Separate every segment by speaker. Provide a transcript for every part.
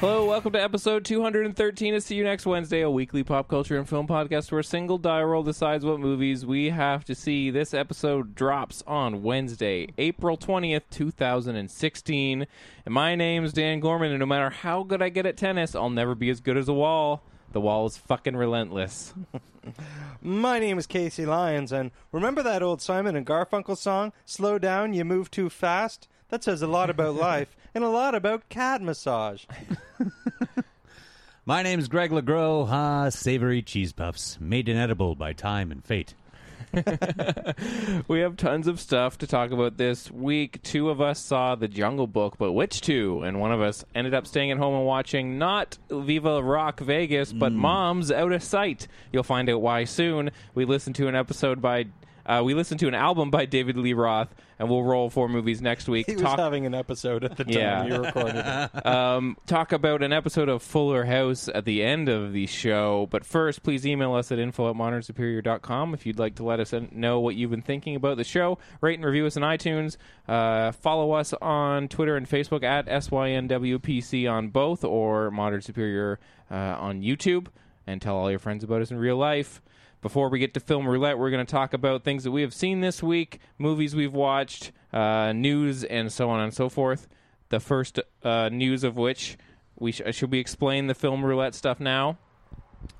Speaker 1: Hello, welcome to episode 213 of See You Next Wednesday, a weekly pop culture and film podcast where a single die roll decides what movies we have to see. This episode drops on Wednesday, April 20th, 2016. And my name's Dan Gorman, and no matter how good I get at tennis, I'll never be as good as a wall. The wall is fucking relentless.
Speaker 2: My name is Casey Lyons, and remember that old Simon and Garfunkel song, Slow Down, You Move Too Fast? That says a lot about life and a lot about cat massage.
Speaker 3: My name's Greg LeGros. Ha, savory cheese puffs, made inedible by time and fate.
Speaker 1: we have tons of stuff to talk about this week. Two of us saw The Jungle Book, but which two? And one of us ended up staying at home and watching not Viva Rock Vegas, but
Speaker 2: Hmm.
Speaker 1: Mom's Out of Sight. You'll find out why soon. We listened to an episode by. Uh, we listened to an album by David Lee Roth, and we'll roll four movies next week.
Speaker 2: He was
Speaker 1: Talk-
Speaker 2: having an episode at the time
Speaker 1: Yeah.
Speaker 2: you recorded it.
Speaker 1: um, talk about an episode of Fuller House at the end of the show. But first, please email us at info at modernsuperior.com if you'd like to let us in- know what you've been thinking about the show. Rate and review us on iTunes. Uh, follow us on Twitter and Facebook at SYNWPC on both or Modern Superior uh, on YouTube. And tell all your friends about us in real life. Before we get to film roulette, we're going to talk about things that we have seen this week, movies we've watched, uh, news, and so on and so forth. The first uh, news of which we sh- should we explain the film roulette stuff now,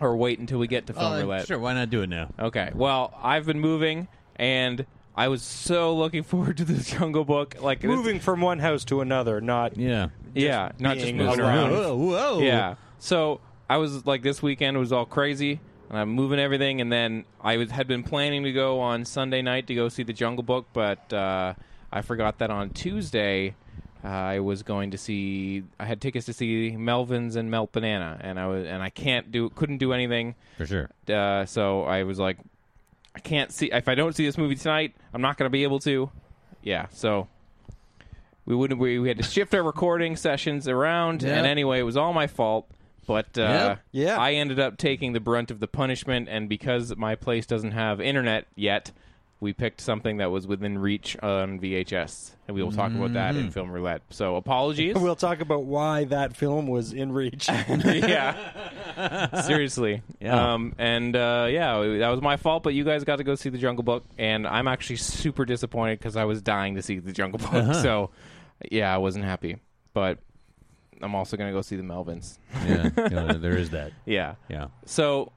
Speaker 1: or wait until we get to film roulette?
Speaker 3: Oh, Uh, sure, why not do it now?
Speaker 1: Okay. Well, I've been moving, and I was so looking forward to this Jungle Book. Like it's-
Speaker 2: Moving from one house to another, not.
Speaker 3: Yeah.
Speaker 1: yeah, not just
Speaker 2: being
Speaker 1: moving around.
Speaker 2: around.
Speaker 3: Whoa, whoa.
Speaker 1: Yeah. So I was like, this weekend was all crazy, and I'm moving everything. And then I was, had been planning to go on Sunday night to go see the Jungle Book, but uh, I forgot that on Tuesday uh, I was going to see. I had tickets to see Melvin's and Melt Banana, and I was and I can't do couldn't do anything.
Speaker 3: For sure.
Speaker 1: Uh, so I was like, I can't see if I don't see this movie tonight, I'm not going to be able to. Yeah. So we wouldn't. We, we had to shift our recording sessions around, and
Speaker 3: Yep.
Speaker 1: anyway, it was all my fault. But uh,
Speaker 3: Yep.
Speaker 2: Yeah.
Speaker 1: I ended up taking the brunt of the punishment, and because my place doesn't have internet yet, we picked something that was within reach on VHS, and we will talk about that
Speaker 3: Mm-hmm.
Speaker 1: in film roulette. So apologies.
Speaker 2: We'll talk about why that film was in reach.
Speaker 1: yeah. Seriously.
Speaker 3: Yeah.
Speaker 1: Um, and uh, yeah, it- that was my fault, but you guys got to go see The Jungle Book, and I'm actually super disappointed because I was dying to see The Jungle Book.
Speaker 3: Uh-huh.
Speaker 1: So yeah, I wasn't happy. But I'm also going to go see The Melvins.
Speaker 3: Yeah. yeah, there is that.
Speaker 1: Yeah.
Speaker 3: Yeah.
Speaker 1: So,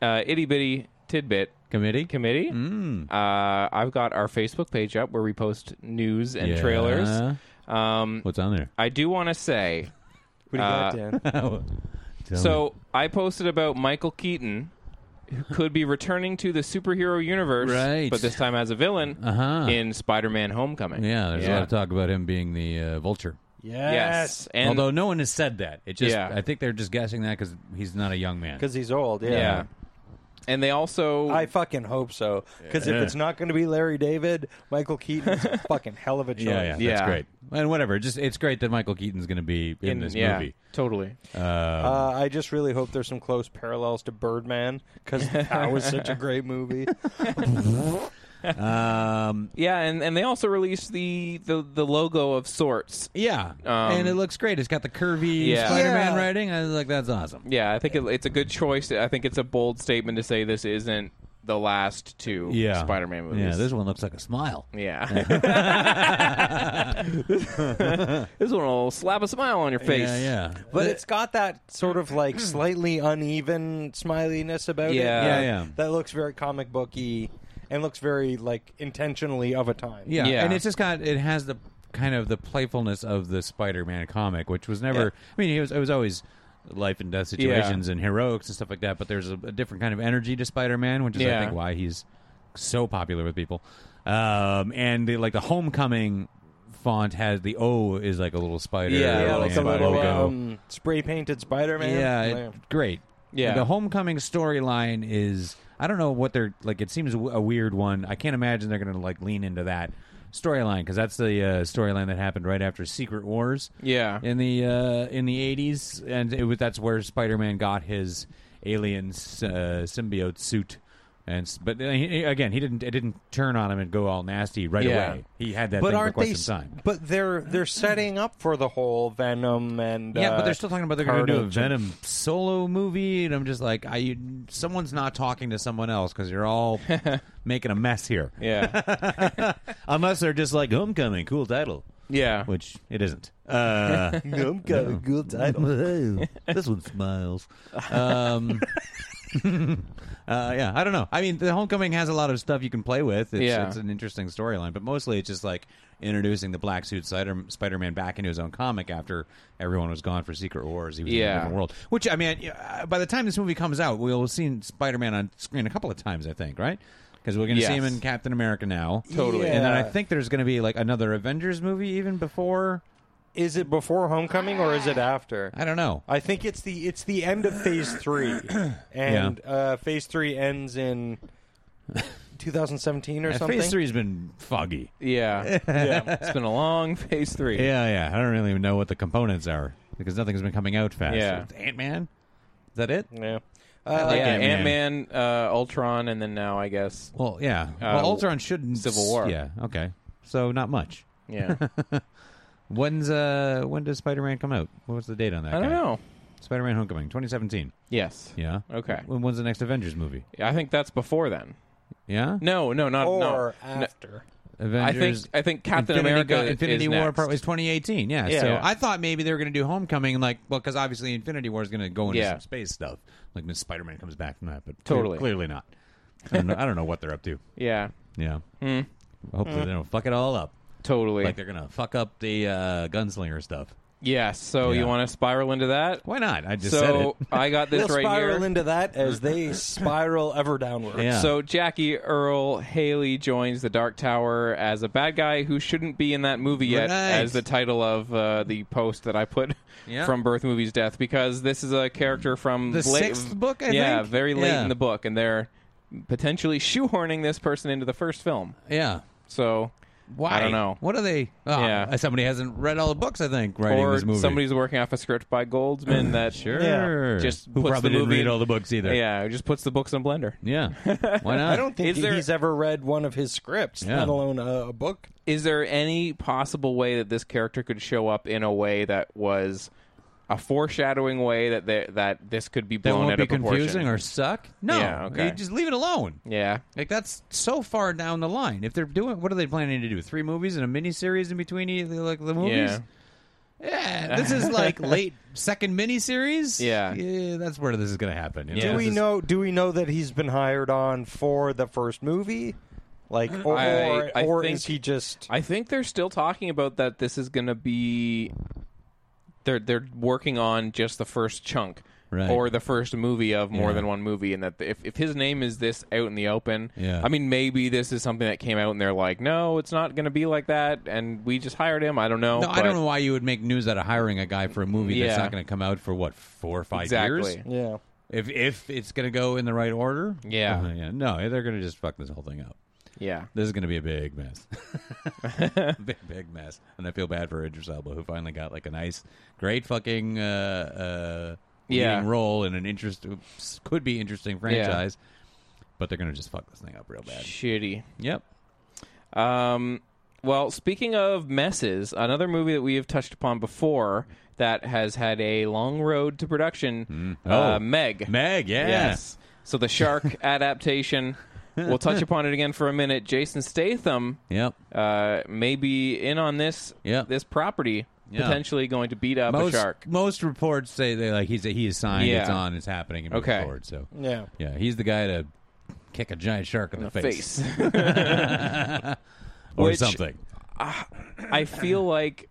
Speaker 1: uh, itty bitty tidbit
Speaker 3: Committee?
Speaker 1: committee.
Speaker 3: Mm.
Speaker 1: Uh, I've got our Facebook page up where we post news and
Speaker 3: Yeah.
Speaker 1: trailers. Um,
Speaker 3: What's on there?
Speaker 1: I do want to say
Speaker 2: What do you
Speaker 1: Uh,
Speaker 2: got, Dan?
Speaker 3: Tell me.
Speaker 1: So I posted about Michael Keaton, who could be returning to the superhero universe,
Speaker 3: Right.
Speaker 1: but this time as a villain
Speaker 3: Uh-huh.
Speaker 1: in Spider-Man: Homecoming.
Speaker 3: yeah, there's a lot of talk about him being the uh, vulture.
Speaker 1: Yes, and
Speaker 3: Although no one has said that. It just
Speaker 1: Yeah.
Speaker 3: I think they're just guessing that cuz he's not a young man.
Speaker 2: Because he's old,
Speaker 1: yeah. and they also
Speaker 2: I fucking hope so. Because
Speaker 3: Yeah.
Speaker 2: if it's not going to be Larry David, Michael Keaton is a fucking hell of a choice.
Speaker 3: yeah, yeah,
Speaker 1: Yeah.
Speaker 3: that's great. And whatever, just it's great that Michael Keaton's going to be in, this
Speaker 1: yeah,
Speaker 3: movie.
Speaker 1: totally.
Speaker 2: Uh, I just really hope there's some close parallels to Birdman because that was such a great movie.
Speaker 3: Um,
Speaker 1: Yeah, and, and they also released the, the, the logo of sorts.
Speaker 3: yeah, and it looks great. It's got the curvy
Speaker 1: Um, Yeah.
Speaker 3: Spider-Man
Speaker 2: Yeah.
Speaker 3: writing. I was like, that's awesome.
Speaker 1: Yeah, I think it, it's a good choice. I think it's a bold statement to say this isn't the last two Spider-Man movies.
Speaker 3: Yeah, this one looks like a smile.
Speaker 1: Yeah. this one will slap a smile on your face.
Speaker 3: Yeah, yeah.
Speaker 2: But it's got that sort of like slightly uneven smiliness about
Speaker 1: Yeah.
Speaker 2: it.
Speaker 1: Yeah,
Speaker 3: yeah.
Speaker 2: That looks very comic booky and looks very like intentionally of a time.
Speaker 3: Yeah.
Speaker 1: Yeah.
Speaker 3: and it's just got it has the kind of the playfulness of the Spider-Man comic, which was never. I mean, it was it was always life and death situations and heroics and stuff like that. But there's a, a different kind of energy to Spider-Man, which is I
Speaker 1: Yeah.
Speaker 3: think why he's so popular with people. Um, and the, like the Homecoming font has the O is like a little spider.
Speaker 1: Yeah,
Speaker 3: or
Speaker 2: Yeah,
Speaker 1: Oh,
Speaker 2: like a
Speaker 3: man
Speaker 2: little
Speaker 3: logo.
Speaker 2: um, spray painted Spider Man.
Speaker 3: Yeah, it- great.
Speaker 1: Yeah.
Speaker 3: the homecoming storyline is I don't know what they're like. It seems w- a weird one. I can't imagine they're going to like lean into that storyline because that's the uh, storyline that happened right after Secret Wars.
Speaker 1: Yeah.
Speaker 3: in the uh, in the eighties, and it was that's where Spider Man got his alien s- uh, symbiote suit. And s- but then he- he- again, he didn't. It didn't turn on him and go all nasty right
Speaker 1: Yeah.
Speaker 3: away. He had that.
Speaker 2: But
Speaker 3: thing
Speaker 2: aren't
Speaker 3: for
Speaker 2: they?
Speaker 3: quite some time.
Speaker 2: But they're they're setting up for the whole Venom and
Speaker 3: Yeah,
Speaker 2: uh,
Speaker 3: but they're still talking about they're going to do a
Speaker 2: Carnage and-
Speaker 3: Venom solo movie, and I'm just like, I, you, someone's not talking to someone else because you're all making a mess here.
Speaker 1: Yeah.
Speaker 3: Unless they're just like Homecoming, cool title,
Speaker 1: Yeah.
Speaker 3: which it isn't. Uh,
Speaker 2: I'm got a good title.
Speaker 3: this one smiles. Um, uh, yeah, I don't know. I mean, the Homecoming has a lot of stuff you can play with. It's,
Speaker 1: Yeah.
Speaker 3: it's an interesting storyline, but mostly it's just like introducing the black suit Spider- Spider-Man back into his own comic after everyone was gone for Secret Wars. He was in a
Speaker 1: Yeah.
Speaker 3: different world. Which I mean, uh, by the time this movie comes out, we'll have seen Spider-Man on screen a couple of times, I think, right? Because we're going to see him
Speaker 1: Yes.
Speaker 3: in Captain America now.
Speaker 1: Totally.
Speaker 3: And then I
Speaker 2: Yeah.
Speaker 3: think there's going to be like another Avengers movie even before.
Speaker 2: Is it before Homecoming or is it after?
Speaker 3: I don't know.
Speaker 2: I think it's the it's the end of Phase Three, and uh, Phase Three ends in 2017 or
Speaker 3: Yeah,
Speaker 2: something.
Speaker 3: Phase three's been foggy.
Speaker 1: Yeah.
Speaker 2: Yeah.
Speaker 1: It's been a long phase three.
Speaker 3: Yeah, yeah. I don't really even know what the components are because nothing's been coming out fast.
Speaker 1: Yeah.
Speaker 3: Ant Man. Is that it?
Speaker 2: yeah.
Speaker 1: Yeah,
Speaker 2: Uh,
Speaker 3: Ant-Man.
Speaker 1: Ant-Man, uh, Ultron, and then now I guess.
Speaker 3: Well, yeah. well, Ultron shouldn't.
Speaker 1: Uh, Civil War.
Speaker 3: Yeah. Okay. So not much.
Speaker 1: Yeah.
Speaker 3: When's uh when does Spider Man come out? What was the date on that?
Speaker 1: I don't
Speaker 3: guy?
Speaker 1: know.
Speaker 3: Spider Man Homecoming, 2017.
Speaker 1: Yes.
Speaker 3: Yeah.
Speaker 1: Okay.
Speaker 3: When, when's the next Avengers movie?
Speaker 1: I think that's before then.
Speaker 3: Yeah.
Speaker 1: No, no, not
Speaker 2: or
Speaker 1: no. No.
Speaker 2: after.
Speaker 1: I think
Speaker 3: Avengers.
Speaker 1: I think Captain
Speaker 3: Infinity
Speaker 1: America
Speaker 3: Gu- Infinity
Speaker 1: is
Speaker 3: War
Speaker 1: next.
Speaker 3: part was 2018. Yeah.
Speaker 2: Yeah.
Speaker 3: So
Speaker 2: Yeah.
Speaker 3: I thought maybe they were going to do Homecoming, like, well, because obviously Infinity War is going to go into
Speaker 1: Yeah.
Speaker 3: some space stuff, like Miss Spider Man comes back from that, but cle-
Speaker 1: Totally.
Speaker 3: clearly not. I don't, know, I don't know what they're up to.
Speaker 1: yeah.
Speaker 3: Yeah.
Speaker 1: Hmm.
Speaker 3: Hopefully they don't fuck it all up.
Speaker 1: Totally.
Speaker 3: Like they're gonna fuck up the uh, gunslinger stuff.
Speaker 1: yes. So
Speaker 3: Yeah.
Speaker 1: you want to spiral into that?
Speaker 3: Why not? I just said
Speaker 1: so
Speaker 3: it.
Speaker 1: I got
Speaker 2: They'll
Speaker 1: this right
Speaker 2: spiral
Speaker 1: here.
Speaker 2: into that as they spiral ever downward.
Speaker 3: Yeah.
Speaker 1: So Jackie Earl Haley joins the Dark Tower as a bad guy who shouldn't be in that movie yet,
Speaker 3: Right.
Speaker 1: as the title of uh, the post that I put
Speaker 3: Yeah.
Speaker 1: from Birth Movies Death, because this is a character from
Speaker 3: The sixth book, I
Speaker 1: yeah,
Speaker 3: think?
Speaker 1: very late
Speaker 3: Yeah.
Speaker 1: in the book, and they're potentially shoehorning this person into the first film.
Speaker 3: Yeah.
Speaker 1: So
Speaker 3: Why?
Speaker 1: I don't know.
Speaker 3: What are they? Oh,
Speaker 1: Yeah.
Speaker 3: Somebody hasn't read all the books. I think writing
Speaker 1: Or
Speaker 3: this movie.
Speaker 1: somebody's working off a script by Goldsman that sure
Speaker 3: Sure.
Speaker 1: just
Speaker 3: who
Speaker 1: puts
Speaker 3: probably
Speaker 1: the
Speaker 3: didn't
Speaker 1: movie
Speaker 3: read
Speaker 1: in-
Speaker 3: all the books either.
Speaker 1: yeah, who just puts the books in blender.
Speaker 3: Yeah. Why not?
Speaker 2: I don't think
Speaker 1: Is there-
Speaker 2: he's ever read one of his scripts,
Speaker 3: Yeah.
Speaker 2: let alone a, a book.
Speaker 1: is there any possible way that this character could show up in a way that was a foreshadowing way that they, that this could be
Speaker 3: That
Speaker 1: blown
Speaker 3: won't
Speaker 1: out
Speaker 3: be
Speaker 1: of proportion?
Speaker 3: confusing or suck. No.
Speaker 1: Yeah, okay.
Speaker 3: You just leave it alone.
Speaker 1: yeah,
Speaker 3: Like that's so far down the line. If they're doing, what are they planning to do? Three movies and a mini series in between e- like the movies.
Speaker 1: yeah,
Speaker 3: Yeah, this is like late second miniseries.
Speaker 1: Yeah.
Speaker 3: yeah, that's where this is going to happen. you know?
Speaker 1: Yeah.
Speaker 2: Do
Speaker 3: This
Speaker 2: we
Speaker 3: is-
Speaker 2: know? Do we know that he's been hired on for the first movie? Like, or
Speaker 1: I-
Speaker 2: or,
Speaker 1: I
Speaker 2: or
Speaker 1: think-
Speaker 2: is he just?
Speaker 1: I think they're still talking about that. This is going to be they're they're working on just the first chunk.
Speaker 3: Right.
Speaker 1: Or the first movie of more
Speaker 3: Yeah.
Speaker 1: than one movie, and that if, if his name is this out in the open,
Speaker 3: Yeah.
Speaker 1: I mean, maybe this is something that came out and they're like, no, it's not going to be like that, and we just hired him. I don't know.
Speaker 3: No, I
Speaker 1: but-
Speaker 3: don't know why you would make news out of hiring a guy for a movie that's
Speaker 1: Yeah.
Speaker 3: not going to come out for what four or five
Speaker 1: Exactly.
Speaker 3: years.
Speaker 2: yeah.
Speaker 3: If if it's going to go in the right order.
Speaker 1: Yeah.
Speaker 3: Uh, yeah. No, they're going to just fuck this whole thing up.
Speaker 1: Yeah.
Speaker 3: This is going to be a big mess. big, big mess. And I feel bad for Idris Elba, who finally got like a nice, great fucking uh, uh,
Speaker 1: Yeah.
Speaker 3: leading role in an interest could be interesting franchise. But they're going to just fuck this thing up real bad.
Speaker 1: Shitty.
Speaker 3: Yep.
Speaker 1: Um, well, speaking of messes, another movie that we have touched upon before that has had a long road to production, uh,
Speaker 3: Oh.
Speaker 1: Meg.
Speaker 3: Meg, yeah.
Speaker 1: Yes. So the shark adaptation. We'll touch upon it again for a minute. Jason Statham
Speaker 3: Yep.
Speaker 1: uh, may be in on this
Speaker 3: Yep.
Speaker 1: this property,
Speaker 3: Yeah.
Speaker 1: potentially going to beat up
Speaker 3: most
Speaker 1: a shark.
Speaker 3: most reports say they like he's he is signed, it's
Speaker 1: Yeah.
Speaker 3: on, it's happening, and move
Speaker 1: Okay.
Speaker 3: forward. So
Speaker 2: Yeah.
Speaker 3: yeah, he's the guy to kick a giant shark in the, face,
Speaker 1: Face.
Speaker 3: or
Speaker 1: Which-
Speaker 3: something.
Speaker 1: I feel like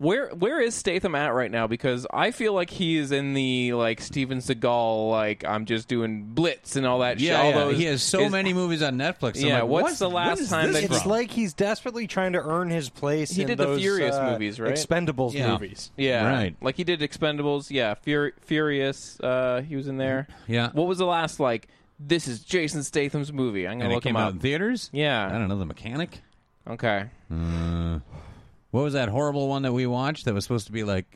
Speaker 1: where where is Statham at right now? Because I feel like he is in the like Steven Seagal like I'm just doing blitz and all that. shit.
Speaker 3: Yeah,
Speaker 1: all
Speaker 3: yeah.
Speaker 1: those-
Speaker 3: he has so
Speaker 1: is-
Speaker 3: many movies on Netflix. I'm
Speaker 1: Yeah,
Speaker 3: like,
Speaker 1: what's
Speaker 3: what-
Speaker 1: the last
Speaker 3: what is
Speaker 1: time
Speaker 3: this
Speaker 1: that-
Speaker 2: It's
Speaker 3: from?
Speaker 2: like he's desperately trying to earn his place.
Speaker 1: He
Speaker 2: in
Speaker 1: did the
Speaker 2: those,
Speaker 1: Furious
Speaker 2: uh,
Speaker 1: movies, right?
Speaker 2: Expendables
Speaker 3: Yeah.
Speaker 2: movies.
Speaker 1: Yeah,
Speaker 3: Right.
Speaker 1: Like he did Expendables. Yeah, Fur- Furious. Uh, he was in there.
Speaker 3: Yeah.
Speaker 1: What was the last like? This is Jason Statham's movie. I'm gonna
Speaker 3: and it
Speaker 1: look him
Speaker 3: came
Speaker 1: up.
Speaker 3: out in theaters.
Speaker 1: Yeah.
Speaker 3: I don't know the mechanic.
Speaker 1: okay.
Speaker 3: What was that horrible one that we watched that was supposed to be like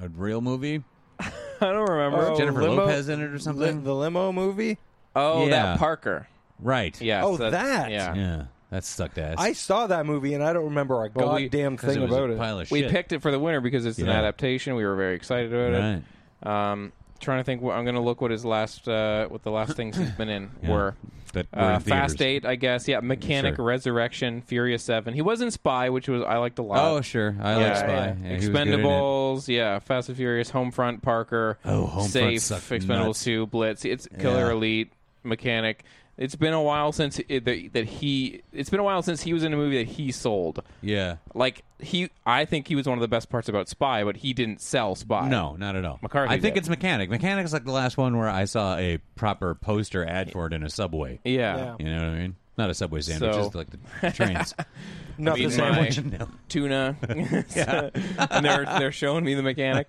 Speaker 3: a real movie?
Speaker 1: I don't remember.
Speaker 2: Oh,
Speaker 3: Jennifer
Speaker 2: limo-
Speaker 3: Lopez in it or
Speaker 2: Li-
Speaker 3: something?
Speaker 2: the limo movie.
Speaker 1: Oh,
Speaker 3: Yeah.
Speaker 1: that Parker.
Speaker 3: right.
Speaker 1: Yeah.
Speaker 2: Oh,
Speaker 1: so
Speaker 2: that.
Speaker 1: that's- Yeah.
Speaker 3: Yeah. That sucked ass.
Speaker 2: I saw that movie and I don't remember a
Speaker 1: Well, we-
Speaker 2: goddamn
Speaker 3: 'Cause
Speaker 2: thing
Speaker 3: it was
Speaker 2: about
Speaker 3: a
Speaker 2: it.
Speaker 3: Pile of
Speaker 1: We
Speaker 3: shit.
Speaker 1: picked it for the winner because it's an
Speaker 3: Yeah.
Speaker 1: adaptation. We were very excited about it.
Speaker 3: Right.
Speaker 1: Um, trying to think. wh- I'm going to look what his last, uh, what the last things he's been in
Speaker 3: Yeah.
Speaker 1: were.
Speaker 3: That were
Speaker 1: Uh,
Speaker 3: in theaters.
Speaker 1: Fast Eight, I guess. Yeah, Mechanic,
Speaker 3: Sure.
Speaker 1: Resurrection, Furious Seven. He was in Spy, which was I liked a lot.
Speaker 3: Oh sure, I like Spy. Yeah, he was good in it.
Speaker 1: Expendables, yeah, Fast and Furious, Homefront, Parker,
Speaker 3: Oh, Homefront
Speaker 1: Safe,
Speaker 3: sucked
Speaker 1: Expendables
Speaker 3: nuts.
Speaker 1: Two, Blitz, it's Killer
Speaker 3: Yeah.
Speaker 1: Elite, Mechanic. It's been a while since it, that that he. It's been a while since he was in a movie that he sold.
Speaker 3: Yeah.
Speaker 1: Like he, I think he was one of the best parts about Spy, but he didn't sell Spy.
Speaker 3: No, not at all.
Speaker 1: McCarthy
Speaker 3: I think
Speaker 1: did.
Speaker 3: it's Mechanic. Mechanic is like the last one where I saw a proper poster ad for it in a subway.
Speaker 1: Yeah.
Speaker 2: Yeah.
Speaker 3: You know what I mean? Not a subway sandwich,
Speaker 1: So-
Speaker 3: just like the trains.
Speaker 2: Not
Speaker 1: mean,
Speaker 2: the same
Speaker 1: my-
Speaker 2: one.
Speaker 3: no.
Speaker 1: Tuna. and they're they're showing me the mechanic.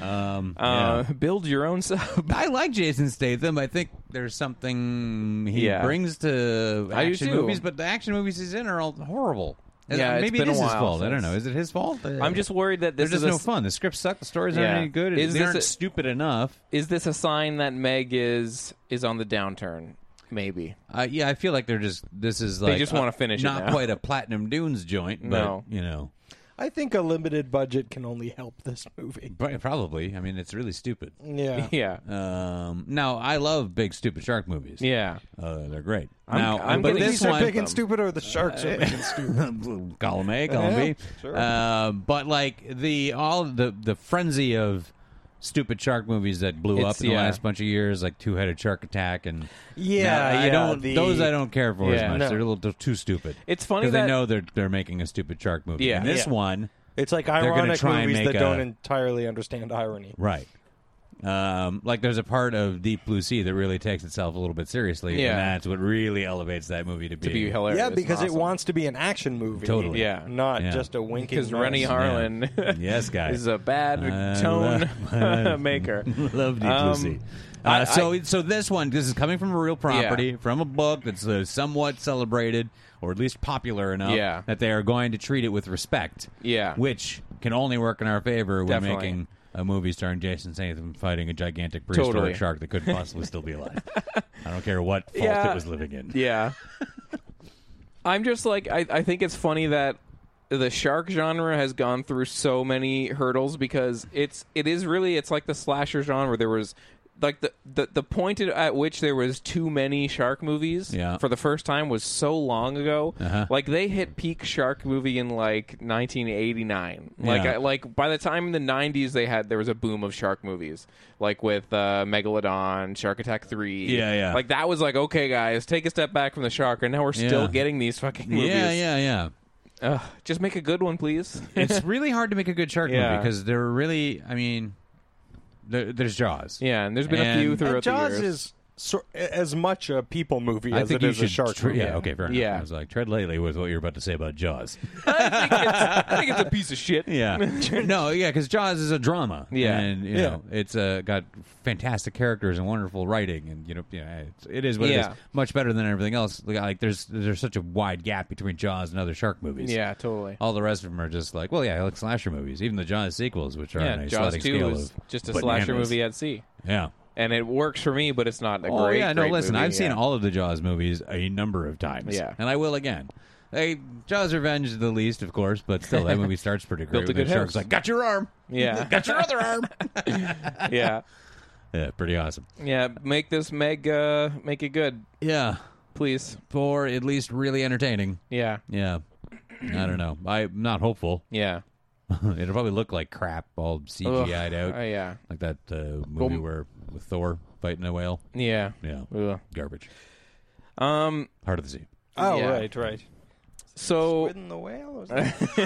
Speaker 3: Um,
Speaker 1: Uh,
Speaker 3: yeah.
Speaker 1: Build your own sub.
Speaker 3: I like Jason Statham. I think there's something he
Speaker 1: Yeah.
Speaker 3: brings to
Speaker 1: I do
Speaker 3: action
Speaker 1: too.
Speaker 3: movies, but the action movies he's in are all horrible. And
Speaker 1: Yeah, it's
Speaker 3: maybe
Speaker 1: been
Speaker 3: it
Speaker 1: a
Speaker 3: is his
Speaker 1: while
Speaker 3: fault. I don't
Speaker 1: since-
Speaker 3: know. Is it his fault?
Speaker 1: I'm just worried that
Speaker 3: They're
Speaker 1: this
Speaker 3: just
Speaker 1: is a,
Speaker 3: no fun. The script's suck. The stories aren't
Speaker 1: Yeah.
Speaker 3: any good.
Speaker 1: Is
Speaker 3: they
Speaker 1: this
Speaker 3: aren't
Speaker 1: a-
Speaker 3: stupid enough.
Speaker 1: Is this a sign that Meg is is on the downturn? Maybe.
Speaker 3: Uh, yeah, I feel like they're just. This is like
Speaker 1: just
Speaker 3: uh,
Speaker 1: wanna finish it
Speaker 3: Not
Speaker 1: now.
Speaker 3: quite a platinum dunes joint, but
Speaker 1: No.
Speaker 3: you know,
Speaker 2: I think a limited budget can only help this movie.
Speaker 3: pr- probably. I mean, it's really stupid. Uh,
Speaker 2: Yeah.
Speaker 1: Yeah.
Speaker 3: Um, now, I love big stupid shark movies.
Speaker 1: Yeah.
Speaker 3: uh, they're great.
Speaker 1: I'm-
Speaker 3: now,
Speaker 1: I'm
Speaker 3: but
Speaker 1: getting
Speaker 3: this
Speaker 2: These are
Speaker 3: one,
Speaker 2: big and stupid, or the sharks
Speaker 3: Uh,
Speaker 2: are big and stupid.
Speaker 3: column A, column
Speaker 2: Yeah,
Speaker 3: B.
Speaker 2: sure.
Speaker 3: Uh, but like the all the the frenzy of stupid shark movies that blew
Speaker 1: It's-
Speaker 3: up in the
Speaker 1: yeah.
Speaker 3: last bunch of years, like Two Headed Shark Attack, and
Speaker 2: Yeah,
Speaker 3: Now, I
Speaker 2: yeah,
Speaker 3: don't
Speaker 2: the-
Speaker 3: those I don't care for as
Speaker 1: Uh, Yeah.
Speaker 3: much.
Speaker 2: No.
Speaker 3: They're a little t- too stupid.
Speaker 1: It's funny
Speaker 3: 'Cause
Speaker 1: that-
Speaker 3: they know they're they're making a stupid shark movie.
Speaker 1: Yeah.
Speaker 3: and this
Speaker 2: Yeah.
Speaker 3: one,
Speaker 2: It's like
Speaker 3: gonna
Speaker 2: ironic
Speaker 3: try and
Speaker 2: movies
Speaker 3: make
Speaker 2: that
Speaker 3: a-
Speaker 2: don't entirely understand irony.
Speaker 3: right. Um, like there's a part of Deep Blue Sea that really takes itself a little bit seriously,
Speaker 1: Yeah.
Speaker 3: and that's what really elevates that movie to be.
Speaker 1: To be hilarious.
Speaker 2: Yeah, because
Speaker 1: and
Speaker 2: it
Speaker 1: awesome.
Speaker 2: wants to be an action movie.
Speaker 3: Totally.
Speaker 1: Yeah.
Speaker 2: Not
Speaker 3: Yeah.
Speaker 2: just a winking.
Speaker 1: because Rennie
Speaker 2: mess.
Speaker 1: Harlan
Speaker 3: yes, guys.
Speaker 1: is a bad
Speaker 3: I
Speaker 1: tone
Speaker 3: love-
Speaker 1: maker.
Speaker 3: Love Deep
Speaker 1: Um,
Speaker 3: Blue Sea. Uh,
Speaker 1: I-
Speaker 3: so, so this one, this is coming from a real property, from a book that's uh, somewhat celebrated or at least popular enough
Speaker 1: Yeah.
Speaker 3: that they are going to treat it with respect.
Speaker 1: Yeah.
Speaker 3: which can only work in our favor when
Speaker 1: Definitely.
Speaker 3: making a movie starring Jason Statham fighting a gigantic prehistoric
Speaker 1: Totally.
Speaker 3: shark that couldn't possibly still be alive. I don't care what fault
Speaker 1: Yeah.
Speaker 3: it was living in.
Speaker 1: Yeah. I'm just like I, I think it's funny that the shark genre has gone through so many hurdles because it's it is really it's like the slasher genre. There was like the, the the point at which there was too many shark movies
Speaker 3: Yeah.
Speaker 1: for the first time was so long ago.
Speaker 3: Uh-huh.
Speaker 1: Like they hit peak shark movie in like 1989. Like
Speaker 3: Yeah.
Speaker 1: I, like by the time in the 90s they had there was a boom of shark movies like with uh, Megalodon, Shark Attack 3.
Speaker 3: Yeah, yeah.
Speaker 1: Like that was like, okay, guys, take a step back from the shark, and now we're still
Speaker 3: Yeah.
Speaker 1: getting these fucking movies.
Speaker 3: Yeah, yeah, yeah.
Speaker 1: Ugh, just make a good one, please.
Speaker 3: it's really hard to make a good shark movie
Speaker 1: Yeah.
Speaker 3: because they're really. I mean, there, there's Jaws.
Speaker 1: yeah, and there's been
Speaker 3: And-
Speaker 1: a few throughout
Speaker 2: And Jaws
Speaker 1: the years.
Speaker 2: is so, as much a people movie
Speaker 3: I
Speaker 2: as
Speaker 3: think
Speaker 2: it
Speaker 3: you
Speaker 2: is
Speaker 3: should
Speaker 2: a shark
Speaker 3: tre-
Speaker 2: movie.
Speaker 3: Yeah, okay, fair enough.
Speaker 1: Yeah.
Speaker 3: I was like, tread lightly with what you're about to say about Jaws.
Speaker 1: I, think it's, I think it's a piece of shit.
Speaker 3: Yeah, no, yeah, because Jaws is a drama.
Speaker 1: Yeah.
Speaker 3: and you know, it's uh, got fantastic characters and wonderful writing, and you know, yeah, it's, it is what it
Speaker 1: Yeah.
Speaker 3: is. Much better than everything else. Like, Like, there's there's such a wide gap between Jaws and other shark movies.
Speaker 1: Yeah, totally.
Speaker 3: All the rest of them are just like, well, yeah, like slasher movies. Even the Jaws sequels, which are
Speaker 1: yeah,
Speaker 3: on a
Speaker 1: Jaws
Speaker 3: sliding scale
Speaker 1: Two is
Speaker 3: of
Speaker 1: just a
Speaker 3: bananas.
Speaker 1: slasher movie at sea.
Speaker 3: Yeah,
Speaker 1: and it works for me, but it's not a
Speaker 3: oh
Speaker 1: great.
Speaker 3: yeah, no.
Speaker 1: great
Speaker 3: Listen,
Speaker 1: movie,
Speaker 3: I've seen
Speaker 1: yeah.
Speaker 3: all of the Jaws movies a number of times.
Speaker 1: Yeah.
Speaker 3: and I will again. Hey, Jaws Revenge is the least, of course, but still, that movie starts pretty great.
Speaker 1: Built a
Speaker 3: with the
Speaker 1: good
Speaker 3: shark's
Speaker 1: house.
Speaker 3: like, got your arm.
Speaker 1: Yeah.
Speaker 3: got your other arm.
Speaker 1: yeah,
Speaker 3: yeah, pretty awesome.
Speaker 1: yeah. Make this meg uh, make it good,
Speaker 3: Yeah,
Speaker 1: please.
Speaker 3: or at least really entertaining.
Speaker 1: Yeah,
Speaker 3: Yeah, I don't know. I'm not hopeful.
Speaker 1: yeah.
Speaker 3: It'll probably look like crap, all CGI'd
Speaker 1: Ugh.
Speaker 3: out,
Speaker 1: Oh, yeah,
Speaker 3: like that uh,
Speaker 1: Well,
Speaker 3: movie
Speaker 1: m-
Speaker 3: where with Thor fighting a whale.
Speaker 1: yeah.
Speaker 3: Yeah,
Speaker 1: Ugh.
Speaker 3: garbage.
Speaker 1: Um.
Speaker 3: Heart of the Sea.
Speaker 2: Oh,
Speaker 1: Yeah.
Speaker 2: right, right.
Speaker 1: So
Speaker 2: Squid and the whale? Was that?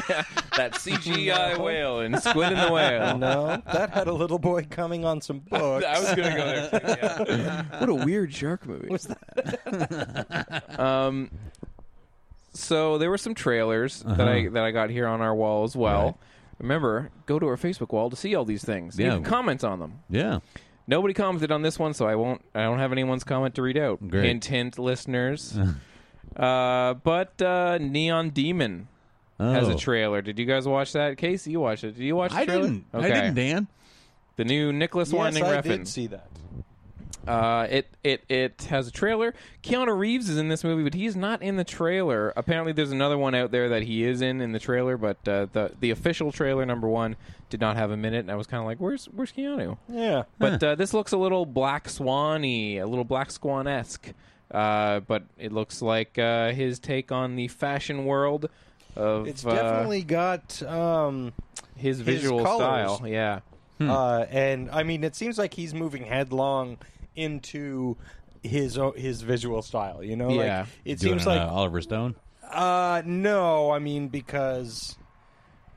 Speaker 1: that CGI whale and Squid and the Whale.
Speaker 2: no, that had a little boy coming on some books.
Speaker 1: I was gonna go there. Too, yeah. what a weird shark movie. What's that? um, so there were some trailers that I that I got here on our wall as well.
Speaker 3: Uh-huh. Right.
Speaker 1: Remember, go to our Facebook wall to see all these things.
Speaker 3: Yeah.
Speaker 1: You can comment on them.
Speaker 3: Yeah,
Speaker 1: Nobody commented on this one, so I won't. I don't have anyone's comment to read out.
Speaker 3: Great. Uh-huh.
Speaker 1: Hint, hint, listeners. uh, but uh, Neon Demon has a
Speaker 3: Oh.
Speaker 1: trailer. Did you guys watch that? Casey, you watched it. Did you watch the
Speaker 3: I
Speaker 1: trailer?
Speaker 3: didn't.
Speaker 1: Okay.
Speaker 3: I didn't, Dan.
Speaker 1: The new Nicholas
Speaker 2: yes,
Speaker 1: Winding
Speaker 2: I
Speaker 1: Refn.
Speaker 2: did see that.
Speaker 1: Uh, it it it has a trailer. Keanu Reeves is in this movie, but he's not in the trailer. Apparently, there's another one out there that he is in in the trailer, but uh, the the official trailer number one did not have him in it, and I was kind of like, "Where's where's Keanu?"
Speaker 2: Yeah.
Speaker 1: But uh, this looks a little Black Swan-y, a little Black Swan esque. Uh, but it looks like uh, his take on the fashion world of
Speaker 2: It's
Speaker 1: uh,
Speaker 2: definitely got um,
Speaker 1: his
Speaker 2: his
Speaker 1: visual
Speaker 2: colours.
Speaker 1: style. Yeah,
Speaker 2: Uh, and I mean, it seems like he's moving headlong into his o- his visual style. You know,
Speaker 1: Yeah.
Speaker 2: like it
Speaker 3: Doing
Speaker 2: seems
Speaker 3: an,
Speaker 2: like
Speaker 3: uh, Oliver Stone.
Speaker 2: uh, no, I mean because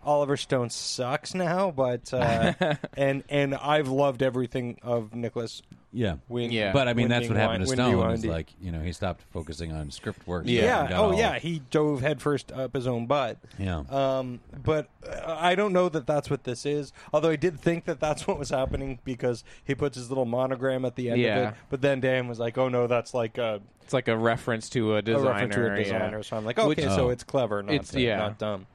Speaker 2: Oliver Stone sucks now, but uh, and and I've loved everything of Nicholas.
Speaker 3: Yeah.
Speaker 2: Win-
Speaker 1: Yeah.
Speaker 3: But I mean, that's
Speaker 2: Winding
Speaker 3: what happened to
Speaker 2: Wi-
Speaker 3: Stone.
Speaker 2: Windy
Speaker 3: Is
Speaker 2: Windy.
Speaker 3: like you know he stopped focusing on script work.
Speaker 1: Yeah.
Speaker 3: stuff
Speaker 2: yeah,
Speaker 3: and got
Speaker 2: oh
Speaker 3: all-
Speaker 2: yeah, he dove headfirst up his own butt.
Speaker 3: Yeah.
Speaker 2: Um, but uh, I don't know that that's what this is. Although I did think that that's what was happening because he puts his little monogram at the end
Speaker 1: Yeah.
Speaker 2: of it. But then Dan was like, "Oh no, that's like a,
Speaker 1: it's like a reference to a
Speaker 2: a
Speaker 1: designer.
Speaker 2: reference to a
Speaker 1: yeah.
Speaker 2: designer." So I'm like, "Okay,
Speaker 1: Which-
Speaker 2: so
Speaker 3: Oh.
Speaker 2: it's clever, not
Speaker 1: It's-
Speaker 2: uh,
Speaker 1: yeah.
Speaker 2: not dumb."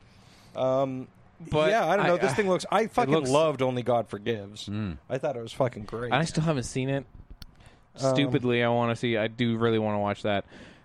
Speaker 2: Um,
Speaker 1: But
Speaker 2: yeah, I don't know.
Speaker 1: I-
Speaker 2: this
Speaker 1: I-
Speaker 2: thing looks. I fucking
Speaker 1: looks-
Speaker 2: loved Only God Forgives. I thought it was fucking great.
Speaker 1: I still haven't seen it. Stupidly, I want to see. I do really want to watch that.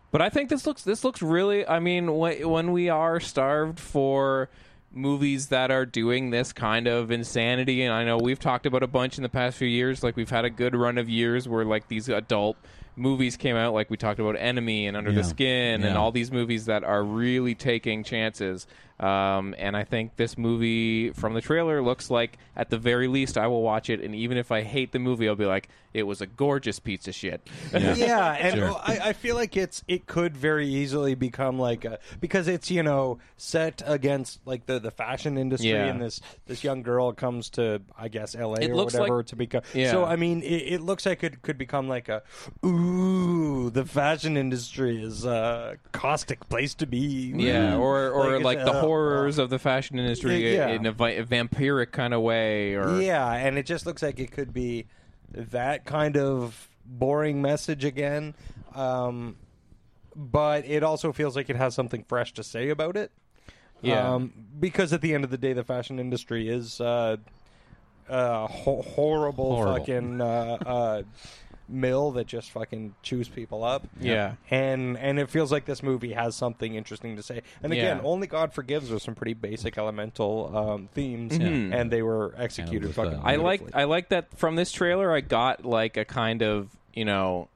Speaker 1: But I think this looks this looks really. I mean, wh- when we are starved for movies that are doing this kind of insanity, and I know we've talked about a bunch in the past few years. Like we've had a good run of years where like these adult movies came out. Like we talked about Enemy and Under
Speaker 3: Yeah.
Speaker 1: the Skin and
Speaker 3: Yeah.
Speaker 1: all these movies that are really taking chances. Um, and I think this movie from the trailer looks like, at the very least, I will watch it. And even if I hate the movie, I'll be like, it was a gorgeous piece of shit.
Speaker 3: Yeah.
Speaker 2: yeah, and oh,
Speaker 3: Sure.
Speaker 2: I, I feel like it's it could very easily become like a, because it's you know set against like the, the fashion industry
Speaker 1: Yeah.
Speaker 2: and this this young girl comes to I guess L.A.
Speaker 1: It
Speaker 2: or
Speaker 1: looks
Speaker 2: whatever
Speaker 1: like-
Speaker 2: to become.
Speaker 1: Yeah.
Speaker 2: So I mean, it, it looks like it could become like a ooh, the fashion industry is a caustic place to be.
Speaker 1: Yeah, or or
Speaker 2: it's,
Speaker 1: like, the
Speaker 2: uh,
Speaker 1: horrors of the fashion industry
Speaker 2: Yeah.
Speaker 1: in a, vi- a vampiric kind of way, or
Speaker 2: Yeah, and it just looks like it could be that kind of boring message again. Um, but it also feels like it has something fresh to say about it.
Speaker 1: Yeah.
Speaker 2: Um, because at the end of the day, the fashion industry is uh, uh, ho- horrible,
Speaker 3: Horrible.
Speaker 2: fucking uh, uh, mill that just fucking chews people up.
Speaker 1: Yeah.
Speaker 2: And and it feels like this movie has something interesting to say. And again,
Speaker 1: Yeah.
Speaker 2: only God forgives was some pretty basic elemental um, themes,
Speaker 1: Mm-hmm.
Speaker 2: and they were executed
Speaker 3: with, uh,
Speaker 2: fucking.
Speaker 1: I like
Speaker 2: beautifully.
Speaker 1: I like that from this trailer. I got like a kind of you know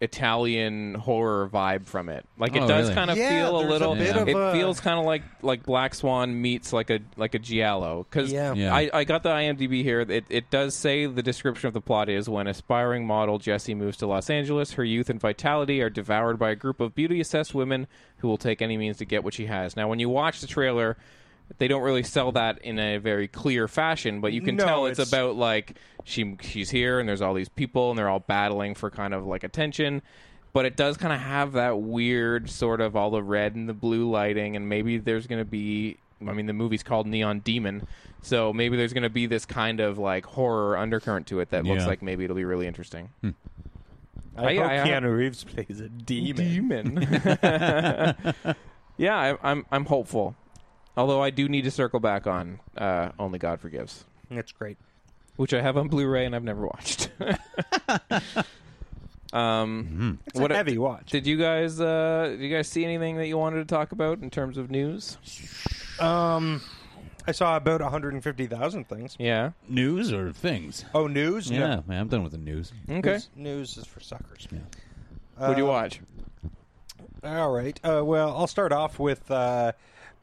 Speaker 1: Italian horror vibe from it. Like it
Speaker 3: Oh,
Speaker 1: does
Speaker 3: really?
Speaker 1: kind of
Speaker 2: Yeah,
Speaker 1: feel a
Speaker 2: there's a
Speaker 1: little.
Speaker 3: bit of
Speaker 1: it
Speaker 2: a-
Speaker 1: feels kind of like like Black Swan meets like a like a giallo because
Speaker 2: Yeah.
Speaker 3: Yeah.
Speaker 1: I, I got the IMDb here. It it does say the description of the plot is when aspiring model Jessie moves to Los Angeles, her youth and vitality are devoured by a group of beauty assessed women who will take any means to get what she has. Now, when you watch the trailer. They don't really sell that in a very clear fashion, but you can
Speaker 2: No,
Speaker 1: tell it's,
Speaker 2: it's-
Speaker 1: about like she she's here and there's all these people and they're all battling for kind of like attention, but it does kind of have that weird sort of all the red and the blue lighting and maybe there's going to be I mean the movie's called Neon Demon, so maybe there's going to be this kind of like horror undercurrent to it that looks
Speaker 3: Yeah.
Speaker 1: like maybe it'll be really interesting.
Speaker 2: I,
Speaker 1: I-
Speaker 2: hope
Speaker 1: I-
Speaker 2: Keanu Reeves plays a demon.
Speaker 1: yeah, I, I'm I'm hopeful. Although I do need to circle back on uh, Only God Forgives.
Speaker 2: That's great.
Speaker 1: which I have on Blu-ray and I've never watched.
Speaker 3: Mm-hmm.
Speaker 1: um,
Speaker 2: It's a heavy watch.
Speaker 1: Did you guys uh, did you guys see anything that you wanted to talk about in terms of news?
Speaker 2: Um, I saw about 150,000 things.
Speaker 1: Yeah.
Speaker 3: News or things?
Speaker 2: Oh, news?
Speaker 3: Yeah,
Speaker 2: No.
Speaker 3: man, I'm done with the news.
Speaker 1: Okay.
Speaker 2: News, news is for suckers.
Speaker 1: what
Speaker 3: Uh,
Speaker 1: do you watch?
Speaker 2: All right. Uh, well, I'll start off with uh,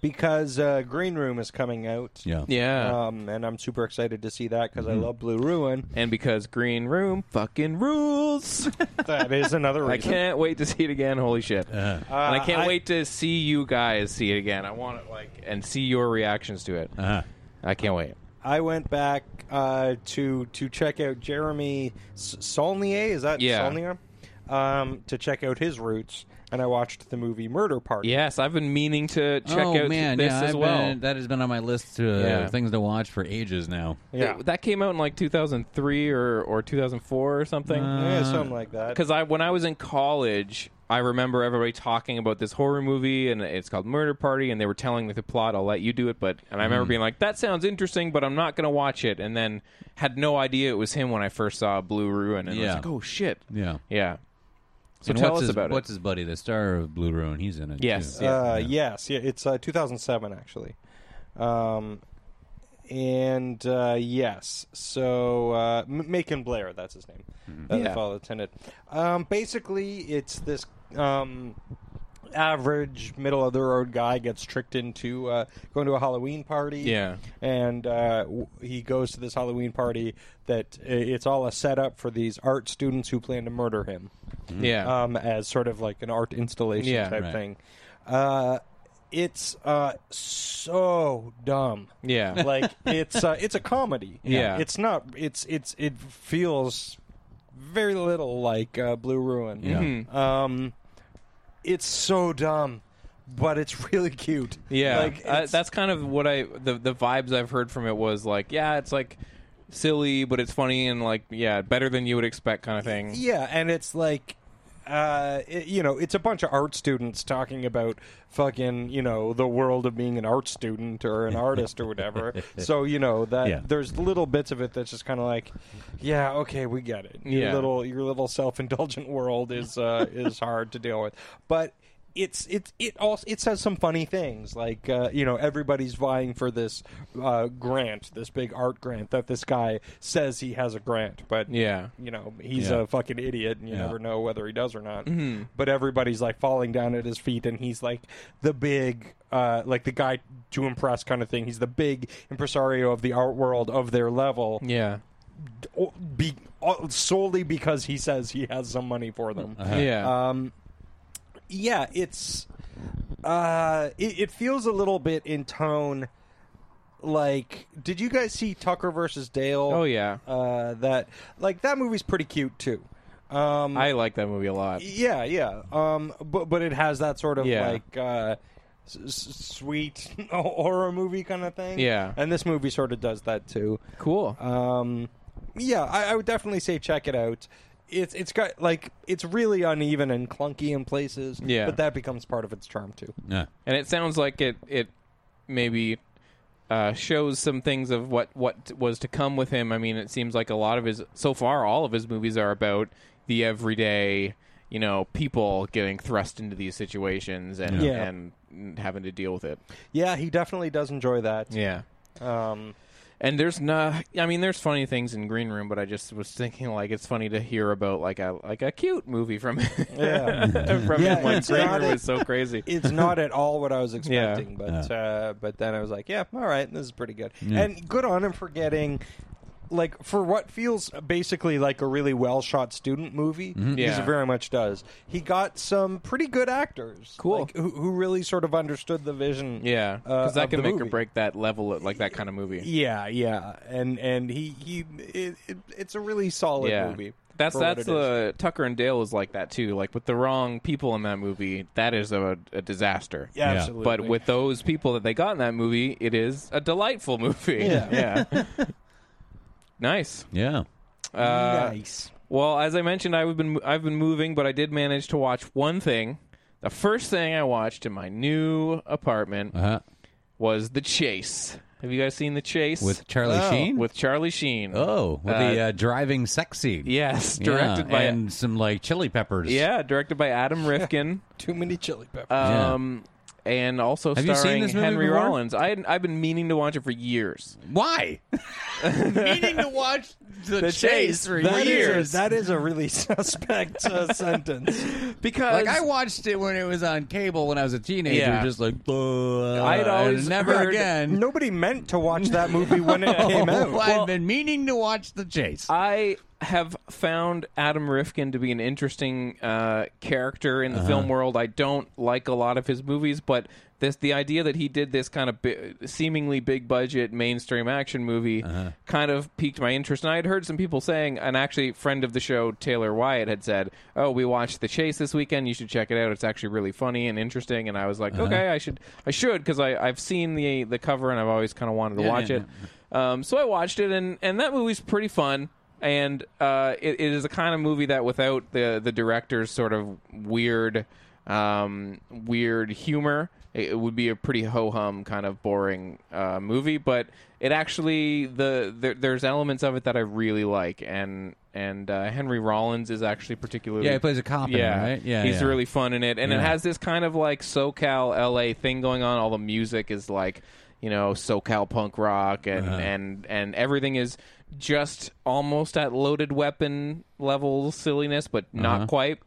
Speaker 2: because uh, Green Room is coming out.
Speaker 3: Yeah.
Speaker 1: Yeah.
Speaker 3: uh,
Speaker 1: Mm-hmm.
Speaker 2: Um, and I'm super excited to see that because I love Blue Ruin.
Speaker 1: and because Green Room fucking rules.
Speaker 2: That is another
Speaker 1: I
Speaker 2: reason.
Speaker 1: can't wait to see it again. Holy shit!
Speaker 3: Uh-huh.
Speaker 1: and I can't wait to see you guys see it again. I want it like and see your reactions to it.
Speaker 3: Uh-huh.
Speaker 1: I can't wait.
Speaker 2: I went back uh, to to check out Jeremy S- Saulnier. Is that
Speaker 1: Yeah.
Speaker 2: Saulnier? Um, to check out his roots, and I watched the movie Murder Party.
Speaker 1: Yes, I've been meaning to check
Speaker 3: oh
Speaker 1: out
Speaker 3: man,
Speaker 1: this
Speaker 3: yeah,
Speaker 1: as
Speaker 3: I've
Speaker 1: well.
Speaker 3: been- that has been on my list to uh,
Speaker 1: Yeah.
Speaker 3: things to watch for ages now.
Speaker 2: yeah,
Speaker 1: Th- that came out in like 2003 or or 2004 or something.
Speaker 2: Yeah,
Speaker 3: Uh.
Speaker 2: something like that.
Speaker 1: Because I when I was in college. I remember everybody talking about this horror movie, and it's called Murder Party, and they were telling me the plot. I'll let you do it, but and I
Speaker 2: Mm-hmm.
Speaker 1: remember being like, "That sounds interesting, but I'm not going to watch it." And then had no idea it was him when I first saw Blue Ruin, and I
Speaker 3: Yeah.
Speaker 1: was like, "Oh shit!"
Speaker 3: Yeah.
Speaker 1: Yeah. So
Speaker 3: and
Speaker 1: tell
Speaker 3: what's
Speaker 1: us
Speaker 3: his,
Speaker 1: about
Speaker 3: What's
Speaker 1: it.
Speaker 3: his buddy, the star of Blue Ruin? He's in it.
Speaker 1: Yes.
Speaker 3: too.
Speaker 2: Uh, Yes, yeah, it's uh, 2007 actually, um, and uh, yes, so uh, M- Macon Blair, that's his name, uh,
Speaker 1: Yeah.
Speaker 2: the fall lieutenant. Um, basically, it's this um, average middle of the road guy gets tricked into uh, going to a Halloween party.
Speaker 1: Yeah.
Speaker 2: and uh, w- he goes to this Halloween party that uh, it's all a setup for these art students who plan to murder him
Speaker 3: uh,
Speaker 1: Yeah.
Speaker 2: um, as sort of like an art installation
Speaker 1: Yeah.
Speaker 2: type
Speaker 3: Right.
Speaker 2: thing. Uh, it's uh, so dumb.
Speaker 1: Yeah.
Speaker 2: like it's uh, it's a comedy.
Speaker 1: Yeah.
Speaker 2: it's not. It's it's it feels very little like uh, Blue Ruin.
Speaker 3: Yeah.
Speaker 2: Um, it's so dumb, but it's really cute.
Speaker 1: yeah.
Speaker 2: like
Speaker 1: uh,
Speaker 2: it's-
Speaker 1: that's kind of what I the the vibes I've heard from it was like, yeah, it's like silly, but it's funny and like yeah, better than you would expect kind of thing.
Speaker 2: Yeah, and it's like, uh, it- you know, it's a bunch of art students talking about fucking, you know, the world of being an art student or an artist or whatever. So you know that
Speaker 3: Yeah.
Speaker 2: there's little bits of it that's just kind of like, yeah, okay, we get it. Your
Speaker 1: Yeah.
Speaker 2: little your little self indulgent world is uh, is hard to deal with, but. It's it's it also it says some funny things like uh, you know everybody's vying for this uh, grant this big art grant that this guy says he has a grant but
Speaker 1: Yeah.
Speaker 2: you know he's
Speaker 3: Yeah.
Speaker 2: a fucking idiot and you
Speaker 3: Yeah. Mm-hmm.
Speaker 2: never know whether he does or not but everybody's like falling down at his feet and he's like the big uh, like the guy to impress kind of thing he's the big impresario of the art world of their level
Speaker 1: Yeah.
Speaker 2: o- be, o- solely because he says he has some money for them
Speaker 3: Uh-huh.
Speaker 1: Yeah.
Speaker 2: um, yeah, it's uh, it, it feels a little bit in tone. Like, did you guys see Tucker versus Dale?
Speaker 1: Oh, yeah.
Speaker 2: uh, that like that movie's pretty cute too. Um,
Speaker 1: I like that movie a lot.
Speaker 2: yeah, yeah. Um, but but it has that sort of
Speaker 1: Yeah.
Speaker 2: like uh, s- s- sweet horror movie kind of thing.
Speaker 1: Yeah.
Speaker 2: and this movie sort of does that too.
Speaker 1: Cool.
Speaker 2: Um, yeah, I, I would definitely say check it out. It's it's got like it's really uneven and clunky in places.
Speaker 1: Yeah.
Speaker 2: but that becomes part of its charm too.
Speaker 3: Yeah.
Speaker 1: and it sounds like it it maybe uh, shows some things of what what was to come with him. I mean, it seems like a lot of his so far all of his movies are about the everyday, you know, people getting thrust into these situations and
Speaker 2: Yeah.
Speaker 1: and having to deal with it.
Speaker 2: Yeah, he definitely does enjoy that.
Speaker 1: Yeah.
Speaker 2: Um,
Speaker 1: And there's no, I mean, there's funny things in Green Room, but I just was thinking like it's funny to hear about like a like a cute movie from
Speaker 2: yeah,
Speaker 1: from
Speaker 2: Yeah,
Speaker 1: him. Like
Speaker 2: it's
Speaker 1: Green
Speaker 2: not
Speaker 1: Room
Speaker 2: a-
Speaker 1: is so crazy.
Speaker 2: it's not at all what I was expecting. But
Speaker 3: Yeah.
Speaker 2: uh, but then I was like, yeah, all right, this is pretty good. And good on him for getting. Like for what feels basically like a really well shot student movie,
Speaker 1: Yeah.
Speaker 2: this very much does. He got some pretty good actors,
Speaker 1: Cool.
Speaker 2: like, who, who really sort of understood the vision.
Speaker 1: Yeah,
Speaker 2: uh,
Speaker 1: because that
Speaker 2: of
Speaker 1: can
Speaker 2: the
Speaker 1: make or
Speaker 2: movie.
Speaker 1: break that level, of, like that kind of movie.
Speaker 2: Yeah, yeah, and and he he, it, it, it's a really solid
Speaker 1: yeah.
Speaker 2: movie.
Speaker 1: That's
Speaker 2: for what
Speaker 1: that's
Speaker 2: it is.
Speaker 1: the Tucker and Dale is like that too. Like with the wrong people in that movie, that is a, a disaster.
Speaker 2: yeah,
Speaker 3: Yeah.
Speaker 2: absolutely.
Speaker 1: But with those people that they got in that movie, it is a delightful movie.
Speaker 2: Yeah.
Speaker 1: yeah. nice.
Speaker 3: Yeah.
Speaker 1: Uh,
Speaker 2: nice,
Speaker 1: Well, as I mentioned, I've been I've been moving, but I did manage to watch one thing. The
Speaker 3: Uh.
Speaker 1: first thing I watched in my new apartment
Speaker 3: Uh-huh.
Speaker 1: was The Chase. Have you guys seen The Chase
Speaker 3: with Charlie Sheen.
Speaker 1: oh, with Charlie Sheen?
Speaker 3: oh, with the uh, driving sex scene.
Speaker 1: yes,
Speaker 3: Yeah,
Speaker 1: directed by
Speaker 3: and some like Chili Peppers.
Speaker 1: yeah, directed by Adam Rifkin.
Speaker 2: Too many chili peppers.
Speaker 1: Um, and also
Speaker 3: Have you seen
Speaker 1: starring
Speaker 3: this movie
Speaker 1: Henry
Speaker 3: before?
Speaker 1: Rollins. I had, I've been meaning to watch it for years.
Speaker 3: Why? Meaning to watch the,
Speaker 1: The Chase
Speaker 3: for
Speaker 1: That
Speaker 2: That is a-
Speaker 3: years.
Speaker 2: that is a really suspect uh, sentence.
Speaker 1: Because
Speaker 3: like I watched it when it was on cable when I was a teenager,
Speaker 1: Yeah.
Speaker 3: just like
Speaker 1: I'd
Speaker 3: I'd
Speaker 1: always
Speaker 3: never
Speaker 1: heard-
Speaker 3: again.
Speaker 2: Nobody meant to watch that movie when it came
Speaker 1: Oh,
Speaker 2: out.
Speaker 3: I've been meaning to watch the chase.
Speaker 1: I have found Adam Rifkin to be an interesting uh, character in
Speaker 3: Uh-huh.
Speaker 1: the film world. I don't like a lot of his movies, but this the idea that he did this kind of bi- seemingly big budget mainstream action movie
Speaker 3: Uh-huh.
Speaker 1: kind of piqued my interest. And I had heard some people saying, and actually, friend of the show Taylor Wyatt had said, "Oh, we watched The Chase this weekend. You should check it out. It's actually really funny and interesting." And I was
Speaker 3: Uh-huh.
Speaker 1: like, "Okay, I should, I should," because I I've seen the the cover and I've always kind of wanted to
Speaker 3: Yeah,
Speaker 1: watch
Speaker 3: yeah,
Speaker 1: it. Um, so I watched it, and, and that movie's pretty fun. And uh, it, it is the kind of movie that, without the the director's sort of weird, um, weird humor, it, it would be a pretty ho hum kind of boring uh, movie. But it actually the there, there's elements of it that I really like, and and uh, Henry Rollins is actually particularly
Speaker 3: Yeah, he plays a cop in it,
Speaker 1: yeah,
Speaker 3: right? Yeah,
Speaker 1: he's
Speaker 3: yeah.
Speaker 1: really fun in it, and it
Speaker 3: Yeah.
Speaker 1: has this kind of like SoCal LA thing going on. All the music is like you know SoCal punk rock, and
Speaker 3: Uh-huh.
Speaker 1: and and everything is just almost at loaded weapon level silliness, but
Speaker 3: Uh-huh.
Speaker 1: not quite.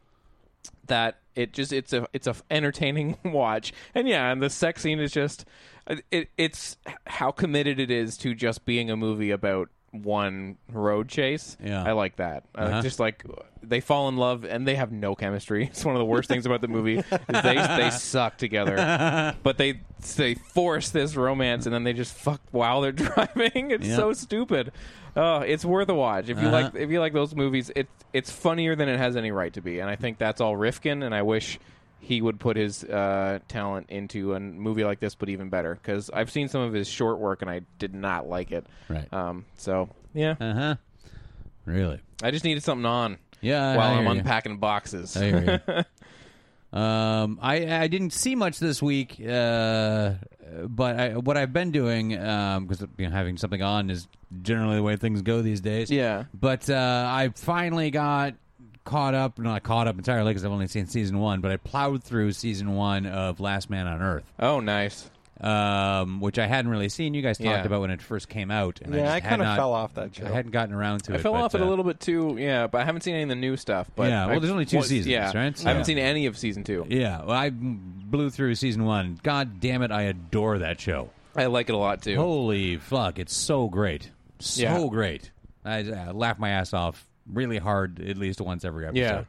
Speaker 1: That it just it's a it's a f- entertaining watch, and yeah, and the sex scene is just it it's how committed it is to just being a movie about one road chase.
Speaker 3: Yeah.
Speaker 1: I like that. Uh, just like they fall in love and they have no chemistry. It's one of the worst things about the movie. Is they they suck together, but they they force this romance and then they just fuck while they're driving. It's
Speaker 3: Yeah. Uh-huh.
Speaker 1: so stupid. Oh, it's worth a watch if you like if you like those movies. It it's funnier than it has any right to be, and I think that's all Rifkin. And I wish he would put his uh, talent into a movie like this, but even better because I've seen some of his short work and I did not like it.
Speaker 3: Right.
Speaker 1: Um. So yeah.
Speaker 3: Uh huh. Really?
Speaker 1: I just needed something on.
Speaker 3: Yeah, I
Speaker 1: While I'm
Speaker 3: hear you.
Speaker 1: unpacking boxes.
Speaker 3: I hear you. um, I I didn't see much this week, uh, but I, what I've been doing because you know, having something on is generally the way things go these days.
Speaker 1: Yeah.
Speaker 3: But uh, I finally got caught up, not caught up entirely because I've only seen season one, but I plowed through season one of Last Man on Earth,
Speaker 1: Oh, nice.
Speaker 3: um, which I hadn't really seen. You guys talked
Speaker 1: Yeah.
Speaker 3: about when it first came out, and
Speaker 2: yeah,
Speaker 3: just
Speaker 2: I
Speaker 3: had
Speaker 2: kind of
Speaker 3: not-
Speaker 2: fell off that show.
Speaker 3: I hadn't gotten around to
Speaker 1: I
Speaker 3: it.
Speaker 1: fell
Speaker 3: but,
Speaker 1: off it a
Speaker 3: uh,
Speaker 1: little bit too. Yeah, but I haven't seen any of the new stuff. But
Speaker 3: Yeah, well,
Speaker 1: I-
Speaker 3: there's only two seasons,
Speaker 1: Yeah,
Speaker 3: right?
Speaker 1: I haven't
Speaker 3: So-
Speaker 1: seen any of season two.
Speaker 3: Yeah, well, I blew through season one. God damn it, I adore that show.
Speaker 1: I like it a lot too.
Speaker 3: Holy fuck, it's so great, so
Speaker 1: Yeah.
Speaker 3: great. I, I laugh my ass off really hard at least once every episode.
Speaker 1: Yeah.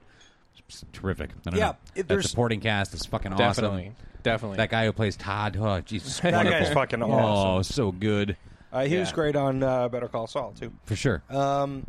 Speaker 3: It's terrific. I don't
Speaker 2: Yeah,
Speaker 3: know.
Speaker 2: it-
Speaker 3: that
Speaker 2: there's-
Speaker 3: supporting cast is fucking
Speaker 1: definitely,
Speaker 3: awesome.
Speaker 1: definitely.
Speaker 3: That guy who plays Todd, oh Jesus,
Speaker 2: That
Speaker 3: wonderful.
Speaker 2: guy's fucking
Speaker 3: Oh,
Speaker 2: awesome.
Speaker 3: so good
Speaker 2: Uh, he was
Speaker 1: Yeah.
Speaker 2: great on uh, Better Call Saul too.
Speaker 3: for sure.
Speaker 2: Um,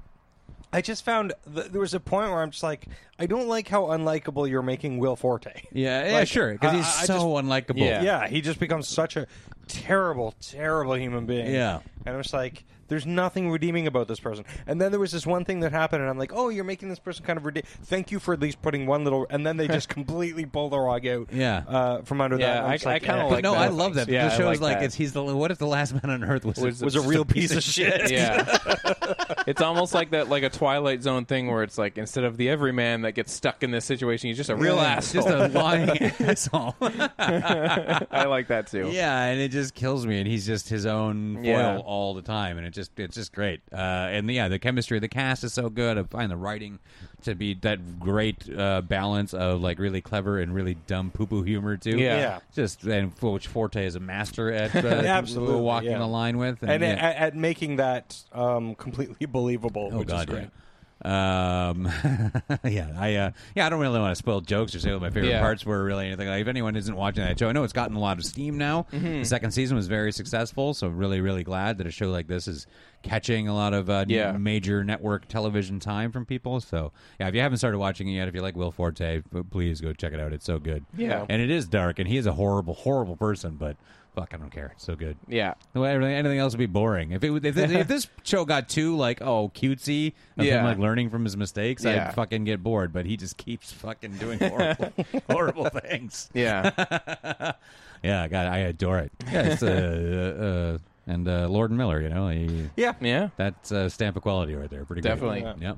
Speaker 2: I just found th- there was a point where I'm just like, I don't like how unlikable you're making Will Forte.
Speaker 3: yeah, yeah,
Speaker 2: like,
Speaker 3: sure, because
Speaker 2: I-
Speaker 3: he's
Speaker 2: I- I
Speaker 3: so
Speaker 2: just-
Speaker 3: unlikable.
Speaker 1: Yeah.
Speaker 2: Yeah, he just becomes such a terrible, terrible human being.
Speaker 3: Yeah.
Speaker 2: And I'm just like, there's nothing redeeming about this person. And then there was this one thing that happened, and I'm like, oh, you're making this person kind of redeem. Thank you for at least putting one little. And then they just completely pull the rug out
Speaker 3: Yeah.
Speaker 2: uh, from under
Speaker 1: Yeah,
Speaker 2: that. and I'm
Speaker 1: I-
Speaker 2: just
Speaker 1: I kinda
Speaker 2: eh.
Speaker 3: But
Speaker 1: like
Speaker 3: no,
Speaker 1: that.
Speaker 3: I love that.
Speaker 1: Yeah,
Speaker 3: the
Speaker 1: I
Speaker 3: show's
Speaker 1: like
Speaker 3: like,
Speaker 1: that.
Speaker 3: it's he's the what if the last man on earth was
Speaker 1: Was-
Speaker 2: was a real piece of shit.
Speaker 1: yeah, it's almost like that, like a Twilight Zone thing, where it's like instead of the everyman that gets stuck in this situation, he's just a real
Speaker 3: Yeah,
Speaker 1: asshole.
Speaker 3: Just a lying asshole.
Speaker 1: I like that too.
Speaker 3: yeah, and it just kills me. And he's just his own foil
Speaker 1: Yeah.
Speaker 3: all the time, and it just it's just great. Uh, and yeah, the chemistry of the cast is so good. I find the writing to be that great uh, balance of like really clever and really dumb poo poo humor too.
Speaker 1: Yeah.
Speaker 2: Yeah.
Speaker 3: just and for which Forte is a master at uh,
Speaker 2: Absolutely,
Speaker 3: walking
Speaker 2: yeah.
Speaker 3: the line with.
Speaker 2: And
Speaker 3: yeah.
Speaker 2: at, at- at making that um, completely believable.
Speaker 3: Oh
Speaker 2: which
Speaker 3: God,
Speaker 2: is great.
Speaker 3: yeah. Um, yeah, I uh, yeah, I don't really want to spoil jokes or say what my favorite
Speaker 1: Yeah.
Speaker 3: parts were or really anything. Like, if anyone isn't watching that show, I know it's gotten a lot of steam now.
Speaker 1: Mm-hmm.
Speaker 3: The second season was very successful, so really, really glad that a show like this is catching a lot of uh, n-
Speaker 1: Yeah.
Speaker 3: major network television time from people. So yeah, if you haven't started watching it yet, if you like Will Forte, p- please go check it out. It's so good.
Speaker 1: Yeah.
Speaker 3: and it is dark, and he is a horrible, horrible person, but. Fuck, I don't care. It's so good.
Speaker 1: yeah.
Speaker 3: Well, everything, anything else would be boring. If it was- if this, if this show got too like oh cutesy of
Speaker 1: Yeah.
Speaker 3: him like learning from his mistakes,
Speaker 1: Yeah.
Speaker 3: I'd fucking get bored. But he just keeps fucking doing horrible, horrible things.
Speaker 1: Yeah.
Speaker 3: Yeah, God, I adore it. Yeah, it's uh, uh, and uh, Lord and Miller. You know, he,
Speaker 2: Yeah.
Speaker 1: Yeah.
Speaker 3: that's a stamp of quality right there. Pretty
Speaker 1: Definitely.
Speaker 3: Great. Yep.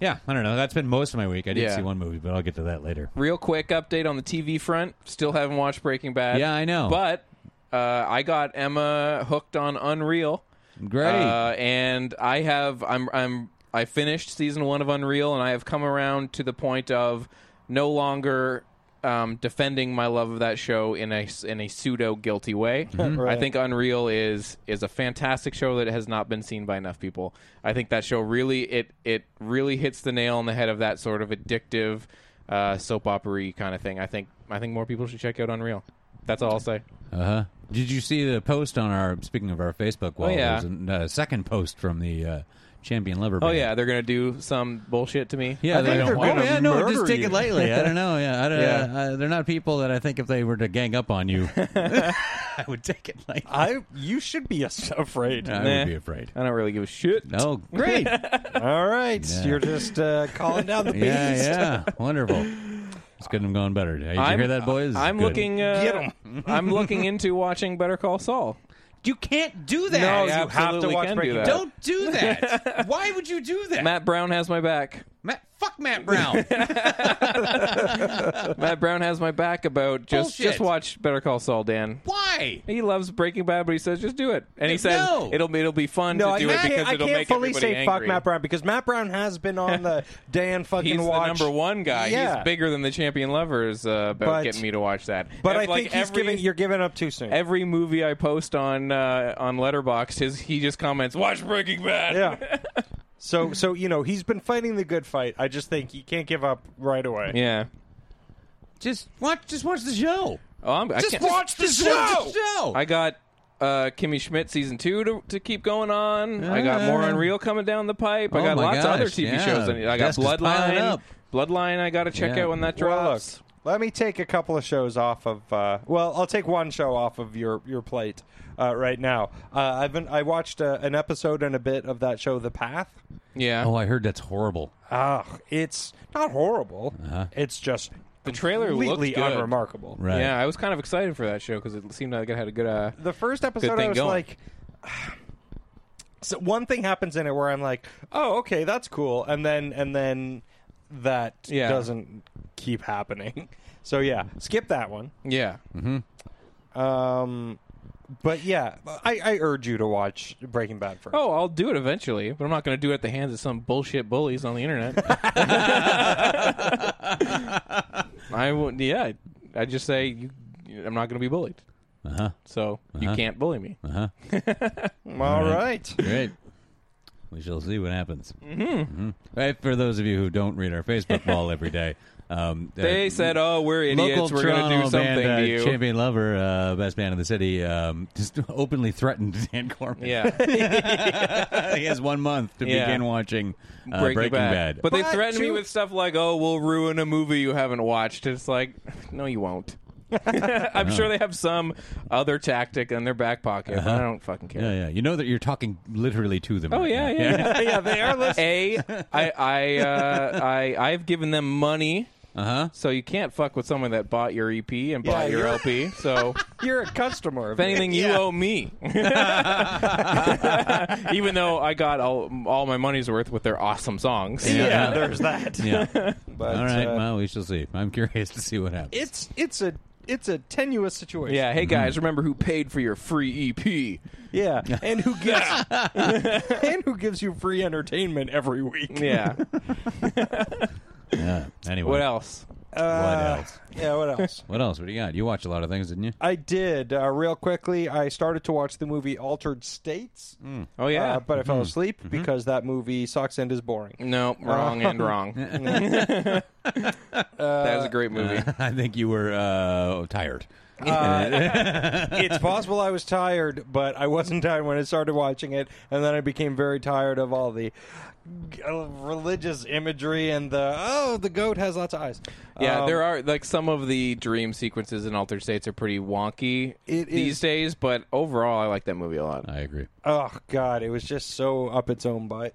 Speaker 3: Yeah, I don't know. That's been most of my week. I did
Speaker 1: Yeah.
Speaker 3: see one movie, but I'll get to that later.
Speaker 1: Real quick update on the TV front. Still haven't watched Breaking Bad.
Speaker 3: Yeah, I know.
Speaker 1: But uh, I got Emma hooked on Unreal.
Speaker 3: Great.
Speaker 1: Uh, and I have I'm I'm I finished season one of Unreal, and I have come around to the point of no longer um, defending my love of that show in a in a pseudo guilty way. I think Unreal is is a fantastic show that has not been seen by enough people. I think that show really it it really hits the nail on the head of that sort of addictive uh, soap opera kind of thing. I think I think more people should check out Unreal. That's all I'll say.
Speaker 3: Uh huh. Did you see the post on our speaking of our Facebook wall?
Speaker 1: Oh, yeah.
Speaker 3: There's a uh, second post from the uh, champion lever.
Speaker 1: Oh
Speaker 3: Band.
Speaker 1: yeah, they're gonna do some bullshit to me.
Speaker 3: Yeah,
Speaker 2: I
Speaker 3: they
Speaker 2: think
Speaker 3: don't.
Speaker 2: they're
Speaker 3: Oh,
Speaker 2: gonna
Speaker 3: yeah, no,
Speaker 2: murder
Speaker 3: just take
Speaker 2: you.
Speaker 3: it lightly. I don't know. Yeah, I don't,
Speaker 1: Yeah.
Speaker 3: Uh, they're not people that I think if they were to gang up on you, I would take it lightly.
Speaker 2: I you should be as- afraid.
Speaker 3: I
Speaker 1: Nah.
Speaker 3: would be afraid.
Speaker 1: I don't really give a shit.
Speaker 3: No, great. yeah,
Speaker 2: All right,
Speaker 3: Yeah.
Speaker 2: you're just uh, calling down the beast.
Speaker 3: yeah, wonderful. It's good. I'm going better. Did you
Speaker 1: I'm-
Speaker 3: hear that, boys?
Speaker 1: I'm
Speaker 3: Good.
Speaker 1: looking. Uh,
Speaker 2: Get 'em.
Speaker 1: I'm looking into watching Better Call Saul.
Speaker 3: You can't do
Speaker 1: No,
Speaker 3: that.
Speaker 1: you have to absolutely watch can do Breaking that. Bad.
Speaker 3: Don't do that. Why would you do that?
Speaker 1: Matt Brown has my back.
Speaker 3: Matt fuck Matt Brown.
Speaker 1: Matt Brown has my back about just
Speaker 3: Bullshit.
Speaker 1: just watch Better Call Saul, Dan.
Speaker 3: Why?
Speaker 1: He loves Breaking Bad, but he says just do it, and he says
Speaker 3: No.
Speaker 1: it'll be it'll be fun
Speaker 2: No,
Speaker 1: to
Speaker 2: I
Speaker 1: do it
Speaker 2: can't,
Speaker 1: because
Speaker 2: I
Speaker 1: it'll
Speaker 2: can't
Speaker 1: make
Speaker 2: fully
Speaker 1: everybody
Speaker 2: say
Speaker 1: angry.
Speaker 2: fuck Matt Brown because Matt Brown has been on the Dan fucking
Speaker 1: He's
Speaker 2: watch.
Speaker 1: the number one guy.
Speaker 2: Yeah.
Speaker 1: He's bigger than the champion lovers uh, about
Speaker 2: But-
Speaker 1: getting me to watch that.
Speaker 2: But
Speaker 1: Ev-
Speaker 2: I think
Speaker 1: like
Speaker 2: he's
Speaker 1: every,
Speaker 2: giving you're giving up too soon.
Speaker 1: every movie I post on uh, on Letterboxd, his he just comments, "Watch Breaking Bad."
Speaker 2: yeah. So so you know he's been fighting the good fight. I just think he can't give up right away.
Speaker 1: yeah.
Speaker 3: Just watch. Just watch the show.
Speaker 1: Oh, I'm, I can't-
Speaker 3: just Watch the show.
Speaker 1: I got uh, Kimmy Schmidt season two to, to keep going on. I got more
Speaker 3: Yeah.
Speaker 1: Unreal coming down the pipe. I
Speaker 3: Oh
Speaker 1: got
Speaker 3: my
Speaker 1: lots of other
Speaker 3: gosh,
Speaker 1: TV
Speaker 3: yeah.
Speaker 1: shows. I, need. I got
Speaker 3: Desk is piling
Speaker 1: Bloodline.
Speaker 3: up.
Speaker 1: Bloodline. I got to check
Speaker 3: Yeah.
Speaker 1: out when that
Speaker 2: Well, look,
Speaker 1: drops.
Speaker 2: let me take a couple of shows off of. Uh, well, I'll take one show off of your your plate uh, right now. Uh, I've been I watched uh, an episode and a bit of that show, The Path.
Speaker 1: yeah,
Speaker 3: oh, I heard that's horrible.
Speaker 2: Ah, it's not horrible. It's just
Speaker 1: Uh-huh. The trailer
Speaker 2: completely
Speaker 1: looked good.
Speaker 2: unremarkable.
Speaker 3: Right.
Speaker 1: yeah. I was kind of excited for that show because it seemed like it had a good. Uh,
Speaker 2: The first episode,
Speaker 1: thing
Speaker 2: I was
Speaker 1: going.
Speaker 2: like. So one thing happens in it where I'm like, "Oh, okay, that's cool," and then and then that
Speaker 1: Yeah.
Speaker 2: doesn't keep happening. So yeah, skip that one.
Speaker 1: yeah,
Speaker 2: Um, but yeah, I, I urge you to watch Breaking Bad first.
Speaker 1: oh, I'll do it eventually, but I'm not going to do it at the hands of some bullshit bullies on the internet. I won't. Yeah, I just say you, I'm not going to be bullied,
Speaker 3: Uh huh.
Speaker 1: so you can't bully me.
Speaker 3: Uh-huh.
Speaker 2: all right.
Speaker 3: Great. We shall see what happens. Mm-hmm. Right, for those of you who don't read our Facebook wall every day, um,
Speaker 1: They
Speaker 3: uh,
Speaker 1: said, "Oh, we're idiots.
Speaker 3: local
Speaker 1: We're
Speaker 3: Toronto
Speaker 1: going to do something
Speaker 3: band, uh,
Speaker 1: to you."
Speaker 3: Champion Lover, uh, best band in the city, um, just openly threatened Dan Corman.
Speaker 1: Yeah,
Speaker 3: he has one month to
Speaker 1: Yeah.
Speaker 3: begin watching uh,
Speaker 1: Breaking, Bad.
Speaker 3: Bad.
Speaker 1: But they
Speaker 2: But
Speaker 1: threatened me
Speaker 2: you-
Speaker 1: with stuff like, "Oh, we'll ruin a movie you haven't watched." It's like, no, you won't.
Speaker 3: Uh-huh.
Speaker 1: I'm sure they have some other tactic in their back pocket. but I don't fucking care.
Speaker 3: Uh-huh. yeah, yeah, you know that you're talking literally to them.
Speaker 1: Oh yeah, yeah, yeah.
Speaker 2: yeah, they are listening.
Speaker 1: A, I, I, uh, I, I've given them money,
Speaker 3: Uh huh.
Speaker 1: so you can't fuck with someone that bought your EP and bought
Speaker 2: Yeah,
Speaker 1: your
Speaker 2: you're-
Speaker 1: LP. So,
Speaker 2: You're a customer.
Speaker 1: if anything, you owe me. Even though I got all, all my money's worth with their awesome songs.
Speaker 2: yeah, there's that.
Speaker 3: Yeah.
Speaker 2: But,
Speaker 3: All right.
Speaker 2: uh,
Speaker 3: well, we shall see. I'm curious to see what happens.
Speaker 2: it's it's a it's a tenuous situation.
Speaker 1: Yeah, hey guys, remember who paid for your free E EP?
Speaker 2: yeah, and who gives and who gives you free entertainment every week?
Speaker 1: Yeah.
Speaker 3: yeah. Anyway,
Speaker 1: what else?
Speaker 2: Uh,
Speaker 3: else?
Speaker 2: Yeah, what else?
Speaker 3: What else? What do you got? You watch a lot of things, didn't you?
Speaker 2: I did uh, real quickly. I started to watch the movie Altered States,
Speaker 1: Oh yeah.
Speaker 2: uh, but I fell asleep because that movie sucks and is boring.
Speaker 1: no, wrong and wrong. that was a great movie.
Speaker 3: I think you were uh, tired.
Speaker 2: it's possible I was tired, but I wasn't tired when I started watching it, and then I became very tired of all the uh, religious imagery and the oh, the goat has lots of eyes.
Speaker 1: Yeah,
Speaker 2: Um,
Speaker 1: there are like some of the dream sequences in Altered States are pretty wonky
Speaker 2: It
Speaker 1: these
Speaker 2: is-
Speaker 1: days, but overall I like that movie a lot.
Speaker 3: I agree.
Speaker 2: Oh God, it was just so up its own butt.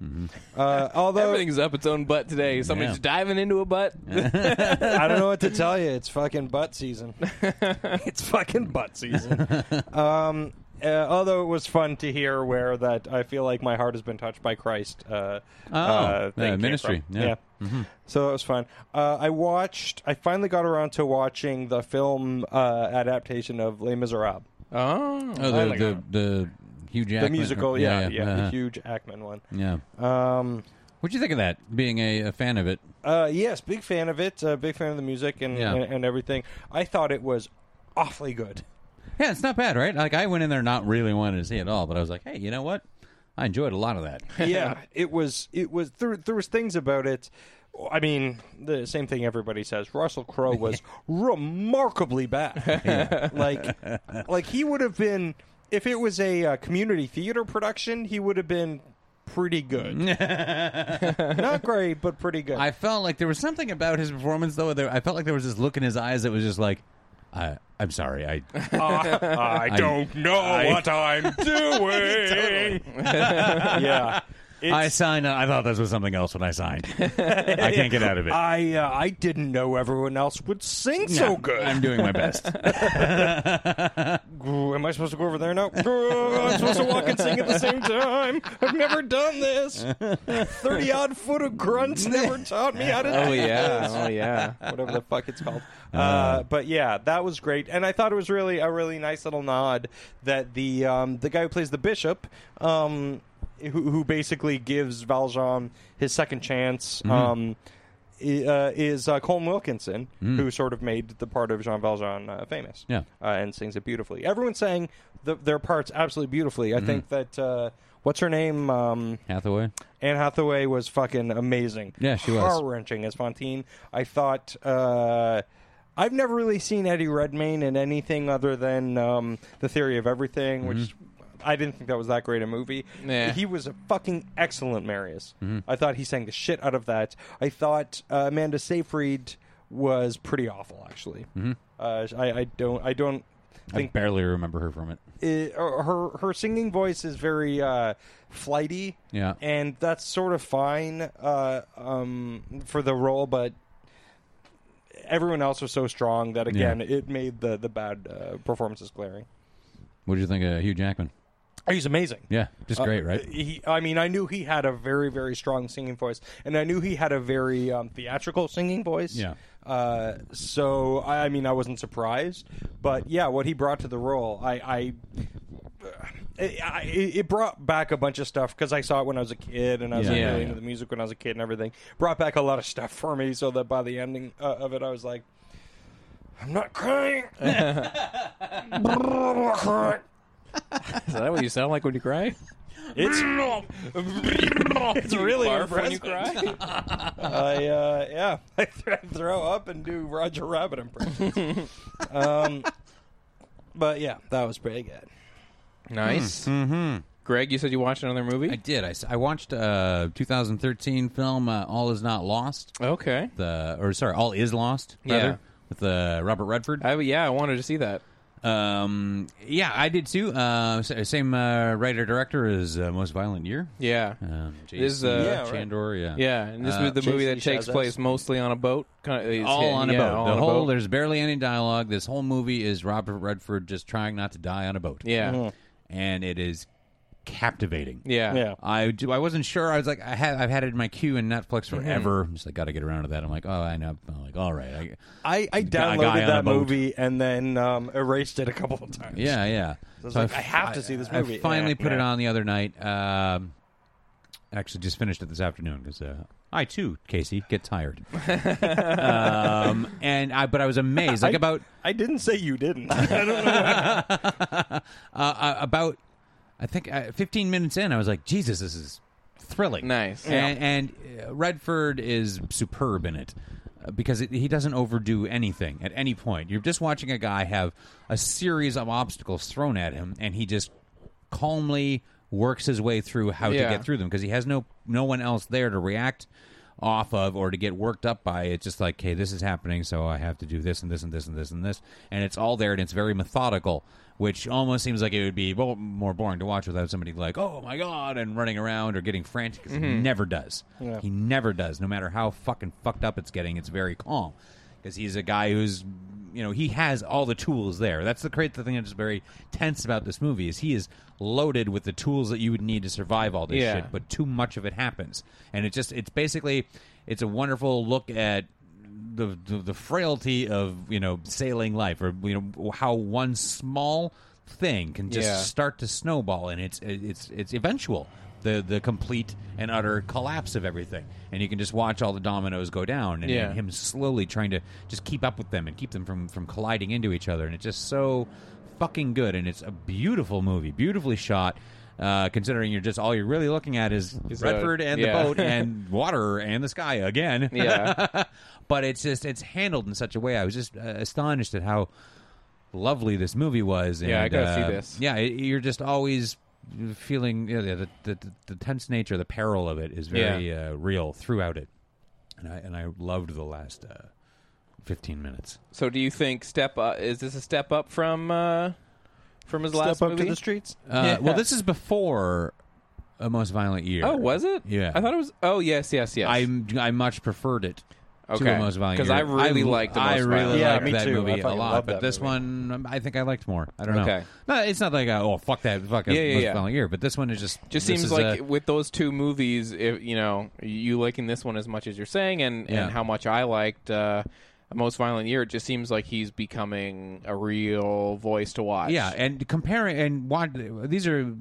Speaker 2: Uh, although
Speaker 1: Everything's up its own butt today. Somebody's
Speaker 3: Yeah.
Speaker 1: diving into a butt.
Speaker 2: I don't know what to tell you, it's fucking butt season. it's fucking butt season. Um, uh, although it was fun to hear where that I feel like my heart has been touched by Christ. Uh,
Speaker 3: Oh,
Speaker 2: uh,
Speaker 3: uh,
Speaker 2: thing came
Speaker 3: ministry,
Speaker 2: from.
Speaker 3: yeah. Mm-hmm.
Speaker 2: So that was fun. Uh, I watched. I finally got around to watching the film uh, adaptation of Les Miserables,
Speaker 1: Oh,
Speaker 3: Oh,
Speaker 2: I
Speaker 3: the
Speaker 2: like
Speaker 3: the, the Hugh
Speaker 2: the
Speaker 3: Jackman
Speaker 2: musical.
Speaker 3: or-
Speaker 2: yeah, yeah, the
Speaker 3: uh-huh.
Speaker 2: huge Ackman one.
Speaker 3: yeah.
Speaker 2: Um,
Speaker 3: What'd you think of that? Being a, a fan of it,
Speaker 2: Uh, yes, big fan of it. Uh, big fan of the music and,
Speaker 3: Yeah.
Speaker 2: and and everything. I thought it was awfully good.
Speaker 3: yeah, it's not bad, right? Like I went in there not really wanting to see it all, but I was like, hey, you know what? I enjoyed a lot of that.
Speaker 2: yeah, it was. It was. There, there was things about it. I mean, the same thing everybody says. Russell Crowe was remarkably bad. like, like he would have been if it was a uh, community theater production. He would have been pretty good. Not great, but pretty good.
Speaker 3: I felt like there was something about his performance, though. There, I felt like there was this look in his eyes that was just like, I, I'm sorry, I,
Speaker 2: I
Speaker 3: don't
Speaker 2: know what I'm doing. yeah.
Speaker 3: I
Speaker 2: It's-
Speaker 3: signed. I thought this was something else when I signed. I can't get out of it.
Speaker 2: I uh, I didn't know everyone else would sing so good.
Speaker 3: I'm doing my best.
Speaker 2: Ooh, am I supposed to go over there now? Ooh, I'm supposed to walk and sing at the same time. I've never done this. Thirty odd foot of grunts never taught me how to.
Speaker 1: oh
Speaker 2: do
Speaker 1: yeah,
Speaker 2: this.
Speaker 1: oh yeah.
Speaker 2: Whatever the fuck it's called. Uh, but yeah, that was great, and I thought it was really a really nice little nod that the um, the guy who plays the bishop. Um, who, who basically gives Valjean his second chance um, i- uh, is uh, Colin Wilkinson, who sort of made the part of Jean Valjean uh, famous
Speaker 3: Yeah.
Speaker 2: uh, and sings it beautifully. Everyone's saying the, their parts absolutely beautifully. I think that uh, what's her name, um,
Speaker 3: Hathaway.
Speaker 2: Anne Hathaway, was fucking amazing.
Speaker 3: Yeah, she was.
Speaker 2: heart wrenching as Fontaine. I thought uh, I've never really seen Eddie Redmayne in anything other than um, The Theory of Everything, which.
Speaker 3: Mm-hmm.
Speaker 2: I didn't think that was that great a movie.
Speaker 1: Yeah.
Speaker 2: He was a fucking excellent Marius.
Speaker 3: Mm-hmm.
Speaker 2: I thought he sang the shit out of that. I thought uh, Amanda Seyfried was pretty awful, actually. Uh, I, I don't, I don't
Speaker 3: Mm-hmm. I
Speaker 2: think
Speaker 3: barely remember her from it.
Speaker 2: it, or her her singing voice is very uh, flighty.
Speaker 3: Yeah.
Speaker 2: and that's sort of fine uh, um, for the role, but everyone else was so strong that again it made the the bad uh, performances glaring.
Speaker 3: What did you think of Hugh Jackman?
Speaker 2: He's amazing.
Speaker 3: Yeah, just great, right?
Speaker 2: He, I mean, I knew he had a very, very strong singing voice, and I knew he had a very um, theatrical singing voice.
Speaker 3: Yeah.
Speaker 2: Uh, so I, I mean, I wasn't surprised, but yeah, what he brought to the role, I. I uh, it, I- it brought back a bunch of stuff because I saw it when I was a kid, and I was
Speaker 3: Yeah.
Speaker 2: like,
Speaker 3: Yeah,
Speaker 2: really
Speaker 3: yeah.
Speaker 2: into the music when I was a kid and everything. Brought back a lot of stuff for me, so that by the ending uh, of it, I was like, "I'm not crying."
Speaker 1: Is that what you sound like when you cry?
Speaker 2: It's Oh, it's really
Speaker 1: barf when you
Speaker 2: impressive. I uh, yeah, I th- throw up and do Roger Rabbit impressions. um, but yeah, that was pretty good.
Speaker 1: Nice. Mm-hmm. Greg, you said you watched another
Speaker 3: I
Speaker 1: movie.
Speaker 3: did. I, s- I watched uh, a 2013 film, uh, All Is Not Lost.
Speaker 1: okay.
Speaker 3: The or sorry, All Is Lost. Rather,
Speaker 1: Yeah.
Speaker 3: With uh, Robert Redford.
Speaker 1: I, yeah, I wanted to see that.
Speaker 3: Um, yeah, I did too. Uh, s- same uh, writer director as uh, Most Violent Year.
Speaker 1: Yeah.
Speaker 3: Um,
Speaker 1: This is,
Speaker 3: J.C.
Speaker 1: uh,
Speaker 2: Yeah, right.
Speaker 3: Chandor. Yeah,
Speaker 1: yeah, and this was the
Speaker 2: Jason
Speaker 1: movie that takes
Speaker 2: Shazas.
Speaker 1: place mostly on a boat. Kind of, it's
Speaker 3: Uh, all
Speaker 1: hit-
Speaker 3: on a
Speaker 1: yeah,
Speaker 3: boat.
Speaker 1: all
Speaker 3: The
Speaker 1: on a
Speaker 3: whole
Speaker 1: boat.
Speaker 3: there's barely any dialogue. This whole movie is Robert Redford just trying not to die on a boat.
Speaker 1: Yeah.
Speaker 3: and it is captivating.
Speaker 1: Yeah.
Speaker 2: Mm-hmm. Yeah.
Speaker 3: I do. I wasn't sure. I was like, I had, I've had it in my queue in Netflix
Speaker 1: Mm-hmm.
Speaker 3: forever. I'm just like, got to get around to that. I'm like, oh, I know. I'm like, all right. I,
Speaker 2: I, I
Speaker 3: Guy-
Speaker 2: downloaded
Speaker 3: guy on a
Speaker 2: that
Speaker 3: boat.
Speaker 2: movie and then um, erased it a couple of times.
Speaker 3: yeah, yeah.
Speaker 2: I was
Speaker 3: So
Speaker 2: like, I
Speaker 3: f-
Speaker 2: have to see this
Speaker 3: I
Speaker 2: movie.
Speaker 3: finally
Speaker 2: Yeah,
Speaker 3: put it
Speaker 2: yeah.
Speaker 3: on the other night. Um, actually, just finished it this afternoon because uh, I too, Casey, get tired. um, and I, but I was amazed. Like
Speaker 2: I-
Speaker 3: about
Speaker 2: I didn't say you didn't. I don't know.
Speaker 3: uh, uh, about I think uh, 15 minutes in, I was like, Jesus, this is thrilling.
Speaker 1: Nice.
Speaker 3: And, and uh, Redford is superb in it uh, because it, he doesn't overdo anything at any point. You're just watching a guy have a series of obstacles thrown at him, and he just calmly works his way through how
Speaker 1: Yeah.
Speaker 3: to get through them because he has no no one else there to react off of or to get worked up by it's just like hey this is happening so i have to do this and this and this and this and this and it's all there and it's very methodical which almost seems like it would be well, more boring to watch without somebody like oh my god and running around or getting frantic 'cause he never does he never does no matter how fucking fucked up it's getting it's very calm because he's a guy who's you know he has all the tools there. That's the great the thing that's very tense about this movie is he is loaded with the tools that you would need to survive all this
Speaker 1: Yeah.
Speaker 3: shit, but too much of it happens, and it just it's basically it's a wonderful look at the, the the frailty of you know sailing life or you know how one small thing can just
Speaker 1: Yeah.
Speaker 3: start to snowball and it's it's it's eventual the the complete and utter collapse of everything and you can just watch all the dominoes go down and,
Speaker 1: Yeah.
Speaker 3: and him slowly trying to just keep up with them and keep them from from colliding into each other and it's just so fucking good and it's a beautiful movie beautifully shot uh, considering you're just all you're really looking at is
Speaker 1: Is, uh,
Speaker 3: Redford and
Speaker 1: yeah.
Speaker 3: the boat and water and the sky again
Speaker 1: Yeah.
Speaker 3: but it's just it's handled in such a way. I was just uh, astonished at how lovely this movie was.
Speaker 1: Yeah, I
Speaker 3: and,
Speaker 1: gotta see
Speaker 3: uh,
Speaker 1: this.
Speaker 3: Yeah, it- you're just always feeling you know, the, the, the the tense nature, the peril of it is very uh, real throughout it, and I and I loved the last uh, fifteen minutes.
Speaker 1: So do you think step up is this a step up from uh from his last
Speaker 2: Step up
Speaker 1: movie?
Speaker 2: to the streets.
Speaker 3: Uh,
Speaker 1: Yeah.
Speaker 3: Well, this is before a most violent year.
Speaker 1: oh, was it?
Speaker 3: Yeah.
Speaker 1: I thought it was Oh yes, yes, yes.
Speaker 3: I I much preferred it.
Speaker 1: Okay.
Speaker 3: To a most violent
Speaker 1: 'Cause
Speaker 3: Year.
Speaker 1: I really liked The
Speaker 3: I
Speaker 1: Most
Speaker 3: really
Speaker 1: Violent
Speaker 2: Year. Yeah,
Speaker 3: liked
Speaker 2: me
Speaker 3: that
Speaker 2: too. I
Speaker 3: movie a
Speaker 2: fucking
Speaker 3: lot,
Speaker 2: love
Speaker 3: but
Speaker 2: that
Speaker 3: this
Speaker 2: movie.
Speaker 3: one um, I think I liked more. I don't know.
Speaker 1: Okay.
Speaker 3: No, it's not like uh, oh fuck that fucking
Speaker 1: Yeah, yeah,
Speaker 3: Most
Speaker 1: yeah.
Speaker 3: Violent Year, but this one is just
Speaker 1: just
Speaker 3: this
Speaker 1: seems
Speaker 3: is,
Speaker 1: like
Speaker 3: uh,
Speaker 1: with those two movies, if you know, you liking this one as much as you're saying, and,
Speaker 3: Yeah.
Speaker 1: and how much I liked uh, Most Violent Year, it just seems like he's becoming a real voice to watch.
Speaker 3: yeah, and comparing and watch, these are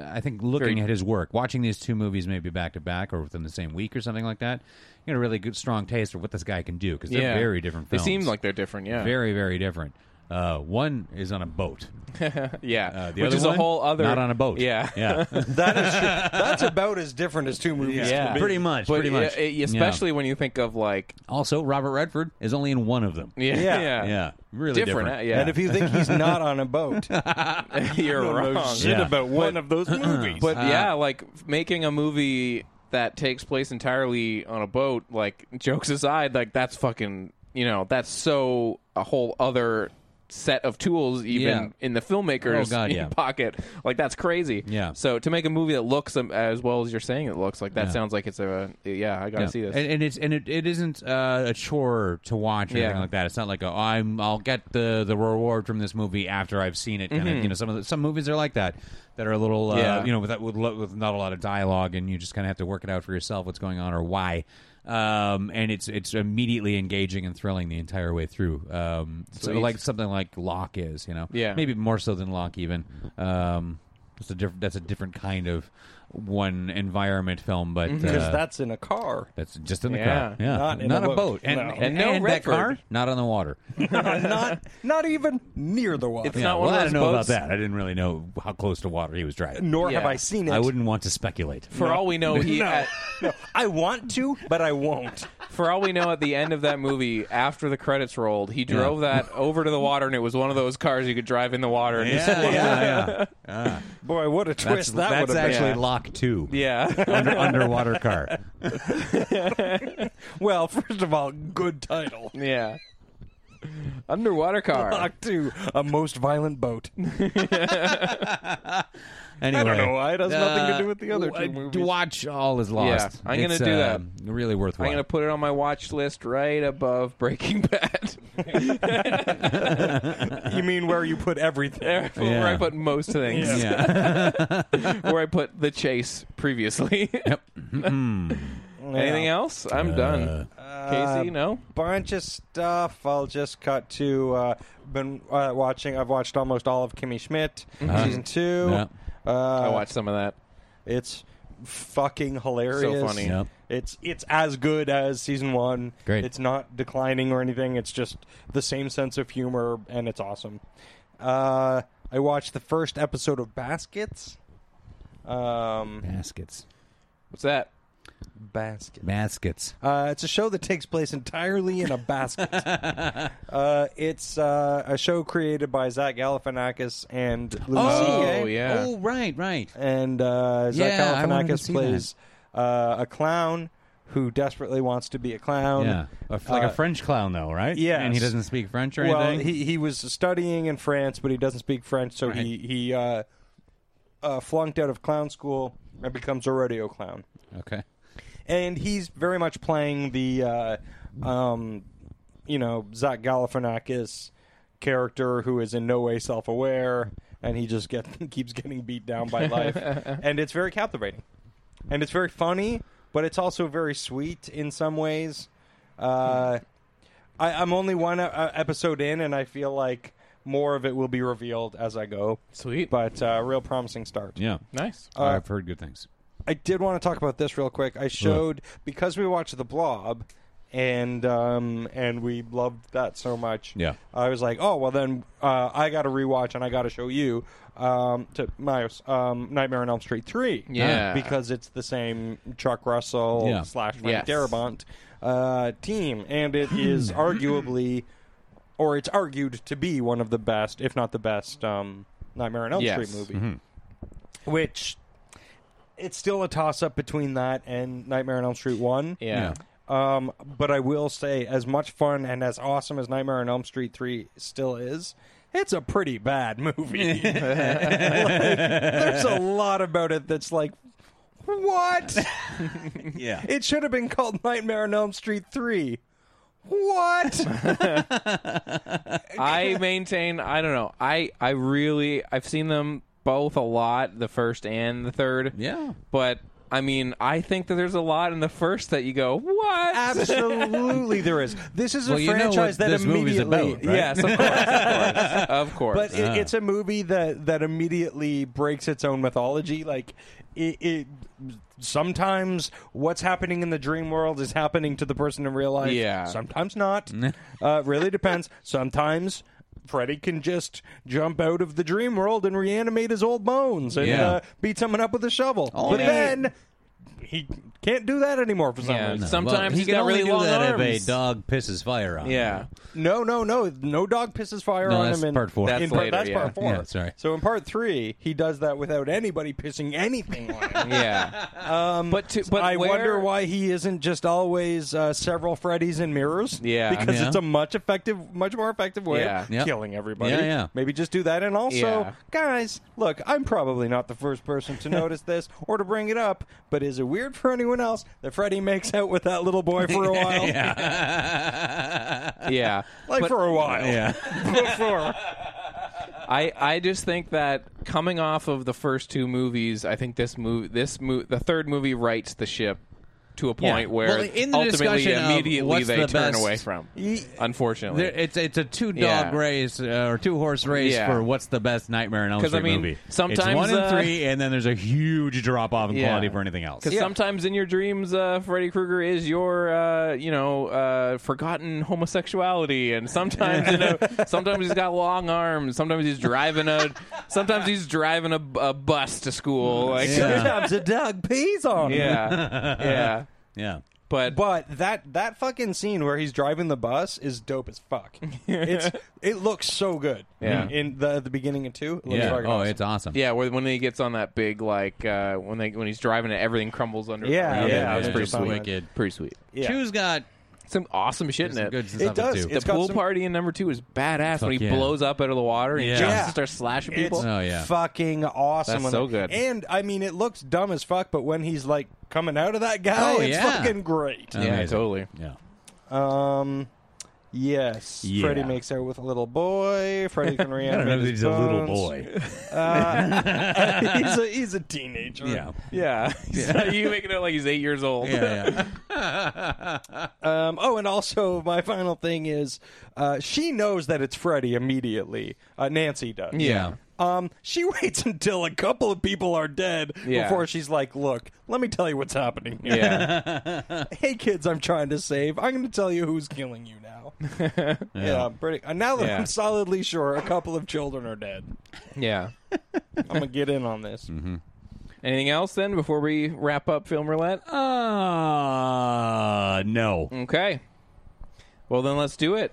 Speaker 3: I think looking
Speaker 1: Very-
Speaker 3: at his work, watching these two movies maybe back to back or within the same week or something like that, you get a really good strong taste for what this guy can do because they're
Speaker 1: Yeah.
Speaker 3: very different.
Speaker 1: They
Speaker 3: films.
Speaker 1: seem like they're different. Yeah,
Speaker 3: very very different. Uh, one is on a boat.
Speaker 1: yeah,
Speaker 3: Uh, the
Speaker 1: which
Speaker 3: other
Speaker 1: is
Speaker 3: one,
Speaker 1: a whole other
Speaker 3: not on a boat.
Speaker 1: Yeah,
Speaker 3: yeah.
Speaker 2: That is true. That's about as different as two movies.
Speaker 1: Yeah.
Speaker 2: can be.
Speaker 3: pretty much,
Speaker 1: but
Speaker 3: pretty much.
Speaker 1: e- e- especially when you think of like
Speaker 3: Yeah. Also, Robert Redford is only in one of them.
Speaker 1: yeah,
Speaker 2: Yeah.
Speaker 1: yeah,
Speaker 3: Yeah, really
Speaker 1: different.
Speaker 3: different.
Speaker 1: uh, Yeah,
Speaker 2: And if you think he's not on a boat,
Speaker 1: you're wrong.
Speaker 3: shit Yeah.
Speaker 2: about one of those movies.
Speaker 1: But yeah, like f- making a movie that takes place entirely on a boat, like jokes aside, like that's fucking, you know, that's so a whole other set of tools even
Speaker 3: Yeah.
Speaker 1: in the filmmaker's
Speaker 3: Oh, God, yeah.
Speaker 1: pocket. Like that's crazy.
Speaker 3: Yeah.
Speaker 1: So to make a movie that looks um, as well as you're saying it looks, like that
Speaker 3: Yeah.
Speaker 1: sounds like it's a yeah, I got to
Speaker 3: Yeah.
Speaker 1: see this.
Speaker 3: and, and it's and it, it isn't uh, a chore to watch or
Speaker 1: Yeah.
Speaker 3: anything like that. It's not like a, oh, I'm I'll get the the reward from this movie after I've seen it. Kind of, you know, some of the, some movies are like that that are a little uh,
Speaker 1: Mm-hmm. Yeah.
Speaker 3: you know with, with lo- with not a lot of dialogue and you just kind of have to work it out for yourself what's going on or why. Um, and it's it's immediately engaging and thrilling the entire way through. Um, so
Speaker 1: Sweet.
Speaker 3: like something like Locke is, you know,
Speaker 1: Yeah.
Speaker 3: maybe more so than Locke even. Um, that's a different that's a different kind of one environment film, but
Speaker 1: Mm-hmm.
Speaker 2: because
Speaker 3: uh,
Speaker 2: that's in a car,
Speaker 3: that's just in the
Speaker 1: Yeah.
Speaker 3: car. Yeah.
Speaker 2: Not in a
Speaker 3: a
Speaker 2: boat.
Speaker 3: boat. And,
Speaker 2: No.
Speaker 3: and,
Speaker 1: And no
Speaker 3: and that
Speaker 1: Redford.
Speaker 3: car, not on the water. Yeah,
Speaker 2: not not even near the water,
Speaker 1: It's not one
Speaker 3: well,
Speaker 1: of
Speaker 3: I
Speaker 1: those
Speaker 3: don't know
Speaker 1: boats-
Speaker 3: about that. I didn't really know how close to water he was driving.
Speaker 2: nor have
Speaker 1: Yeah.
Speaker 2: I seen it.
Speaker 3: I wouldn't want to speculate.
Speaker 1: for all we know, he at-
Speaker 2: No, I want to, but I won't.
Speaker 1: for all we know, at the end of that movie, after the credits rolled, he drove that over to the water, and it was one of those cars you could drive in the water. And just,
Speaker 3: yeah, yeah.
Speaker 2: Boy, what a
Speaker 3: That's,
Speaker 2: twist that
Speaker 3: that's
Speaker 2: would have been.
Speaker 3: actually
Speaker 1: Yeah.
Speaker 3: Lock 2.
Speaker 1: yeah.
Speaker 3: Under, underwater car.
Speaker 2: Well, first of all, good title.
Speaker 1: Yeah. Underwater car.
Speaker 2: Lock to a most violent boat.
Speaker 3: Anyway,
Speaker 2: don't know why. It has nothing to do with the other two
Speaker 3: uh,
Speaker 2: movies.
Speaker 3: Watch All Is Lost.
Speaker 1: Yeah, I'm gonna
Speaker 3: It's,
Speaker 1: do
Speaker 3: uh,
Speaker 1: that.
Speaker 3: Really worthwhile.
Speaker 1: I'm going to put it on my watch list right above Breaking Bad.
Speaker 2: You mean where you put everything?
Speaker 1: Where I put most things.
Speaker 3: Yeah.
Speaker 1: Where I put The Chase previously. yep. Mm-hmm. Anything else? I'm done. Casey, no?
Speaker 2: bunch of stuff. I'll just cut to. Uh, been uh, watching. I've watched almost all of Kimmy Schmidt season two.
Speaker 3: Yeah.
Speaker 2: Uh,
Speaker 1: I watched some of that.
Speaker 2: It's fucking hilarious.
Speaker 1: So funny.
Speaker 3: Yeah.
Speaker 2: It's it's as good as season one.
Speaker 3: Great.
Speaker 2: It's not declining or anything. It's just the same sense of humor, and it's awesome. Uh, I watched the first episode of Baskets. Um,
Speaker 3: Baskets.
Speaker 1: What's that?
Speaker 2: Basket.
Speaker 3: Baskets.
Speaker 2: Uh, it's a show that takes place entirely in a basket. uh, it's uh, a show created by Zach Galifianakis and Lucy.
Speaker 1: Oh, yeah.
Speaker 3: Oh, right, right.
Speaker 2: And uh, Zach
Speaker 3: Yeah, I wanted to
Speaker 2: Galifianakis
Speaker 3: see that.
Speaker 2: plays uh, a clown who desperately wants to be a clown.
Speaker 3: Yeah, A f- like
Speaker 2: Uh,
Speaker 3: a French clown, though, right?
Speaker 2: yes.
Speaker 3: and he doesn't speak French or
Speaker 2: Well,
Speaker 3: anything.
Speaker 2: he, he was studying in France, but he doesn't speak French, so he he uh, uh, flunked out of clown school and becomes a rodeo clown.
Speaker 3: okay,
Speaker 2: and he's very much playing the, uh, um, you know, Zach Galifianakis character who is in no way self-aware, and he just get, keeps getting beat down by life, and it's very captivating, and it's very funny, but it's also very sweet in some ways. Uh, I, I'm only one uh, episode in, and I feel like more of it will be revealed as I go.
Speaker 1: Sweet.
Speaker 2: But uh, real promising start.
Speaker 3: Yeah,
Speaker 1: Nice.
Speaker 3: I've heard good things.
Speaker 2: I did want to talk about this real quick. I showed because we watched The Blob, and um, and we loved that so much.
Speaker 3: Yeah.
Speaker 2: I was like, oh well, then uh, I got to rewatch and I got to show you um, to Miles um, Nightmare on Elm Street three.
Speaker 1: Yeah.
Speaker 2: because it's the same Chuck Russell
Speaker 3: Yeah.
Speaker 2: slash Frank
Speaker 1: Yes.
Speaker 2: Darabont uh, team, and it is arguably, or it's argued to be one of the best, if not the best, um, Nightmare on Elm
Speaker 1: Yes.
Speaker 2: Street
Speaker 3: Mm-hmm.
Speaker 2: movie which it's still a toss up between that and Nightmare on Elm Street 1.
Speaker 1: Yeah.
Speaker 2: Um, but I will say, as much fun and as awesome as Nightmare on Elm Street 3 still is, it's a pretty bad movie. Like, there's a lot about it that's like, what?
Speaker 3: Yeah,
Speaker 2: It should have been called Nightmare on Elm Street 3. What?
Speaker 1: I maintain. I don't know. I I really I've seen them both a lot, the first and the third.
Speaker 3: yeah.
Speaker 1: But I mean, I think that there's a lot in the first that you go, what?
Speaker 2: Absolutely, there is. This is a
Speaker 3: Well, you know what
Speaker 2: franchise that
Speaker 3: this movie's
Speaker 2: immediately.
Speaker 3: about,
Speaker 1: Yes,
Speaker 3: right?
Speaker 1: of course, of course.
Speaker 2: But it, it's a movie that that immediately breaks its own mythology. Like it, it sometimes what's happening in the dream world is happening to the person in real life.
Speaker 1: Yeah.
Speaker 2: Sometimes not. uh, really depends. Sometimes. Freddy can just jump out of the dream world and reanimate his old bones and
Speaker 3: Yeah.
Speaker 2: uh, beat someone up with a shovel. but
Speaker 3: Only-
Speaker 2: then he can't do that anymore for some
Speaker 1: Yeah.
Speaker 2: reason.
Speaker 1: Sometimes
Speaker 3: he
Speaker 1: he's
Speaker 3: can
Speaker 1: got
Speaker 3: only
Speaker 1: really
Speaker 3: do
Speaker 1: long
Speaker 3: that if
Speaker 1: arms.
Speaker 3: a dog pisses fire on.
Speaker 1: yeah,
Speaker 3: him.
Speaker 2: No, no, no. No dog pisses fire
Speaker 3: No,
Speaker 2: on
Speaker 3: that's
Speaker 2: him in
Speaker 3: part four.
Speaker 2: in
Speaker 1: That's
Speaker 2: part-
Speaker 1: later,
Speaker 2: that's
Speaker 1: yeah.
Speaker 2: part four.
Speaker 3: Yeah, sorry.
Speaker 2: So in part three, he does that without anybody pissing anything on him.
Speaker 1: yeah. Um, but to, but
Speaker 2: I
Speaker 1: where-
Speaker 2: wonder why he isn't just always uh, several Freddy's and mirrors.
Speaker 1: Yeah.
Speaker 2: because
Speaker 3: Yeah.
Speaker 2: it's a much effective, much more effective way
Speaker 1: Yeah.
Speaker 2: of
Speaker 3: Yep.
Speaker 2: killing everybody.
Speaker 3: Yeah, yeah.
Speaker 2: Maybe just do that. And also,
Speaker 1: Yeah.
Speaker 2: guys, look, I'm probably not the first person to notice this or to bring it up, but is it weird for anyone else that Freddy makes out with that little boy for a while?
Speaker 1: Yeah,
Speaker 2: Like
Speaker 1: But-
Speaker 2: for a while.
Speaker 3: Yeah.
Speaker 2: Before.
Speaker 1: I I just think that coming off of the first two movies, I think this movie this mo- the third movie rights the ship to a point where
Speaker 3: Well, in the
Speaker 1: ultimately
Speaker 3: discussion of
Speaker 1: immediately
Speaker 3: what's
Speaker 1: they
Speaker 3: the
Speaker 1: turn
Speaker 3: best-
Speaker 1: away from.
Speaker 2: Ye-
Speaker 3: There,
Speaker 1: Unfortunately.
Speaker 3: it's it's a two dog
Speaker 1: Yeah.
Speaker 3: race uh, or two horse race
Speaker 1: Yeah.
Speaker 3: for what's the best Nightmare on Elm
Speaker 1: 'Cause,
Speaker 3: Street
Speaker 1: I mean,
Speaker 3: movie. it's
Speaker 1: sometimes,
Speaker 3: one and
Speaker 1: uh,
Speaker 3: three, and then there's a huge drop off in
Speaker 1: Yeah.
Speaker 3: quality for anything else.
Speaker 1: Because sometimes in your dreams, uh, Freddy Krueger is your, uh, you know, uh, forgotten homosexuality, and sometimes, you know, sometimes he's got long arms. Sometimes he's driving a, sometimes he's driving a, a bus to school. Like, yeah,
Speaker 2: Sometimes a dog pees on him.
Speaker 1: yeah,
Speaker 3: Yeah,
Speaker 1: But,
Speaker 2: But that that fucking scene where he's driving the bus is dope as fuck. it's it looks so good.
Speaker 1: Yeah.
Speaker 2: In the the beginning of two, it looks
Speaker 3: yeah.
Speaker 2: fucking
Speaker 3: Oh,
Speaker 2: awesome.
Speaker 3: it's awesome.
Speaker 1: yeah, where- when he gets on that big, like, uh, when they when he's driving it, everything crumbles under.
Speaker 2: Yeah,
Speaker 1: around him.
Speaker 2: yeah,
Speaker 1: that was
Speaker 2: yeah,
Speaker 1: pretty
Speaker 2: just on
Speaker 1: sweet.
Speaker 2: that.
Speaker 3: Wicked.
Speaker 1: Pretty sweet.
Speaker 2: Yeah.
Speaker 3: Chew's got
Speaker 1: Some awesome shit in
Speaker 3: some
Speaker 1: it.
Speaker 3: good stuff
Speaker 2: It does.
Speaker 3: too.
Speaker 1: the
Speaker 2: It's got
Speaker 1: pool
Speaker 2: some-
Speaker 1: party in number two is badass when he
Speaker 3: yeah.
Speaker 1: blows up out of the water and
Speaker 3: Yeah.
Speaker 1: he jumps
Speaker 2: Yeah.
Speaker 1: and starts slashing people.
Speaker 2: It's
Speaker 3: Oh, yeah.
Speaker 2: fucking
Speaker 1: That's
Speaker 2: awesome. when
Speaker 1: so
Speaker 2: they-
Speaker 1: good.
Speaker 2: And I mean, it looks dumb as fuck, but when he's like coming out of that guy,
Speaker 3: Oh,
Speaker 2: it's
Speaker 3: yeah. Uh,
Speaker 2: fucking great.
Speaker 1: yeah,
Speaker 3: Amazing.
Speaker 1: totally.
Speaker 3: yeah.
Speaker 2: Um, yes,
Speaker 3: Yeah.
Speaker 2: Freddy makes out with a little boy. Freddy can
Speaker 3: I don't know
Speaker 2: reanimate
Speaker 3: if
Speaker 2: his
Speaker 3: he's a little
Speaker 2: bones.
Speaker 3: boy.
Speaker 2: Uh, he's a he's a teenager.
Speaker 3: Yeah.
Speaker 1: Yeah. you making it like he's eight years old.
Speaker 3: Yeah, yeah.
Speaker 2: Um, oh, and also my final thing is, uh, she knows that it's Freddy immediately. Uh, Nancy does.
Speaker 3: Yeah.
Speaker 2: Um, she waits until a couple of people are dead
Speaker 1: Yeah.
Speaker 2: before she's like, "Look, let me tell you what's happening. Here.
Speaker 1: Yeah.
Speaker 2: hey, kids, I'm trying to save. I'm going to tell you who's killing you now. yeah. pretty. Uh, now that
Speaker 1: Yeah.
Speaker 2: I'm solidly sure a couple of children are dead,
Speaker 1: yeah.
Speaker 2: I'm gonna get in on this.
Speaker 1: Mm-hmm. Anything else then before we wrap up film roulette?
Speaker 3: Uh, no.
Speaker 1: Okay. Well then let's do it.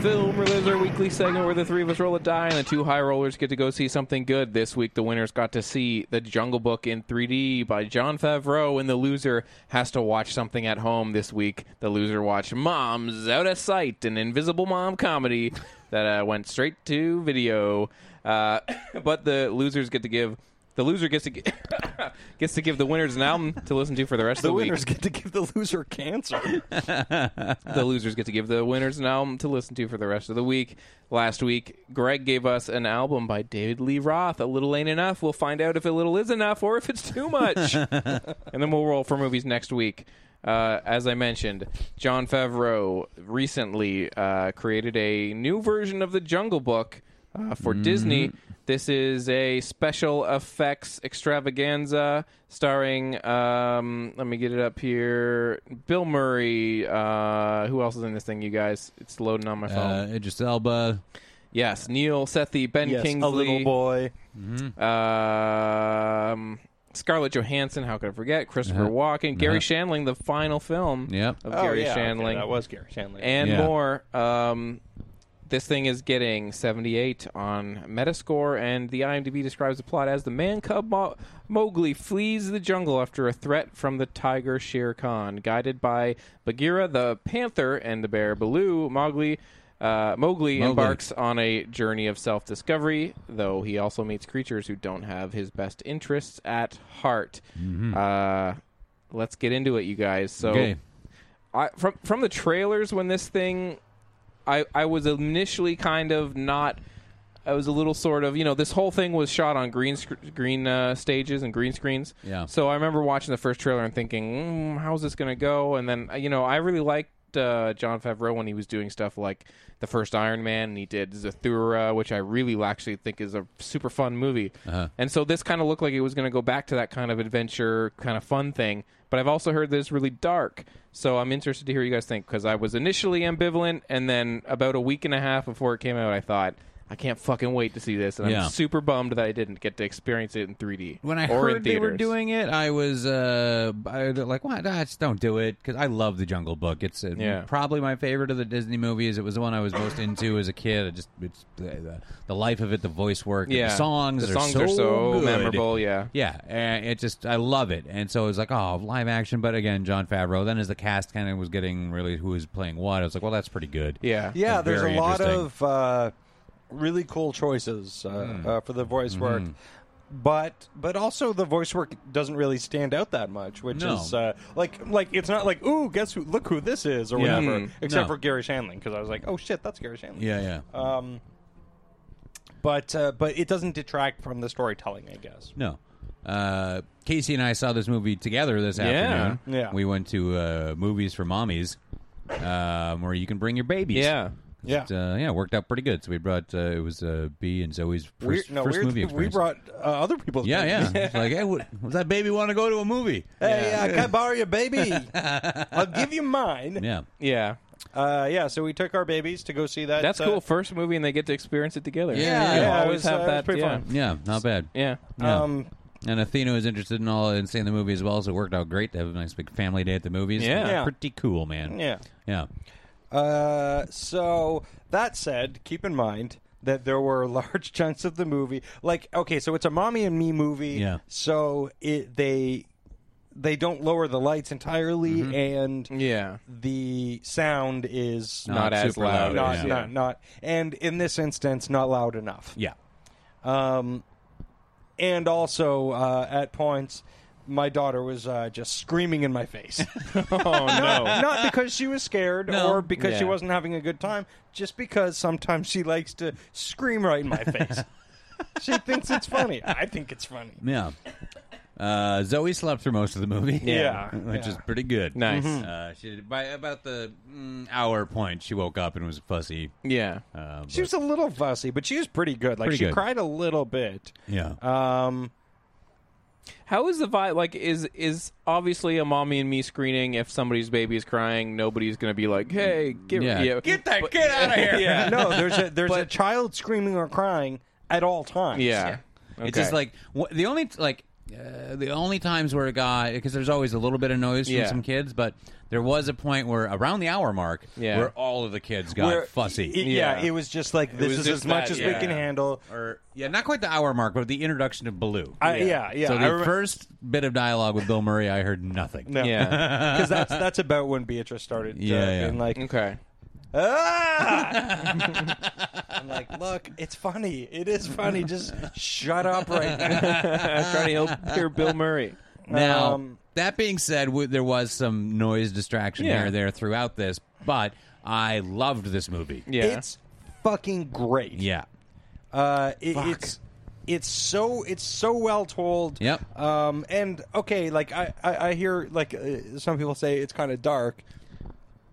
Speaker 1: Film Relives, our weekly segment where the three of us roll a die and the two high rollers get to go see something good. This week, the winners got to see The Jungle Book in 3D by John Favreau, and the loser has to watch something at home this week. The loser watched Mom's Out of Sight, an Invisible Mom comedy that uh, went straight to video. Uh, but the losers get to give. The loser gets to gi- gets to give the winners an album to listen to for the rest
Speaker 2: The
Speaker 1: of the week
Speaker 2: winners get to give the loser cancer.
Speaker 1: the losers get to give the winners an album to listen to for the rest of the week. Last week, Greg gave us an album by David Lee Roth. A little ain't enough. We'll find out if a little is enough or if it's too much. and then we'll roll for movies next week. Uh, as I mentioned, John Favreau recently uh, created a new version of the Jungle Book uh, for Disney. This is a special effects extravaganza starring, um, let me get it up here, Bill Murray. Uh, who else is in this thing, you guys? It's loading on my phone.
Speaker 3: Uh, Idris Elba.
Speaker 1: yes, Neil Sethi, Ben
Speaker 2: yes,
Speaker 1: Kingsley.
Speaker 2: a little boy.
Speaker 1: Um, Scarlett Johansson, how could I forget? Christopher Walken, Gary Shandling, the final film
Speaker 3: Yep.
Speaker 1: of Gary Shandling
Speaker 2: Oh, that was Gary Shandling.
Speaker 1: and
Speaker 3: Yeah.
Speaker 1: more. Um, this thing is getting 78 on Metascore, and the IMDb describes the plot as the man cub Mo- Mowgli flees the jungle after a threat from the tiger Shere Khan. Guided by Bagheera the panther and the bear Baloo, Mowgli. Uh, Mowgli, embarks on a journey of self discovery, though he also meets creatures who don't have his best interests at heart. Uh, let's get into it, you guys. So,
Speaker 3: Mm-hmm. Okay.
Speaker 1: I from from the trailers when this thing I I was initially kind of not I was a little sort of you know this whole thing was shot on green sc- green uh, stages and green screens.
Speaker 3: Yeah.
Speaker 1: So I remember watching the first trailer and thinking, mm, how's this gonna go? And then uh, you know I really liked. Uh, John Favreau when he was doing stuff like the first Iron Man, and he did Zathura, which I really actually think is a super fun movie.
Speaker 3: Uh-huh.
Speaker 1: And so this kind of looked like it was going to go back to that kind of adventure, kind of fun thing. But I've also heard that it's really dark, so I'm interested to hear what you guys think because I was initially ambivalent, and then about a week and a half before it came out, I thought I can't fucking wait to see this, and
Speaker 3: Yeah.
Speaker 1: I'm super bummed that I didn't get to experience it in 3D
Speaker 3: When I
Speaker 1: or in
Speaker 3: heard they were
Speaker 1: theaters.
Speaker 3: doing it, I was uh, I was like, "What? Ah, just don't do it." Because I love the Jungle Book. It's uh,
Speaker 1: Yeah.
Speaker 3: probably my favorite of the Disney movies. It was the one I was most into as a kid. I just it's uh, the, the life of it, the voice work,
Speaker 1: yeah,
Speaker 3: the songs,
Speaker 1: the songs are so,
Speaker 3: good.
Speaker 1: memorable, yeah.
Speaker 3: Yeah, and it just I love it, and so it was like, oh, live action. But again, John Favreau. Then as the cast kind of was getting really who was playing what, I was like, well, that's pretty good.
Speaker 1: yeah,
Speaker 2: Yeah,
Speaker 3: That's
Speaker 2: there's a
Speaker 3: very
Speaker 2: lot
Speaker 3: interesting.
Speaker 2: of uh, really cool choices uh,
Speaker 3: Hmm.
Speaker 2: uh, for the voice work, but but also the voice work doesn't really stand out that much, which
Speaker 3: No.
Speaker 2: is uh, like like it's not like ooh, guess who? Look who this is or
Speaker 3: Yeah.
Speaker 2: whatever.
Speaker 3: Mm.
Speaker 2: Except
Speaker 3: No.
Speaker 2: for Gary Shandling because I was like, oh shit, that's Gary Shandling.
Speaker 3: Yeah, yeah.
Speaker 2: Um, but uh, but it doesn't detract from the storytelling, I guess.
Speaker 3: No. Uh, Casey and I saw this movie together this
Speaker 1: Yeah.
Speaker 3: afternoon.
Speaker 2: Yeah.
Speaker 3: We went to uh, movies for mommies, um, where you can bring your babies.
Speaker 1: yeah.
Speaker 2: Yeah.
Speaker 3: It, uh, yeah, it worked out pretty good. So we brought uh, it was uh, B and Zoe's first,
Speaker 2: We're- no,
Speaker 3: first
Speaker 2: we're-
Speaker 3: movie
Speaker 2: we
Speaker 3: experience.
Speaker 2: brought uh, other people's.
Speaker 3: yeah, yeah.
Speaker 2: babies.
Speaker 3: It's like, hey, what, does that baby want to go to a movie?
Speaker 2: Hey, uh, can I borrow your baby? I'll give you mine.
Speaker 3: Yeah.
Speaker 1: Yeah,
Speaker 2: Uh, yeah, so we took our babies to go see that.
Speaker 1: that's
Speaker 2: uh,
Speaker 1: cool. First movie, and they get to experience it together.
Speaker 3: Yeah,
Speaker 1: You
Speaker 3: yeah,
Speaker 2: it
Speaker 1: always
Speaker 2: was,
Speaker 1: have
Speaker 2: uh, it was
Speaker 1: that.
Speaker 2: pretty
Speaker 1: yeah.
Speaker 2: fun.
Speaker 3: Yeah, not bad.
Speaker 1: yeah,
Speaker 3: Yeah.
Speaker 2: Um,
Speaker 3: and Athena was interested in all and seeing the movie as well, so it worked out great to have a nice big family day at the movies.
Speaker 1: Yeah.
Speaker 2: Yeah.
Speaker 3: pretty cool, man.
Speaker 2: Yeah.
Speaker 3: yeah,
Speaker 2: Uh, so that said, keep in mind that there were large chunks of the movie. Like, okay, so it's a mommy and me movie.
Speaker 3: Yeah.
Speaker 2: So it they they don't lower the lights entirely, and
Speaker 1: yeah.
Speaker 2: the sound is
Speaker 1: Not as
Speaker 3: super
Speaker 1: loud.
Speaker 2: not not,
Speaker 3: yeah.
Speaker 2: not not and in this instance not loud enough.
Speaker 3: yeah.
Speaker 2: Um, and also uh, at points, my daughter was uh, just screaming in my face.
Speaker 1: Oh no.
Speaker 2: Not because she was scared
Speaker 3: No.
Speaker 2: or because she
Speaker 1: Yeah.
Speaker 2: wasn't having a good time, just because sometimes she likes to scream right in my face. she thinks it's funny. I think it's funny.
Speaker 3: Yeah. Uh, Zoe slept through most of the movie.
Speaker 2: Yeah.
Speaker 3: Which is
Speaker 2: Yeah.
Speaker 3: pretty good.
Speaker 1: Nice.
Speaker 3: Uh, she did, by about the mm, hour point, she woke up and was fussy.
Speaker 1: Yeah.
Speaker 3: Uh,
Speaker 2: She was a little fussy, but she was pretty good. Like
Speaker 3: Pretty
Speaker 2: she
Speaker 3: good.
Speaker 2: cried a little bit.
Speaker 3: yeah.
Speaker 2: Um,
Speaker 1: How is the vibe? Like, is is obviously a mommy and me screening? If somebody's baby is crying, nobody's gonna be like, "Hey, get
Speaker 3: Yeah.
Speaker 1: get
Speaker 3: that kid out of here.
Speaker 1: yeah,
Speaker 2: no, there's a there's a child screaming or crying at all times.
Speaker 1: yeah."
Speaker 3: It's just
Speaker 1: Okay.
Speaker 3: like wh- the only like uh, the only times where a guy because there's always a little bit of noise from
Speaker 1: Yeah.
Speaker 3: some kids, but there was a point where around the hour mark
Speaker 1: Yeah.
Speaker 3: where all of the kids got
Speaker 2: Where-
Speaker 3: fussy.
Speaker 2: it- yeah.
Speaker 1: Yeah.
Speaker 2: it was just like this
Speaker 1: was
Speaker 2: is
Speaker 1: just
Speaker 2: as much
Speaker 1: that,
Speaker 2: as we
Speaker 1: yeah.
Speaker 2: can handle.
Speaker 3: or yeah, not quite the hour mark, but the introduction of Baloo.
Speaker 2: I, yeah, yeah.
Speaker 3: so
Speaker 2: I
Speaker 3: the
Speaker 2: remember-
Speaker 3: first bit of dialogue with Bill Murray, I heard nothing.
Speaker 2: no.
Speaker 1: yeah.
Speaker 2: because that's that's about when Beatrice started. Uh,
Speaker 3: Yeah, yeah.
Speaker 2: being like
Speaker 1: Okay.
Speaker 2: ah. I'm like, look, it's funny. It is funny. Just shut up right now.
Speaker 1: I'm trying to help hear Bill Murray.
Speaker 3: Now,
Speaker 2: Um,
Speaker 3: that being said, w- there was some noise distraction
Speaker 1: Yeah.
Speaker 3: here and there throughout this, but I loved this movie.
Speaker 1: Yeah.
Speaker 2: It's fucking great.
Speaker 3: Yeah.
Speaker 2: Uh, it, it's it's so it's so well told.
Speaker 3: Yep.
Speaker 2: Um, and okay, like I I, I hear like uh, some people say it's kind of dark,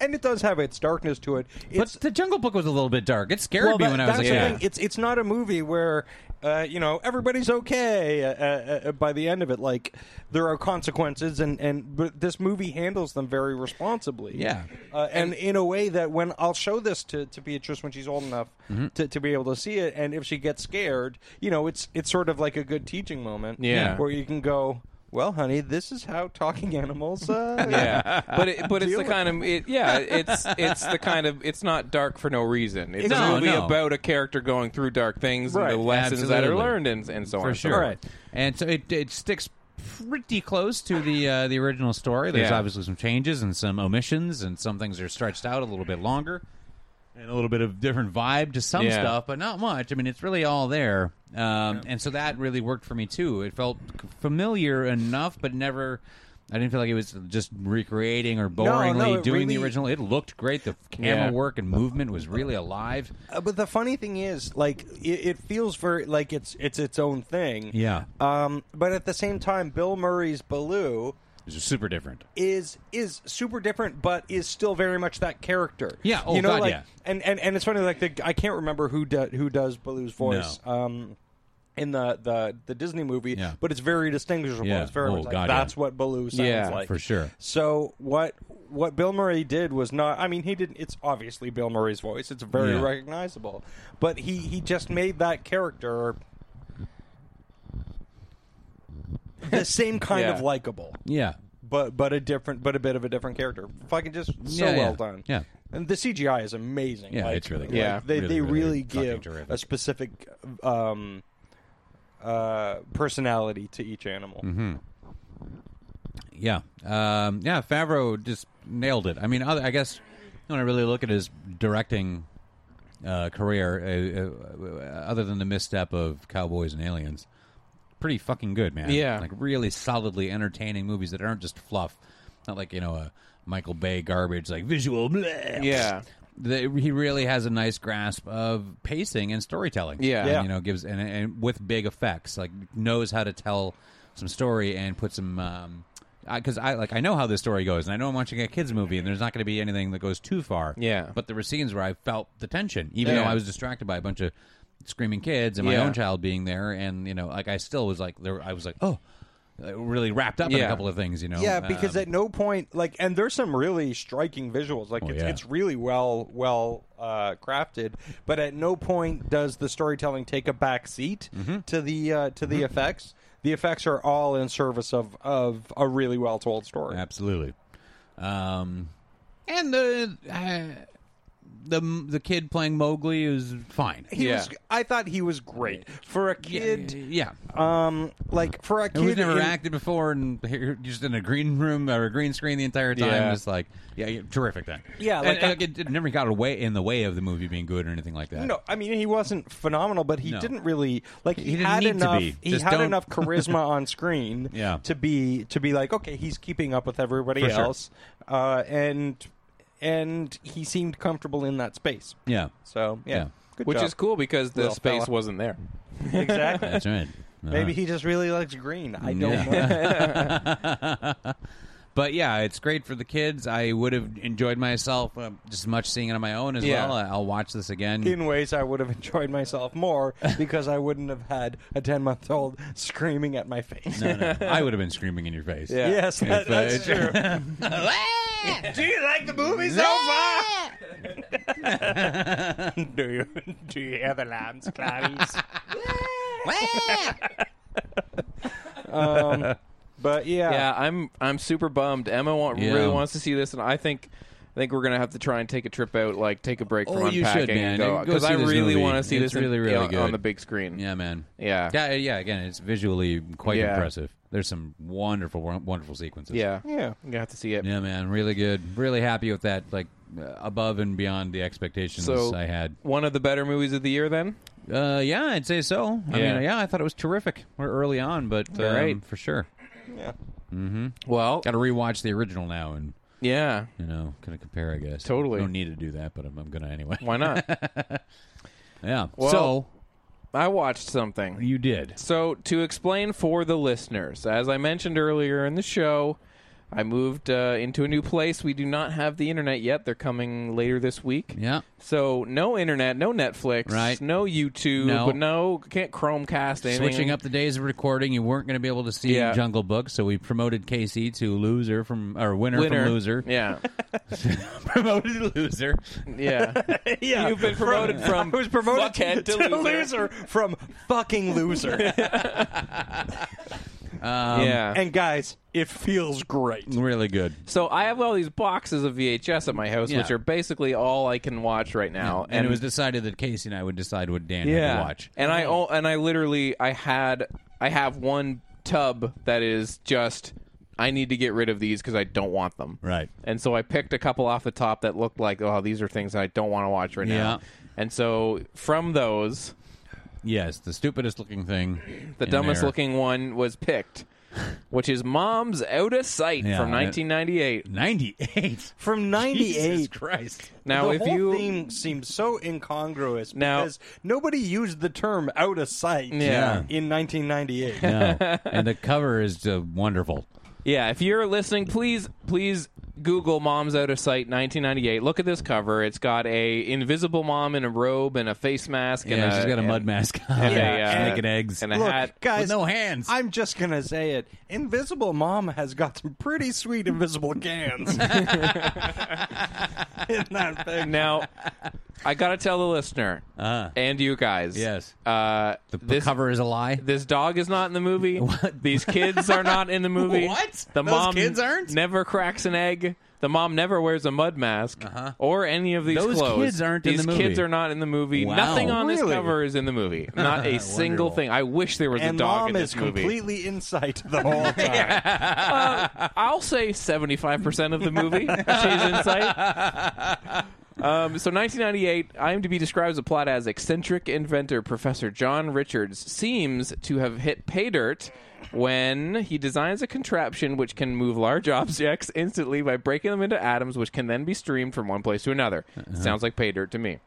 Speaker 2: and it does have its darkness to it.
Speaker 3: But
Speaker 2: It's
Speaker 3: the Jungle Book was a little bit dark. It scared
Speaker 2: well,
Speaker 3: me
Speaker 2: that-
Speaker 3: when I was a
Speaker 2: that's
Speaker 3: kid.
Speaker 2: the
Speaker 1: yeah.
Speaker 2: thing. It's it's not a movie where. Uh, you know, everybody's okay uh, uh, uh, by the end of it. Like, there are consequences, and and but this movie handles them very responsibly.
Speaker 3: Yeah.
Speaker 2: uh, and, in a way that when I'll show this to, to Beatrice when she's old enough
Speaker 3: Mm-hmm.
Speaker 2: to, to be able to see it, and if she gets scared, you know, it's it's sort of like a good teaching moment.
Speaker 1: Yeah.
Speaker 2: where you can go, well, honey, this is how talking animals. Uh,
Speaker 1: yeah, but it, but it's
Speaker 2: Deal
Speaker 1: the
Speaker 2: with
Speaker 1: kind of it, yeah, it's it's the kind of it's not dark for no reason. It's a
Speaker 3: No,
Speaker 1: movie
Speaker 3: no.
Speaker 1: about a character going through dark things
Speaker 2: Right,
Speaker 1: and the lessons that are
Speaker 3: absolutely.
Speaker 1: learned and, and so on.
Speaker 3: for
Speaker 1: and so
Speaker 3: sure.
Speaker 1: forth.
Speaker 2: Right.
Speaker 3: And so it, it sticks pretty close to the uh, the original story. There's
Speaker 1: Yeah.
Speaker 3: obviously some changes and some omissions, and some things are stretched out a little bit longer, and a little bit of different vibe to some
Speaker 1: Yeah.
Speaker 3: stuff, but not much. I mean, it's really all there, um, and so that really worked for me too. It felt c- familiar enough, but never. I didn't feel like it was just recreating or boringly
Speaker 2: no, it
Speaker 3: doing the
Speaker 2: really-
Speaker 3: original. It looked great. The camera
Speaker 1: Yeah.
Speaker 3: work and movement was really alive.
Speaker 2: Uh, but the funny thing is, like, it, it feels very like it's it's its own thing.
Speaker 3: Yeah,
Speaker 2: Um, but at the same time, Bill Murray's Baloo
Speaker 3: it was super different.
Speaker 2: is is super different, but is still very much that character.
Speaker 3: Yeah, oh,
Speaker 2: you know,
Speaker 3: God,
Speaker 2: like,
Speaker 3: yeah.
Speaker 2: And, and and it's funny, like the, I can't remember who do, who does Baloo's voice. Um, in the, the, the Disney movie,
Speaker 3: Yeah.
Speaker 2: but it's very distinguishable.
Speaker 3: Yeah.
Speaker 2: It's very
Speaker 3: Oh,
Speaker 2: much like,
Speaker 3: God, yeah.
Speaker 2: that's what Baloo sounds
Speaker 1: Yeah,
Speaker 2: like
Speaker 3: for sure.
Speaker 2: So what what Bill Murray did was not. I mean, he didn't. It's obviously Bill Murray's voice. It's very
Speaker 3: Yeah.
Speaker 2: recognizable, but he he just made that character the same kind
Speaker 1: Yeah.
Speaker 2: of likable
Speaker 3: Yeah,
Speaker 2: but but a different but a bit of a different character. Fucking just so
Speaker 3: Yeah, yeah.
Speaker 2: well done.
Speaker 3: Yeah.
Speaker 2: And the CGI is amazing.
Speaker 3: Yeah,
Speaker 2: like,
Speaker 3: it's really
Speaker 2: like,
Speaker 3: good.
Speaker 1: Yeah.
Speaker 2: they
Speaker 3: Really,
Speaker 2: they
Speaker 3: really
Speaker 2: really
Speaker 3: fucking
Speaker 2: give
Speaker 3: terrific.
Speaker 2: a specific um uh personality to each animal.
Speaker 3: Mm-hmm. Yeah, um, yeah. Favreau just nailed it. I mean, other, I guess when I really look at his directing uh, career, uh, uh, other than the misstep of Cowboys and Aliens, pretty fucking good, man.
Speaker 1: Yeah.
Speaker 3: like really solidly entertaining movies that aren't just fluff. Not like you know a Michael Bay garbage like visual. Bleh.
Speaker 1: Yeah.
Speaker 3: The, he really has a nice grasp of pacing and storytelling.
Speaker 1: Yeah.
Speaker 3: And,
Speaker 2: Yeah.
Speaker 3: you know gives and, and with big effects, like knows how to tell some story and put some. Um, because I, like I know how this story goes, and I know I'm watching a kids movie, and there's not going to be anything that goes too far.
Speaker 1: Yeah.
Speaker 3: But there were scenes where I felt the tension, even
Speaker 1: Yeah.
Speaker 3: though I was distracted by a bunch of screaming kids and my
Speaker 1: Yeah.
Speaker 3: own child being there, and you know, like I still was like there. I was like, oh, uh, really wrapped up in a
Speaker 1: Yeah.
Speaker 3: couple of things, you know.
Speaker 2: Yeah, because
Speaker 3: Um,
Speaker 2: at no point like and there's some really striking visuals. Like it's,
Speaker 3: Oh, yeah.
Speaker 2: it's really well well uh, crafted, but at no point does the storytelling take a back seat
Speaker 3: Mm-hmm.
Speaker 2: to the uh, to the effects. The effects are all in service of of a really well told story.
Speaker 3: Absolutely. Um, and the uh, the the kid playing Mowgli is fine.
Speaker 2: He
Speaker 1: Yeah.
Speaker 2: was, I thought he was great for a kid.
Speaker 3: Yeah,
Speaker 2: Um, like for a kid,
Speaker 3: who's never
Speaker 2: in-
Speaker 3: acted before and here- just in a green room or a green screen the entire time.
Speaker 1: Yeah.
Speaker 3: Just like yeah, yeah, terrific then.
Speaker 2: Yeah,
Speaker 3: And-
Speaker 2: like uh,
Speaker 3: and
Speaker 2: I-
Speaker 3: it, it never got away in the way of the movie being good or anything like that.
Speaker 2: No, I mean he wasn't phenomenal, but he
Speaker 3: No.
Speaker 2: didn't really like. He,
Speaker 3: He didn't
Speaker 2: had
Speaker 3: need to
Speaker 2: enough.
Speaker 3: be.
Speaker 2: He
Speaker 3: Just
Speaker 2: had
Speaker 3: don't-
Speaker 2: enough charisma on screen.
Speaker 3: Yeah.
Speaker 2: to be to be like okay, he's keeping up with everybody
Speaker 3: For sure.
Speaker 2: else, uh, and and he seemed comfortable in that space.
Speaker 3: Yeah,
Speaker 2: So yeah,
Speaker 3: Yeah.
Speaker 2: Good
Speaker 1: which
Speaker 2: job.
Speaker 1: is cool because the
Speaker 2: Little
Speaker 1: space
Speaker 2: fella.
Speaker 1: wasn't there.
Speaker 2: exactly.
Speaker 3: that's right.
Speaker 2: Maybe he just really likes green. I don't know.
Speaker 3: But yeah, it's great for the kids. I would have enjoyed myself uh, just as much seeing it on my own as
Speaker 1: Yeah.
Speaker 3: well. I- I'll watch this again.
Speaker 2: in ways I would have enjoyed myself more because I wouldn't have had a 10 month old screaming at my face.
Speaker 3: No, no, I would have been screaming in your face.
Speaker 1: Yeah.
Speaker 2: Yes, that, that's true. Do you like the movie so far? do you do you hear the lambs clams? um, but yeah,
Speaker 1: Yeah, I'm I'm super bummed. Emma wa-
Speaker 3: Yeah.
Speaker 1: really wants to see this, and I think I think we're gonna have to try and take a trip out, like take a break
Speaker 3: Oh,
Speaker 1: from
Speaker 3: you should,
Speaker 1: unpacking
Speaker 3: man.
Speaker 1: and go
Speaker 3: Go
Speaker 1: because
Speaker 3: see
Speaker 1: I
Speaker 3: this
Speaker 1: really
Speaker 3: movie.
Speaker 1: want to see
Speaker 3: It's
Speaker 1: this in-
Speaker 3: really, really
Speaker 1: on- on
Speaker 3: good.
Speaker 1: the big screen.
Speaker 3: Yeah, man.
Speaker 1: Yeah.
Speaker 3: Yeah, uh, yeah. Again, it's visually quite
Speaker 1: Yeah.
Speaker 3: impressive. There's some wonderful, won- wonderful sequences.
Speaker 1: yeah,
Speaker 2: Yeah.
Speaker 1: I'm gonna have to see it.
Speaker 3: Yeah, man. Really good. Really happy with that. Like uh, above and beyond the expectations
Speaker 1: So
Speaker 3: I had.
Speaker 1: one of the better movies of the year. Then
Speaker 3: Uh, yeah, I'd say so. I
Speaker 1: Yeah.
Speaker 3: mean, yeah, I thought it was terrific. We're early on, but um,
Speaker 1: right.
Speaker 3: for sure.
Speaker 1: well,
Speaker 3: Got to rewatch the original now and
Speaker 1: yeah,
Speaker 3: you know, kind of compare. I guess
Speaker 1: Totally.
Speaker 3: No need to do that, but I'm, I'm gonna anyway.
Speaker 1: why not?
Speaker 3: Yeah.
Speaker 1: Well-
Speaker 3: so
Speaker 1: I watched something.
Speaker 3: you did.
Speaker 1: So, to explain for the listeners, as I mentioned earlier in the show, I moved uh, into a new place. We do not have the internet yet. They're coming later this week.
Speaker 3: Yeah.
Speaker 1: So, no internet, no Netflix,
Speaker 3: Right.
Speaker 1: no YouTube,
Speaker 3: No.
Speaker 1: but no, can't Chromecast anything.
Speaker 3: Switching up the days of recording, you weren't going to be able to see
Speaker 1: Yeah.
Speaker 3: Jungle Book, so we promoted Casey to loser from or winner,
Speaker 1: Winner.
Speaker 3: from loser.
Speaker 1: Yeah.
Speaker 3: promoted to loser.
Speaker 1: Yeah.
Speaker 2: yeah.
Speaker 1: You've been promoted from
Speaker 2: I was promoted
Speaker 1: fuckhead to loser.
Speaker 2: from fucking loser.
Speaker 3: Um,
Speaker 1: yeah.
Speaker 2: and guys, it feels great.
Speaker 3: Really good.
Speaker 1: so, I have all these boxes of VHS at my house,
Speaker 3: Yeah.
Speaker 1: which are basically all I can watch right now.
Speaker 3: And, it was decided that Casey and I would decide what Dan had to watch.
Speaker 1: And I o- and I literally I had I have one tub that is just I need to get rid of these because I don't want them.
Speaker 3: Right.
Speaker 1: And so I picked a couple off the top that looked like oh these are things I don't want to watch right now.
Speaker 3: Yeah.
Speaker 1: And so from those,
Speaker 3: Yes, the stupidest looking thing.
Speaker 1: the
Speaker 3: in
Speaker 1: dumbest
Speaker 3: there.
Speaker 1: looking one was picked, which is Mom's Out of Sight
Speaker 3: Yeah,
Speaker 1: from
Speaker 3: that-
Speaker 1: 1998.
Speaker 3: Ninety-eight.
Speaker 2: From 98.
Speaker 3: Christ.
Speaker 1: Now
Speaker 2: the
Speaker 1: if
Speaker 2: whole
Speaker 1: you
Speaker 2: theme seems so incongruous
Speaker 1: Now-
Speaker 2: because nobody used the term out of sight
Speaker 1: Yeah.
Speaker 2: in 1998.
Speaker 3: No. and the cover is uh, wonderful.
Speaker 1: Yeah, if you're listening, please please Google "Mom's Out of Sight" 1998. Look at this cover. It's got a invisible mom in a robe and a face mask. and
Speaker 3: Yeah, she's got a
Speaker 1: and-
Speaker 3: mud mask on.
Speaker 1: and a,
Speaker 2: Yeah,
Speaker 1: uh,
Speaker 3: Naked eggs.
Speaker 1: and a
Speaker 2: Look,
Speaker 1: hat.
Speaker 2: guys,
Speaker 3: With no hands.
Speaker 2: I'm just gonna say it. Invisible Mom has got some pretty sweet invisible cans in that thing.
Speaker 1: Now, I gotta tell the listener and you guys.
Speaker 3: Uh. Yes.
Speaker 1: uh,
Speaker 3: the, the
Speaker 1: this
Speaker 3: cover is a lie.
Speaker 1: This dog is not in the movie. These kids are not in the movie.
Speaker 3: What?
Speaker 1: The
Speaker 3: Those
Speaker 1: mom
Speaker 3: kids aren't?
Speaker 1: Never cracks an egg. The mom never wears a mud mask or any of these
Speaker 3: Uh-huh. Those
Speaker 1: clothes.
Speaker 3: kids aren't in
Speaker 1: these
Speaker 3: the movie.
Speaker 1: kids are not in the movie.
Speaker 3: Wow.
Speaker 1: Nothing on this
Speaker 2: Really?
Speaker 1: cover is in the movie. Not a single
Speaker 3: Wonderful.
Speaker 1: thing. I wish there was
Speaker 2: and
Speaker 1: a dog
Speaker 2: Mom
Speaker 1: in this
Speaker 2: is
Speaker 1: movie.
Speaker 2: completely in sight the whole time.
Speaker 1: I'll say seventy-five percent of the movie. She's in sight. Um, so 1998, IMDb describes the plot as eccentric inventor Professor John Richards seems to have hit pay dirt when he designs a contraption which can move large objects instantly by breaking them into atoms, which can then be streamed from one place to another. Sounds like pay dirt to me.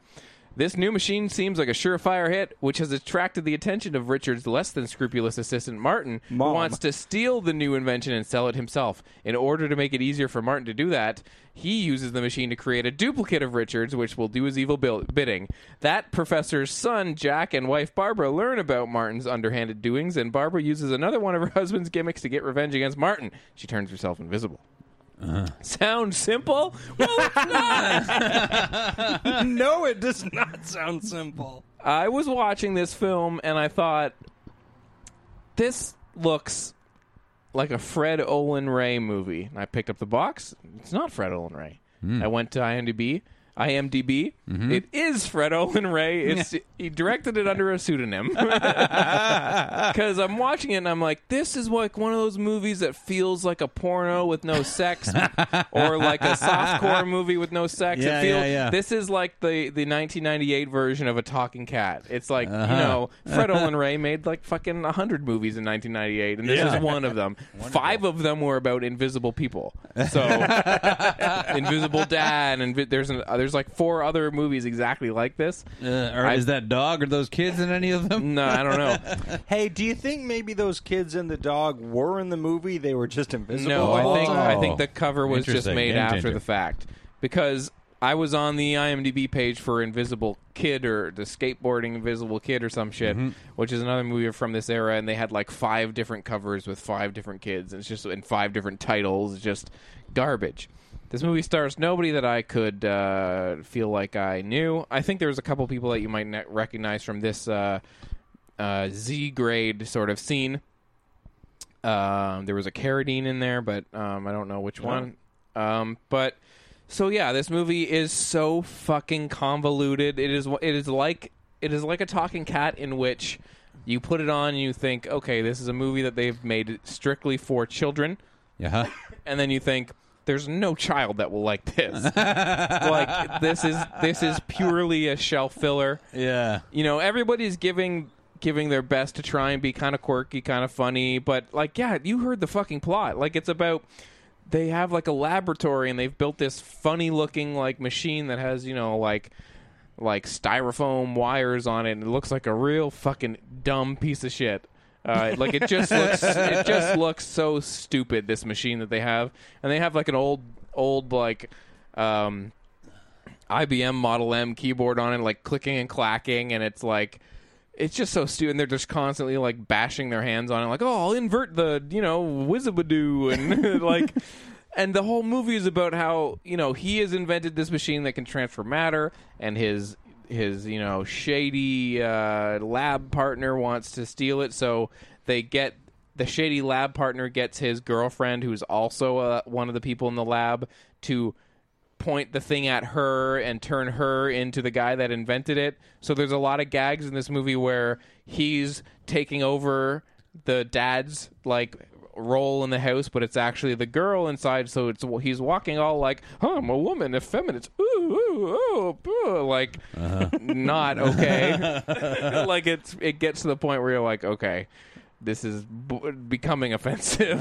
Speaker 1: This new machine seems like a surefire hit, which has attracted the attention of Richard's less than scrupulous assistant Martin, who
Speaker 2: Mom.
Speaker 1: wants to steal the new invention and sell it himself. In order to make it easier for Martin to do that, he uses the machine to create a duplicate of Richard's, which will do his evil bil- bidding. That professor's son, Jack, and wife Barbara learn about Martin's underhanded doings, and Barbara uses another one of her husband's gimmicks to get revenge against Martin. She turns herself invisible. Sounds simple? Well, it's not!
Speaker 2: no, it does not sound simple.
Speaker 1: I was watching this film and I thought, this looks like a Fred Olin Ray movie. And I picked up the box. It's not Fred Olin Ray. I went to IMDb. IMDb. It is Fred Olin Ray. It's he directed it under a pseudonym. Because I'm watching it and I'm like, this is like one of those movies that feels like a porno with no sex, or like a softcore movie with no sex.
Speaker 3: Yeah,
Speaker 1: it feels,
Speaker 3: yeah, yeah.
Speaker 1: This is like the, the 1998 version of a talking cat. It's like you know, Fred Olin Ray made like fucking hundred movies in 1998, and this is one of them. Five of them were about invisible people. So Invisible Dad, and invi- there's an, uh, there's like four other movies exactly like this.
Speaker 3: Uh, or is that dog or those kids in any of them?
Speaker 1: No, I don't know.
Speaker 2: Hey, do you think maybe those kids and the dog were in the movie? They were just invisible.
Speaker 1: No, I think I
Speaker 3: Oh.
Speaker 1: think the cover was just
Speaker 3: Interesting.
Speaker 1: made
Speaker 3: Game
Speaker 1: after
Speaker 3: changer.
Speaker 1: the fact because I was on the IMDb page for Invisible Kid or the skateboarding Invisible Kid or some shit,
Speaker 3: Mm-hmm.
Speaker 1: which is another movie from this era, and they had like five different covers with five different kids, and it's just in five different titles, it's just garbage. This movie stars nobody that I could uh, feel like I knew. I think there was a couple people that you might not recognize from this uh, uh, Z grade sort of scene. Um, there was a Carradine in there, but um, I don't know which one. Um, but so yeah, this movie is so fucking convoluted. It is it is like it is like a talking cat in which you put it on and you think, okay, this is a movie that they've made strictly for children
Speaker 3: Yeah.
Speaker 1: and then you think there's no child that will like this. like this is this is purely a shelf filler.
Speaker 3: Yeah.
Speaker 1: You know, everybody's giving giving their best to try and be kind of quirky, kind of funny, but like yeah, you heard the fucking plot. Like it's about they have like a laboratory and they've built this funny looking like machine that has, you know, like like styrofoam wires on it and it looks like a real fucking dumb piece of shit. Uh, like it just looks it just looks so stupid this machine that they have and they have like an old old like um IBM Model M keyboard on it like clicking and clacking and it's like it's just so stupid and they're just constantly like bashing their hands on it like oh I'll invert the you know whizzabadoo and like and the whole movie is about how you know he has invented this machine that can transfer matter and his his you know shady uh, lab partner wants to steal it so they get the shady lab partner gets his girlfriend who's also uh, one of the people in the lab to point the thing at her and turn her into the guy that invented it. So there's a lot of gags in this movie where he's taking over the dad's like role in the house, but it's actually the girl inside. So it's he's walking all like, "Oh, I'm a woman, effeminate, ooh, ooh, ooh, boo," like not okay. like it's it gets to the point where you're like, okay. This is b- becoming offensive.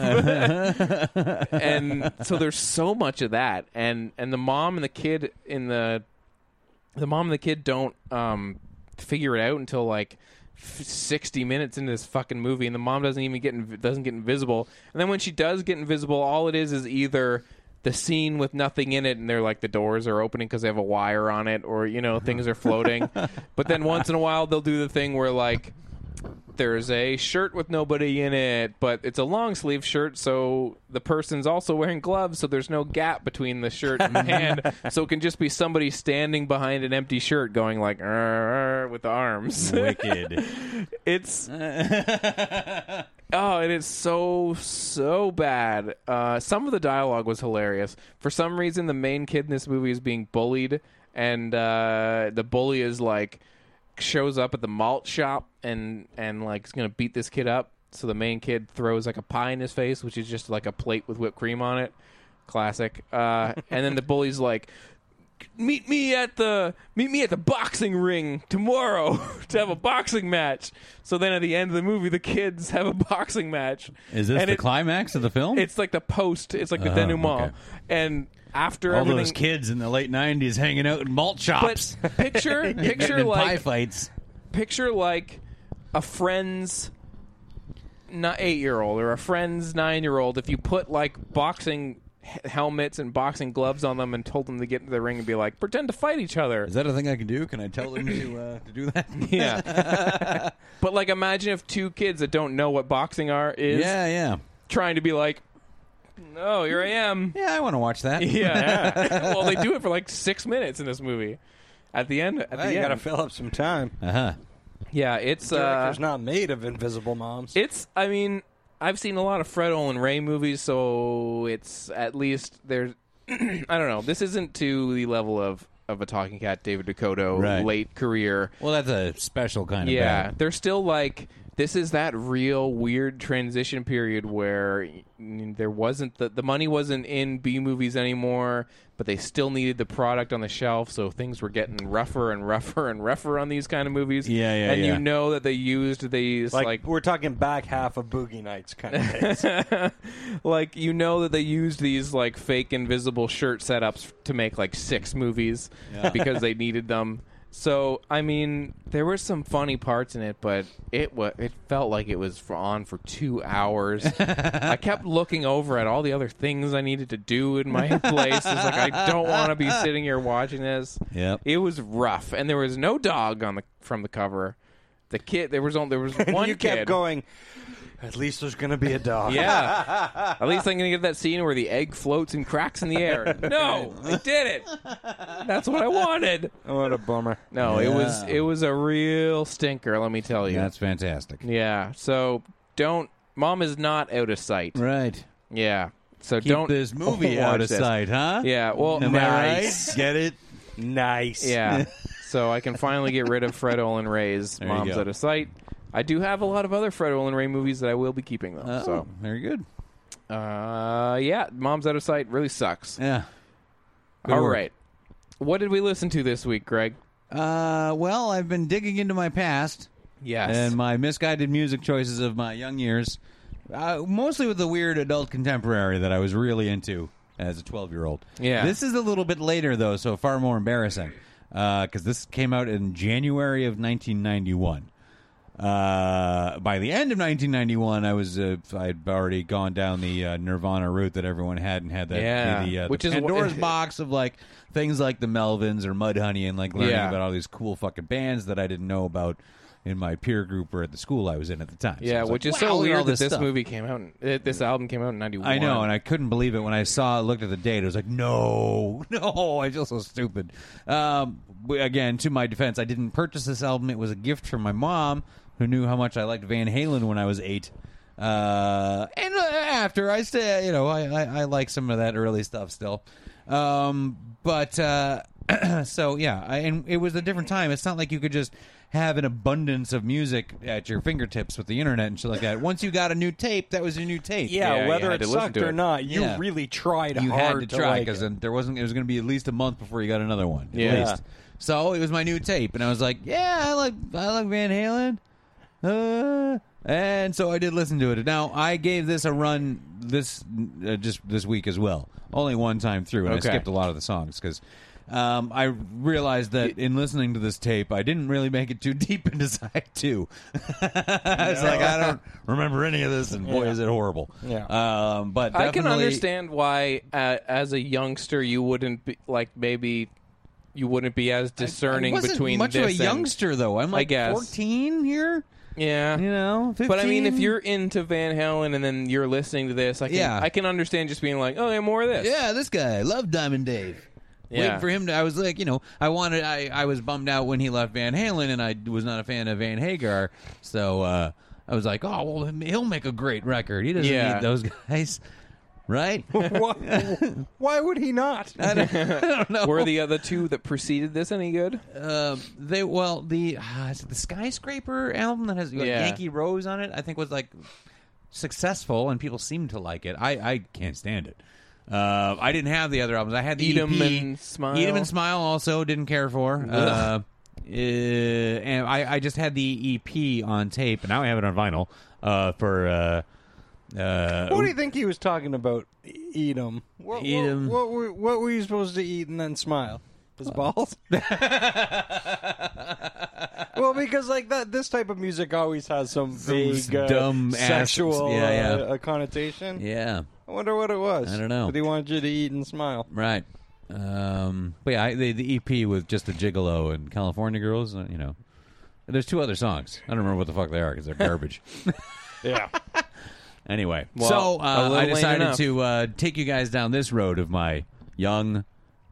Speaker 1: and so there's so much of that and and the mom and the kid in the the mom and the kid don't um figure it out until like f- 60 minutes into this fucking movie and the mom doesn't even get inv- doesn't get invisible and then when she does get invisible all it is is either the scene with nothing in it and they're like the doors are opening because they have a wire on it or you know things are floating but then once in a while they'll do the thing where like there's a shirt with nobody in it, but it's a long sleeve shirt, so the person's also wearing gloves, so there's no gap between the shirt and the hand, so it can just be somebody standing behind an empty shirt going like "Arr, arr," with the arms.
Speaker 3: Wicked.
Speaker 1: it's oh, and it's so so bad. Uh, some of the dialogue was hilarious. For some reason, the main kid in this movie is being bullied, and uh, the bully is like shows up at the malt shop and and like is gonna beat this kid up. So the main kid throws like a pie in his face, which is just like a plate with whipped cream on it. Classic. Uh, and then the bully's like, meet me at the meet me at the boxing ring tomorrow to have a boxing match. So then at the end of the movie, the kids have a boxing match.
Speaker 3: Is this
Speaker 1: and
Speaker 3: the
Speaker 1: it-
Speaker 3: climax of the film?
Speaker 1: It's like the post. It's like the denouement.
Speaker 3: okay.
Speaker 1: And after
Speaker 3: all
Speaker 1: everything,
Speaker 3: those kids in the late '90s hanging out in malt shops,
Speaker 1: but picture
Speaker 3: getting
Speaker 1: picture
Speaker 3: in pie
Speaker 1: like
Speaker 3: fights.
Speaker 1: picture like a friend's not eight year old or a friend's nine year old if you put like boxing he- helmets and boxing gloves on them and told them to get into the ring and be like pretend to fight each other
Speaker 3: Is that a thing I can do? Can I tell them to uh, to do that?
Speaker 1: yeah but like imagine if two kids that don't know what boxing are is
Speaker 3: yeah, yeah,
Speaker 1: trying to be like oh here i am
Speaker 3: yeah. I want to watch that.
Speaker 1: yeah, well they do it for like six minutes in this movie at the end at the
Speaker 3: Oh.
Speaker 2: Well, you
Speaker 1: end
Speaker 2: got to fill up some time.
Speaker 3: Uh huh.
Speaker 1: yeah it's uh,
Speaker 2: Director's not made of invisible moms.
Speaker 1: It's, I mean, I've seen a lot of Fred Olin Ray movies, so it's at least there's, I don't know. This isn't to the level of of a talking cat, David Dakota,
Speaker 3: Right.
Speaker 1: late career.
Speaker 3: Well, that's a special kind of
Speaker 1: Yeah,
Speaker 3: band.
Speaker 1: they're still like this is that real weird transition period where mm, there wasn't the the money wasn't in B movies anymore, but they still needed the product on the shelf, so things were getting rougher and rougher and rougher on these kind of movies.
Speaker 3: Yeah, yeah,
Speaker 1: and
Speaker 3: yeah.
Speaker 1: you know that they used these
Speaker 2: Like,
Speaker 1: like
Speaker 2: we're talking back half of Boogie Nights kind of things.
Speaker 1: like you know that they used these like fake invisible shirt setups to make like six movies because they needed them. So I mean, there were some funny parts in it, but it was it felt like it was for on for two hours. I kept looking over at all the other things I needed to do in my place. It's like I don't want to be sitting here watching this.
Speaker 3: Yep.
Speaker 1: it was rough, and there was no dog on the from the cover. The kid there was only there was one
Speaker 2: you
Speaker 1: kid.
Speaker 2: kept going. At least there's going to be a dog.
Speaker 1: Yeah. At least I'm going to get that scene where the egg floats and cracks in the air. No, I did it. That's what I wanted.
Speaker 2: What a bummer.
Speaker 1: No, it was
Speaker 3: Yeah.
Speaker 1: it was a real stinker, let me tell you.
Speaker 3: That's fantastic.
Speaker 1: yeah. So don't mom is not out of sight.
Speaker 3: Right.
Speaker 1: Yeah. So
Speaker 3: Keep
Speaker 1: don't
Speaker 3: this movie
Speaker 1: watch
Speaker 3: out of
Speaker 1: this.
Speaker 3: sight, huh?
Speaker 1: Yeah, well,
Speaker 3: Am
Speaker 1: nice.
Speaker 3: I right? Get it?
Speaker 2: Nice.
Speaker 1: Yeah. so I can finally get rid of Fred Olin Ray's
Speaker 3: you
Speaker 1: mom's
Speaker 3: go.
Speaker 1: out of sight. I do have a lot of other Fred Olin Ray movies that I will be keeping though.
Speaker 3: Oh,
Speaker 1: so
Speaker 3: very good.
Speaker 1: uh yeah, mom's out of sight really sucks.
Speaker 3: Yeah. Good
Speaker 1: All
Speaker 3: work.
Speaker 1: right. What did we listen to this week, Greg?
Speaker 3: Uh, well, I've been digging into my past
Speaker 1: Yes.
Speaker 3: and my misguided music choices of my young years, uh, mostly with the weird adult contemporary that I was really into as a 12 year old.
Speaker 1: Yeah.
Speaker 3: This is a little bit later, though, so far more embarrassing because this came out in January of 1991. Uh, by the end of 1991, I was uh, I'd already gone down the uh, Nirvana route that everyone had and had that
Speaker 1: Yeah.
Speaker 3: the, uh,
Speaker 1: Which
Speaker 3: the
Speaker 1: is wh-
Speaker 3: Pandora's box of like things like the Melvins or Mudhoney and like learning
Speaker 1: Yeah.
Speaker 3: about all these cool fucking bands that I didn't know about in my peer group or at the school I was in at the time. So I
Speaker 1: yeah,
Speaker 3: was
Speaker 1: which
Speaker 3: like,
Speaker 1: is
Speaker 3: wow,
Speaker 1: so
Speaker 3: look at all
Speaker 1: weird that
Speaker 3: this
Speaker 1: this
Speaker 3: stuff.
Speaker 1: movie came out. In, uh, this album came out in '91.
Speaker 3: I know, and I couldn't believe it when I saw, looked at the date. It was like, no, no, I feel so stupid. Um, w- again, to my defense, I didn't purchase this album. It was a gift from my mom, who knew how much I liked Van Halen when I was eight. Uh, and uh, after I stay, you know, I, I, I like some of that early stuff still. Um, but uh, so yeah, I, and it was a different time. It's not like you could just have an abundance of music at your fingertips with the internet and shit like that. Once you got a new tape, that was your new tape
Speaker 2: Yeah,
Speaker 1: Yeah, you
Speaker 2: whether
Speaker 1: had
Speaker 2: it
Speaker 1: to listen
Speaker 2: sucked
Speaker 1: to
Speaker 2: or
Speaker 1: it.
Speaker 2: not, you
Speaker 3: Yeah.
Speaker 2: really tried
Speaker 3: you
Speaker 2: hard
Speaker 3: had to try
Speaker 2: like
Speaker 3: because
Speaker 2: it.
Speaker 3: there wasn't it was going to be at least a month before you got another one at
Speaker 1: Yeah.
Speaker 3: least so it was my new tape and i was like yeah i like i like van halen uh, and so i did listen to it now i gave this a run this uh, just this week as well only one time through and
Speaker 1: Okay.
Speaker 3: i skipped a lot of the songs because um, I realized that in listening to this tape, I didn't really make it too deep into side two. I was like, I don't remember any of this, and boy, is it horrible.
Speaker 2: Yeah.
Speaker 3: Um, but
Speaker 1: I can
Speaker 3: definitely-
Speaker 1: understand why, uh, as a youngster, you wouldn't be like maybe you wouldn't be as discerning
Speaker 3: I wasn't
Speaker 1: between
Speaker 3: much
Speaker 1: this
Speaker 3: of a
Speaker 1: and-
Speaker 3: youngster though. I'm
Speaker 1: I
Speaker 3: like
Speaker 1: guess.
Speaker 3: 14 here,
Speaker 1: Yeah.
Speaker 3: you know. 15.
Speaker 1: But I mean, if you're into Van Halen and then you're listening to this, I can
Speaker 3: Yeah.
Speaker 1: I can understand just being like, oh, yeah, more of this.
Speaker 3: yeah, this guy love Diamond Dave.
Speaker 1: Yeah.
Speaker 3: Waiting for him to. I was like, you know, I wanted. I I was bummed out when he left Van Halen, and I was not a fan of Van Hagar. So uh, I was like, oh well, he'll make a great record. He doesn't
Speaker 1: Yeah.
Speaker 3: need those guys, right?
Speaker 2: why, why would he not?
Speaker 3: I don't, I don't know.
Speaker 1: Were the other two that preceded this any good?
Speaker 3: Um, they well the uh, is it the skyscraper album that has like,
Speaker 1: Yeah.
Speaker 3: Yankee Rose on it. I think was like successful and people seemed to like it. I I can't stand it. Uh, I didn't have the other albums. I had the
Speaker 1: Eat 'em
Speaker 3: EP.
Speaker 1: and Smile.
Speaker 3: Eat 'em and smile. Also didn't care for. Uh, uh, and I I just had the EP on tape and now I have it on vinyl. Uh, for uh, uh,
Speaker 2: What do you think he was talking about? E, Eat him. What,
Speaker 3: Eat
Speaker 2: what-
Speaker 3: 'em.
Speaker 2: What, were, what were you supposed to eat and then smile? His balls. well, because like that, this type of music always has some vague, uh,
Speaker 3: dumb ass-
Speaker 2: sexual
Speaker 3: yeah, yeah.
Speaker 2: Uh, uh, connotation.
Speaker 3: yeah.
Speaker 2: I wonder what it was.
Speaker 3: I don't know.
Speaker 2: But he wanted you to eat and smile.
Speaker 3: Right. Um, but yeah, I, the, the EP with just the Gigolo and California Girls, uh, you know. There's two other songs. I don't remember what the fuck they are because they're garbage.
Speaker 2: Yeah.
Speaker 3: anyway,
Speaker 1: Well,
Speaker 3: so
Speaker 1: a
Speaker 3: uh,
Speaker 1: little
Speaker 3: I
Speaker 1: late
Speaker 3: decided
Speaker 1: enough.
Speaker 3: to uh, take you guys down this road of my young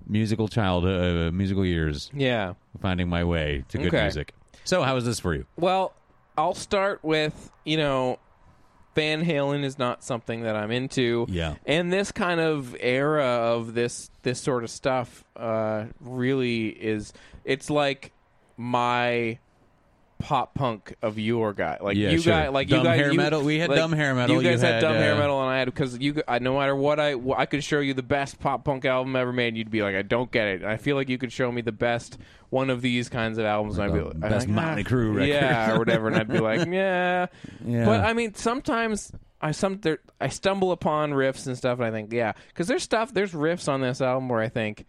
Speaker 3: musical childhood, uh, musical years,
Speaker 1: Yeah.
Speaker 3: finding my way to good
Speaker 1: Okay.
Speaker 3: music. So, how was this for you?
Speaker 1: Well, I'll start with you know, Van Halen is not something that I'm into.
Speaker 3: Yeah.
Speaker 1: And this kind of era of this this sort of stuff uh, really is. It's like my pop punk of your guy. Like
Speaker 3: Yeah,
Speaker 1: you
Speaker 3: sure.
Speaker 1: guys, like you
Speaker 3: Dumb
Speaker 1: guys,
Speaker 3: hair
Speaker 1: you-
Speaker 3: metal. We had
Speaker 1: like,
Speaker 3: dumb hair metal.
Speaker 1: You
Speaker 3: You
Speaker 1: guys had,
Speaker 3: had,
Speaker 1: dumb hair
Speaker 3: uh,
Speaker 1: metal, and I had because you. I, no matter what I, wh- I could show you the best pop punk album ever made. and You'd be like, I don't get it. And I feel like you could show me the best one of these kinds of albums. and I'd be
Speaker 3: the
Speaker 1: like,
Speaker 3: best
Speaker 1: I'm like,
Speaker 3: Motley
Speaker 1: "Ah,
Speaker 3: Crue record."
Speaker 1: yeah, or whatever. And I'd be like, yeah.
Speaker 3: Yeah.
Speaker 1: But I mean, sometimes I some there, I stumble upon riffs and stuff, and I think, yeah, because there's stuff, there's riffs on this album where I think.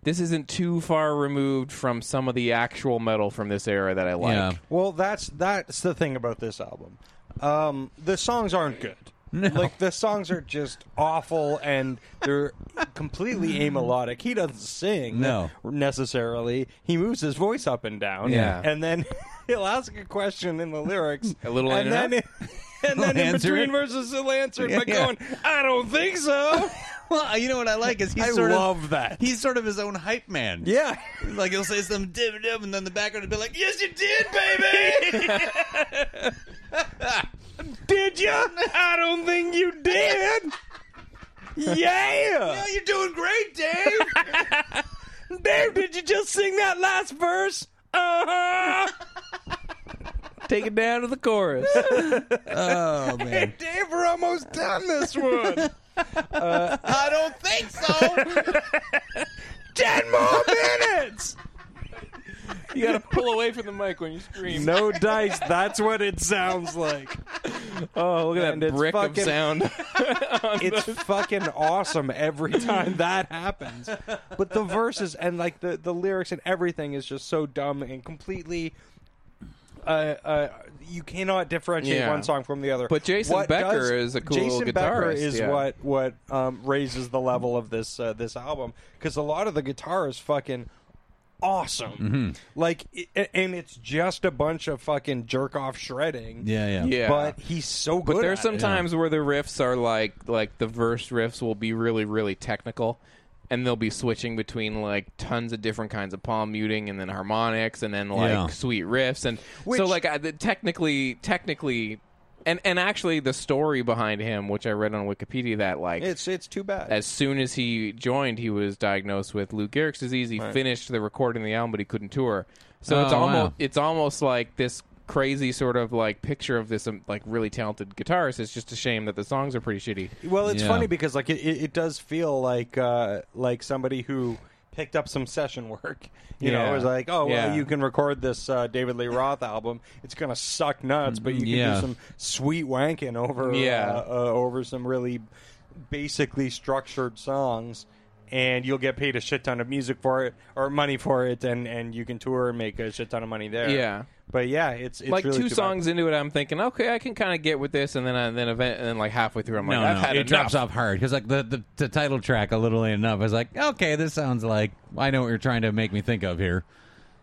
Speaker 1: This isn't too far removed from some of the actual metal from this era that I like.
Speaker 3: Yeah.
Speaker 2: Well, that's that's the thing about this album. Um, the songs aren't good. Like the songs are just awful, and they're completely amelodic. He doesn't sing,
Speaker 3: No.
Speaker 2: necessarily. He moves his voice up and down,
Speaker 3: Yeah.
Speaker 2: and then he'll ask a question in the lyrics,
Speaker 1: A little
Speaker 2: and
Speaker 1: later.
Speaker 2: then, it- and then
Speaker 3: He'll
Speaker 2: in
Speaker 3: answer
Speaker 2: between
Speaker 3: it.
Speaker 2: verses he'll answer it by
Speaker 3: Yeah.
Speaker 2: going, "I don't think so."
Speaker 3: Well, uh, you know what I like is he's
Speaker 2: I
Speaker 3: sort
Speaker 2: love
Speaker 3: of
Speaker 2: that.
Speaker 3: He's sort of his own hype man.
Speaker 2: yeah,
Speaker 3: Like he'll say some dim dim, and then the background would be like, "Yes, you did, baby."
Speaker 2: did you? I don't think you did. yeah.
Speaker 3: oh, you're doing great, Dave.
Speaker 2: Dave, did you just sing that last verse? Uh-huh.
Speaker 1: Take it down to the chorus.
Speaker 3: oh man,
Speaker 2: Dave, we're almost done this one.
Speaker 3: I don't think so.
Speaker 2: Ten more minutes.
Speaker 1: you gotta pull away from the mic when you scream.
Speaker 2: No dice. That's what it sounds like.
Speaker 1: Oh, look at
Speaker 2: And
Speaker 1: that
Speaker 2: it's
Speaker 1: brick
Speaker 2: fucking-
Speaker 1: of sound.
Speaker 2: It's fucking awesome every time that happens. But the verses and like the the lyrics and everything is just so dumb and completely. Uh, uh, you cannot differentiate
Speaker 1: Yeah.
Speaker 2: one song from the other.
Speaker 1: But Jason Becker is a cool
Speaker 2: Jason Becker
Speaker 1: guitarist,
Speaker 2: is
Speaker 1: yeah.
Speaker 2: what what um, raises the level of this uh, this album because a lot of the guitar is fucking awesome.
Speaker 1: Mm-hmm.
Speaker 2: Like, it, and it's just a bunch of fucking jerk off shredding.
Speaker 3: Yeah, yeah.
Speaker 1: Yeah.
Speaker 2: But he's so good.
Speaker 1: But there's
Speaker 2: at
Speaker 1: some
Speaker 2: it.
Speaker 1: times where the riffs are like like the verse riffs will be really really technical and they'll be switching between like tons of different kinds of palm muting and then harmonics and then like
Speaker 3: Yeah.
Speaker 1: sweet riffs and
Speaker 2: Which-
Speaker 1: so like I, the, technically technically and and actually the story behind him which I read on Wikipedia that like
Speaker 2: It's it's too bad.
Speaker 1: as soon as he joined, he was diagnosed with Lou Gehrig's disease. He finished the recording of the album, but he couldn't tour. So it's
Speaker 3: Oh,
Speaker 1: almost
Speaker 3: wow.
Speaker 1: it's almost like this crazy sort of like picture of this um, like really talented guitarist. It's just a shame that the songs are pretty shitty.
Speaker 2: Well, it's
Speaker 3: Yeah.
Speaker 2: funny because like it, it, it does feel like uh, like somebody who picked up some session work. You know,
Speaker 1: Yeah.
Speaker 2: it was like, oh, well,
Speaker 1: Yeah.
Speaker 2: you can record this uh, David Lee Roth album. It's gonna suck nuts, but you can
Speaker 3: Yeah.
Speaker 2: do some sweet wanking over
Speaker 1: Yeah.
Speaker 2: uh, uh, over some really basically structured songs. And you'll get paid a shit ton of music for it or money for it, and, and you can tour and make a shit ton of money there.
Speaker 1: Yeah.
Speaker 2: but yeah, it's, it's
Speaker 1: like
Speaker 2: really
Speaker 1: two
Speaker 2: too bad.
Speaker 1: songs into it, I'm thinking, okay, I can kind of get with this, and then I, then event, and then like halfway through, I'm like,
Speaker 3: No,
Speaker 1: I've
Speaker 3: no,
Speaker 1: had enough.
Speaker 3: it drops off hard because like the, the the title track a little ain't enough. I was like, okay, this sounds like I know what you're trying to make me think of here.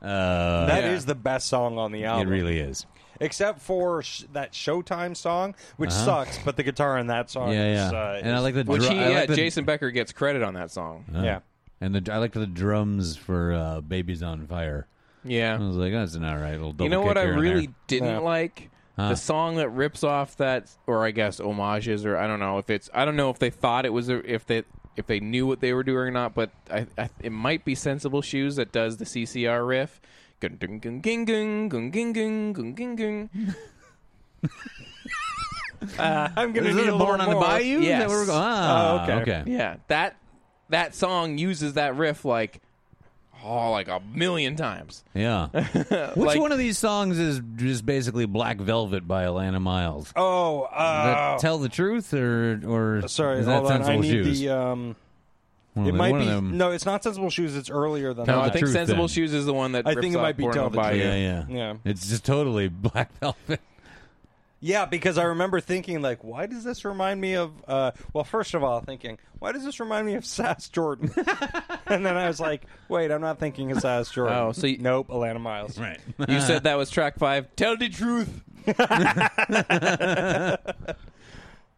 Speaker 3: Uh,
Speaker 2: That is
Speaker 1: Yeah.
Speaker 2: the best song on the
Speaker 3: it
Speaker 2: album.
Speaker 3: really is.
Speaker 2: except for sh- that Showtime song, which sucks. But the guitar in that song,
Speaker 3: Uh-huh. Yeah, yeah.
Speaker 2: is, uh,
Speaker 3: and I
Speaker 2: is-
Speaker 3: like the uh,
Speaker 1: Which
Speaker 3: dru-
Speaker 1: he,
Speaker 3: I like
Speaker 1: yeah,
Speaker 3: the-
Speaker 1: Jason Becker gets credit on that song.
Speaker 2: yeah.
Speaker 3: and the I like the drums for uh, "Babies on Fire."
Speaker 1: Yeah,
Speaker 3: I was like, that's an all right little. Double
Speaker 1: you know
Speaker 3: kick
Speaker 1: what I
Speaker 3: here and
Speaker 1: really
Speaker 3: there.
Speaker 1: didn't
Speaker 2: Yeah.
Speaker 1: like the song that rips off that, or I guess homages, or I don't know if it's I don't know if they thought it was a, if they if they knew what they were doing or not, but I, I it might be Sensible Shoes that does the CCR riff. Gung, gung, gung, ging, gung, gung, ging, gung, gung, ging, gung.
Speaker 2: I'm gonna
Speaker 3: Is
Speaker 2: need
Speaker 3: it
Speaker 2: a little
Speaker 3: born on the
Speaker 2: more.
Speaker 3: bayou? Is that where we're
Speaker 1: Yes.
Speaker 3: going?
Speaker 1: Oh,
Speaker 3: Ah,
Speaker 2: okay.
Speaker 3: okay.
Speaker 1: Yeah, that that song uses that riff like oh like a million times.
Speaker 3: Yeah. Which
Speaker 1: Like-
Speaker 3: one of these songs is just basically Black Velvet by Alana Miles?
Speaker 2: Oh, uh,
Speaker 3: That Tell the Truth or or
Speaker 2: sorry,
Speaker 3: is that
Speaker 2: hold on. I
Speaker 3: Sensible
Speaker 2: need
Speaker 3: Shoes?
Speaker 2: the. Um,
Speaker 3: One
Speaker 2: it
Speaker 3: of the-
Speaker 2: might
Speaker 3: one of
Speaker 2: be
Speaker 3: them.
Speaker 2: no, it's not Sensible Shoes. It's earlier than
Speaker 3: Tell
Speaker 1: No,
Speaker 3: the
Speaker 1: I
Speaker 2: that.
Speaker 1: think
Speaker 3: Truth,
Speaker 1: Sensible
Speaker 3: then.
Speaker 1: Shoes is the one that
Speaker 2: I
Speaker 1: rips
Speaker 2: think it
Speaker 1: off
Speaker 2: might be
Speaker 1: Born on
Speaker 2: Tell
Speaker 1: the
Speaker 2: the
Speaker 1: Bayou.
Speaker 2: Truth.
Speaker 3: Yeah, yeah,
Speaker 2: Yeah.
Speaker 3: It's just totally Black Velvet.
Speaker 2: Yeah, because I remember thinking like, why does this remind me of? Uh, well, first of all, thinking why does this remind me of Sass Jordan? and then I was like, wait, I'm not thinking of Sass Jordan.
Speaker 1: Oh, so you-
Speaker 2: nope, Alana Miles.
Speaker 3: right.
Speaker 1: You said that was track five. Tell the truth.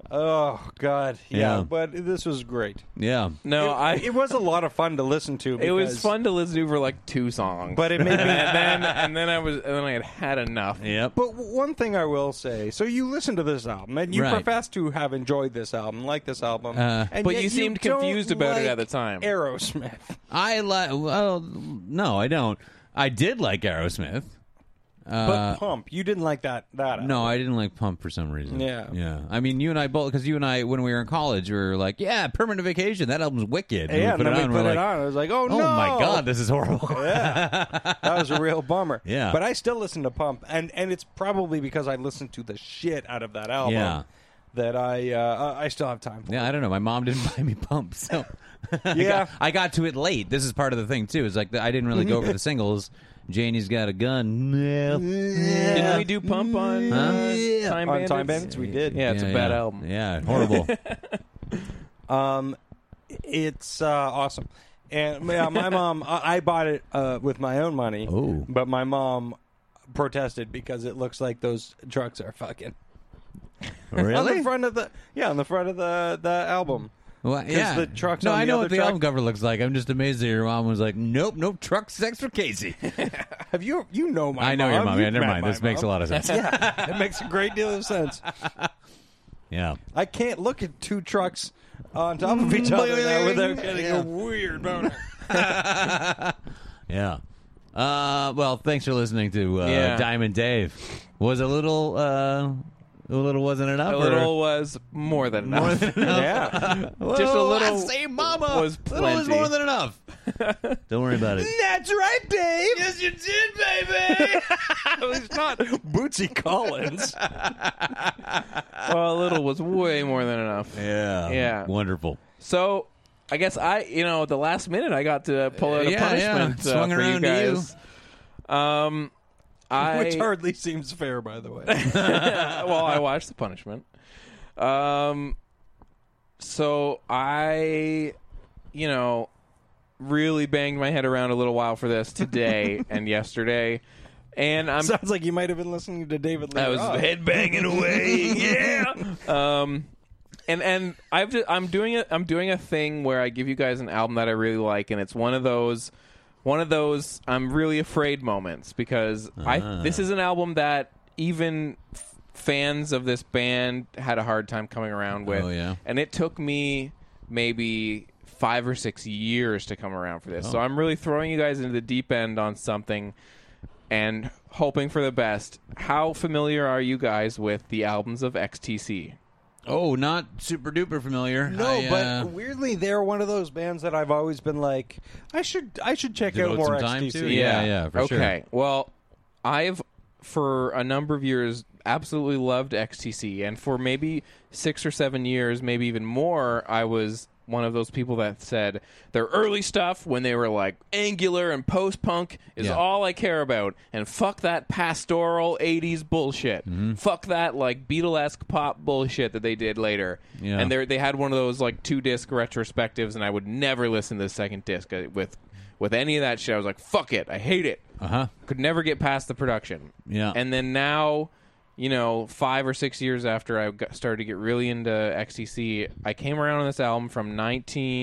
Speaker 2: Oh God, yeah.
Speaker 3: Yeah.
Speaker 2: But this was great.
Speaker 3: Yeah.
Speaker 1: No,
Speaker 2: it,
Speaker 1: I.
Speaker 2: it was a lot of fun to listen to.
Speaker 1: It was
Speaker 2: because-
Speaker 1: fun to listen to for like two songs,
Speaker 2: but it made me.
Speaker 1: and then and then I was and then I had had enough.
Speaker 3: Yep.
Speaker 2: But w- one thing I will say, so you listen to this album and you
Speaker 3: Right.
Speaker 2: profess to have enjoyed this album, like this album,
Speaker 3: Uh,
Speaker 2: and
Speaker 1: but
Speaker 2: yet
Speaker 1: you seemed
Speaker 2: don't
Speaker 1: confused about it at
Speaker 2: like
Speaker 1: the time.
Speaker 2: Aerosmith.
Speaker 3: I like. Well, no, I don't. I did like Aerosmith.
Speaker 2: But Pump, you didn't like that. That album.
Speaker 3: No, I didn't like Pump for some reason.
Speaker 2: Yeah.
Speaker 3: yeah. I mean, you and I both because you and I when we were in college, we were like, "Yeah, Permanent Vacation." That album's wicked.
Speaker 2: yeah,
Speaker 3: we
Speaker 2: and
Speaker 3: put
Speaker 2: then
Speaker 3: it
Speaker 2: we
Speaker 3: on.
Speaker 2: put
Speaker 3: we're
Speaker 2: it
Speaker 3: like,
Speaker 2: on. I was like, oh, no,
Speaker 3: Oh my god, this is horrible.
Speaker 2: that was a real bummer.
Speaker 3: Yeah.
Speaker 2: but I still listen to Pump, and and it's probably because I listened to the shit out of that album
Speaker 3: Yeah.
Speaker 2: that I uh, I I still have time for.
Speaker 3: Yeah, I don't know. My mom didn't buy me pumps, so I
Speaker 2: Yeah. Mm-hmm.
Speaker 3: got, I got to it late. This is part of the thing too. Is like I didn't really go for the singles. Janie's got a gun. Yeah,
Speaker 1: Didn't we do Pump on uh,
Speaker 3: Yeah.
Speaker 1: Time
Speaker 2: On
Speaker 1: Bandits?
Speaker 2: Time Bandits, we did.
Speaker 1: Yeah, it's a bad
Speaker 3: yeah.
Speaker 1: album.
Speaker 3: Yeah, horrible.
Speaker 2: It's uh, awesome. And yeah, my mom, I, I bought it uh, with my own money.
Speaker 3: Oh.
Speaker 2: But my mom protested because it looks like those trucks are fucking. On the
Speaker 3: really?
Speaker 2: front of the yeah, on the front of the the album.
Speaker 3: Well,
Speaker 2: 'Cause
Speaker 3: yeah.
Speaker 2: the trucks
Speaker 3: no,
Speaker 2: on
Speaker 3: I
Speaker 2: the
Speaker 3: know
Speaker 2: other
Speaker 3: what the
Speaker 2: truck-
Speaker 3: album cover looks like. I'm just amazed that your mom was like, "Nope, nope, truck sex for Casey."
Speaker 2: Have you you know my?
Speaker 3: I know
Speaker 2: mom.
Speaker 3: your mom. Yeah,
Speaker 2: You've
Speaker 3: never
Speaker 2: met
Speaker 3: mind.
Speaker 2: my
Speaker 3: This makes a
Speaker 2: mom.
Speaker 3: lot of sense.
Speaker 2: Yeah, it makes a great deal of sense.
Speaker 3: yeah.
Speaker 2: I can't look at two trucks on top of each other now without getting a weird boner.
Speaker 3: Yeah. Uh, well, thanks for listening to uh,
Speaker 1: Yeah.
Speaker 3: Diamond Dave. Was a little, uh, a little wasn't enough.
Speaker 1: A
Speaker 3: or-
Speaker 1: little was more than enough.
Speaker 2: yeah,
Speaker 1: Just a
Speaker 3: Whoa,
Speaker 1: little
Speaker 3: Oh, I say mama
Speaker 1: was
Speaker 3: Little is
Speaker 1: plenty.
Speaker 3: more than enough. Don't worry about it.
Speaker 2: that's right, Dave.
Speaker 3: yes, you did, baby.
Speaker 2: It's not Bootsy Collins.
Speaker 1: well, a little was way more than enough.
Speaker 3: yeah.
Speaker 1: Yeah.
Speaker 3: Wonderful.
Speaker 1: So I guess I, you know, at the last minute I got to pull out a
Speaker 3: Yeah, yeah.
Speaker 1: punishment uh,
Speaker 3: Swung
Speaker 1: for you
Speaker 3: around to you.
Speaker 1: guys. Um, I
Speaker 2: Which hardly seems fair, by the way.
Speaker 1: well, I watched the punishment. Um, so I, you know, really banged my head around a little while for this today and yesterday, and I'm
Speaker 2: Sounds like you might have been listening to David Lee.
Speaker 1: I was
Speaker 2: Roth.
Speaker 1: head banging away, yeah. Um, and and I've just, I'm doing a I'm doing a thing where I give you guys an album that I really like, and it's one of those one of those I'm really afraid moments because
Speaker 3: Ah.
Speaker 1: I this is an album that even f- fans of this band had a hard time coming around with.
Speaker 3: Oh, yeah.
Speaker 1: and it took me maybe. Five or six years to come around for this,
Speaker 3: Oh.
Speaker 1: so I'm really throwing you guys into the deep end on something and hoping for the best. How familiar are you guys with the albums of XTC?
Speaker 3: Oh, not super duper familiar.
Speaker 2: No,
Speaker 3: I, uh,
Speaker 2: but weirdly, they're one of those bands that I've always been like, I should, I should check out
Speaker 3: Devote
Speaker 2: more
Speaker 3: some time
Speaker 2: XTC.
Speaker 3: to? Yeah, yeah, for
Speaker 1: okay.
Speaker 3: sure.
Speaker 1: Well, I've for a number of years absolutely loved XTC, and for maybe six or seven years, maybe even more, I was one of those people that said their early stuff when they were like angular and post punk is
Speaker 3: Yeah.
Speaker 1: all I care about, and fuck that pastoral '80s bullshit.
Speaker 3: Mm-hmm.
Speaker 1: Fuck that like Beatlesque pop bullshit that they did later.
Speaker 3: Yeah.
Speaker 1: And they they had one of those like two disc retrospectives, and I would never listen to the second disc uh, with with any of that shit. I was like, fuck it, I hate it.
Speaker 3: Uh-huh.
Speaker 1: Could never get past the production.
Speaker 3: Yeah.
Speaker 1: And then now, you know, five or six years after I got, started to get really into XTC, I came around on this album from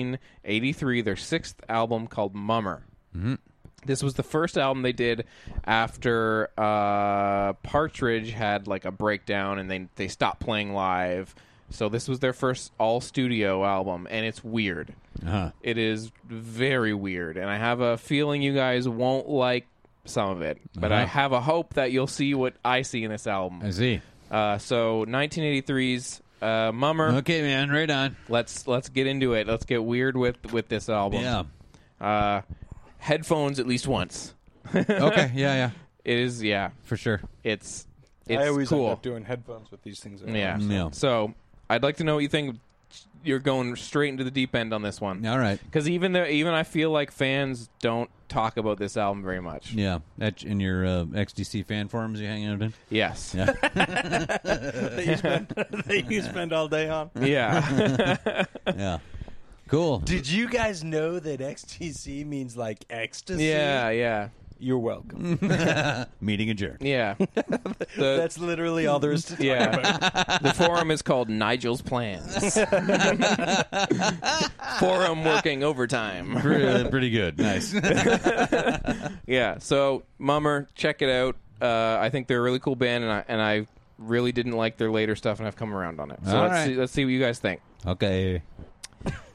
Speaker 1: 1983, their sixth album called Mummer. This was the first album they did after uh, Partridge had like a breakdown and they they stopped playing live. So this was their first all studio album, and it's weird.
Speaker 3: Uh-huh.
Speaker 1: It is very weird, and I have a feeling you guys won't like some of it, but I have a hope that you'll see what I see in this
Speaker 3: Uh-huh. I
Speaker 1: album.
Speaker 3: see.
Speaker 1: Uh, so 1983's uh, Mummer.
Speaker 3: Okay, man. Right on.
Speaker 1: Let's let's get into it. Let's get weird with with this album.
Speaker 3: Yeah.
Speaker 1: Uh, headphones at least once.
Speaker 3: Okay. Yeah. Yeah.
Speaker 1: It is, yeah.
Speaker 3: For sure.
Speaker 1: It's it's
Speaker 2: I always
Speaker 1: cool.
Speaker 2: end up doing headphones with these things.
Speaker 1: yeah.
Speaker 3: Yeah.
Speaker 1: So I'd like to know what you think. You're going straight into the deep end on this one.
Speaker 3: All right.
Speaker 1: Because even though even I feel like fans don't talk about this album very much.
Speaker 3: Yeah. At, in your uh, XDC fan forums you hang out in?
Speaker 1: Yes.
Speaker 3: Yeah.
Speaker 2: that you spend, that you spend all day on.
Speaker 1: Yeah.
Speaker 3: yeah. Cool.
Speaker 2: Did you guys know that XTC means like ecstasy?
Speaker 1: yeah. Yeah.
Speaker 2: You're welcome.
Speaker 3: Mm. Meeting adjourned.
Speaker 1: Yeah. The-
Speaker 2: That's literally all there is to
Speaker 1: yeah. the forum is called Nigel's Plans. forum working overtime.
Speaker 3: pretty, uh, pretty good. Nice.
Speaker 1: Yeah. So Mummer, check it out. Uh, I think they're a really cool band, and I and I really didn't like their later stuff, and I've come around on it. So
Speaker 3: All
Speaker 1: let's
Speaker 3: right.
Speaker 1: see, let's see what you guys think.
Speaker 3: okay.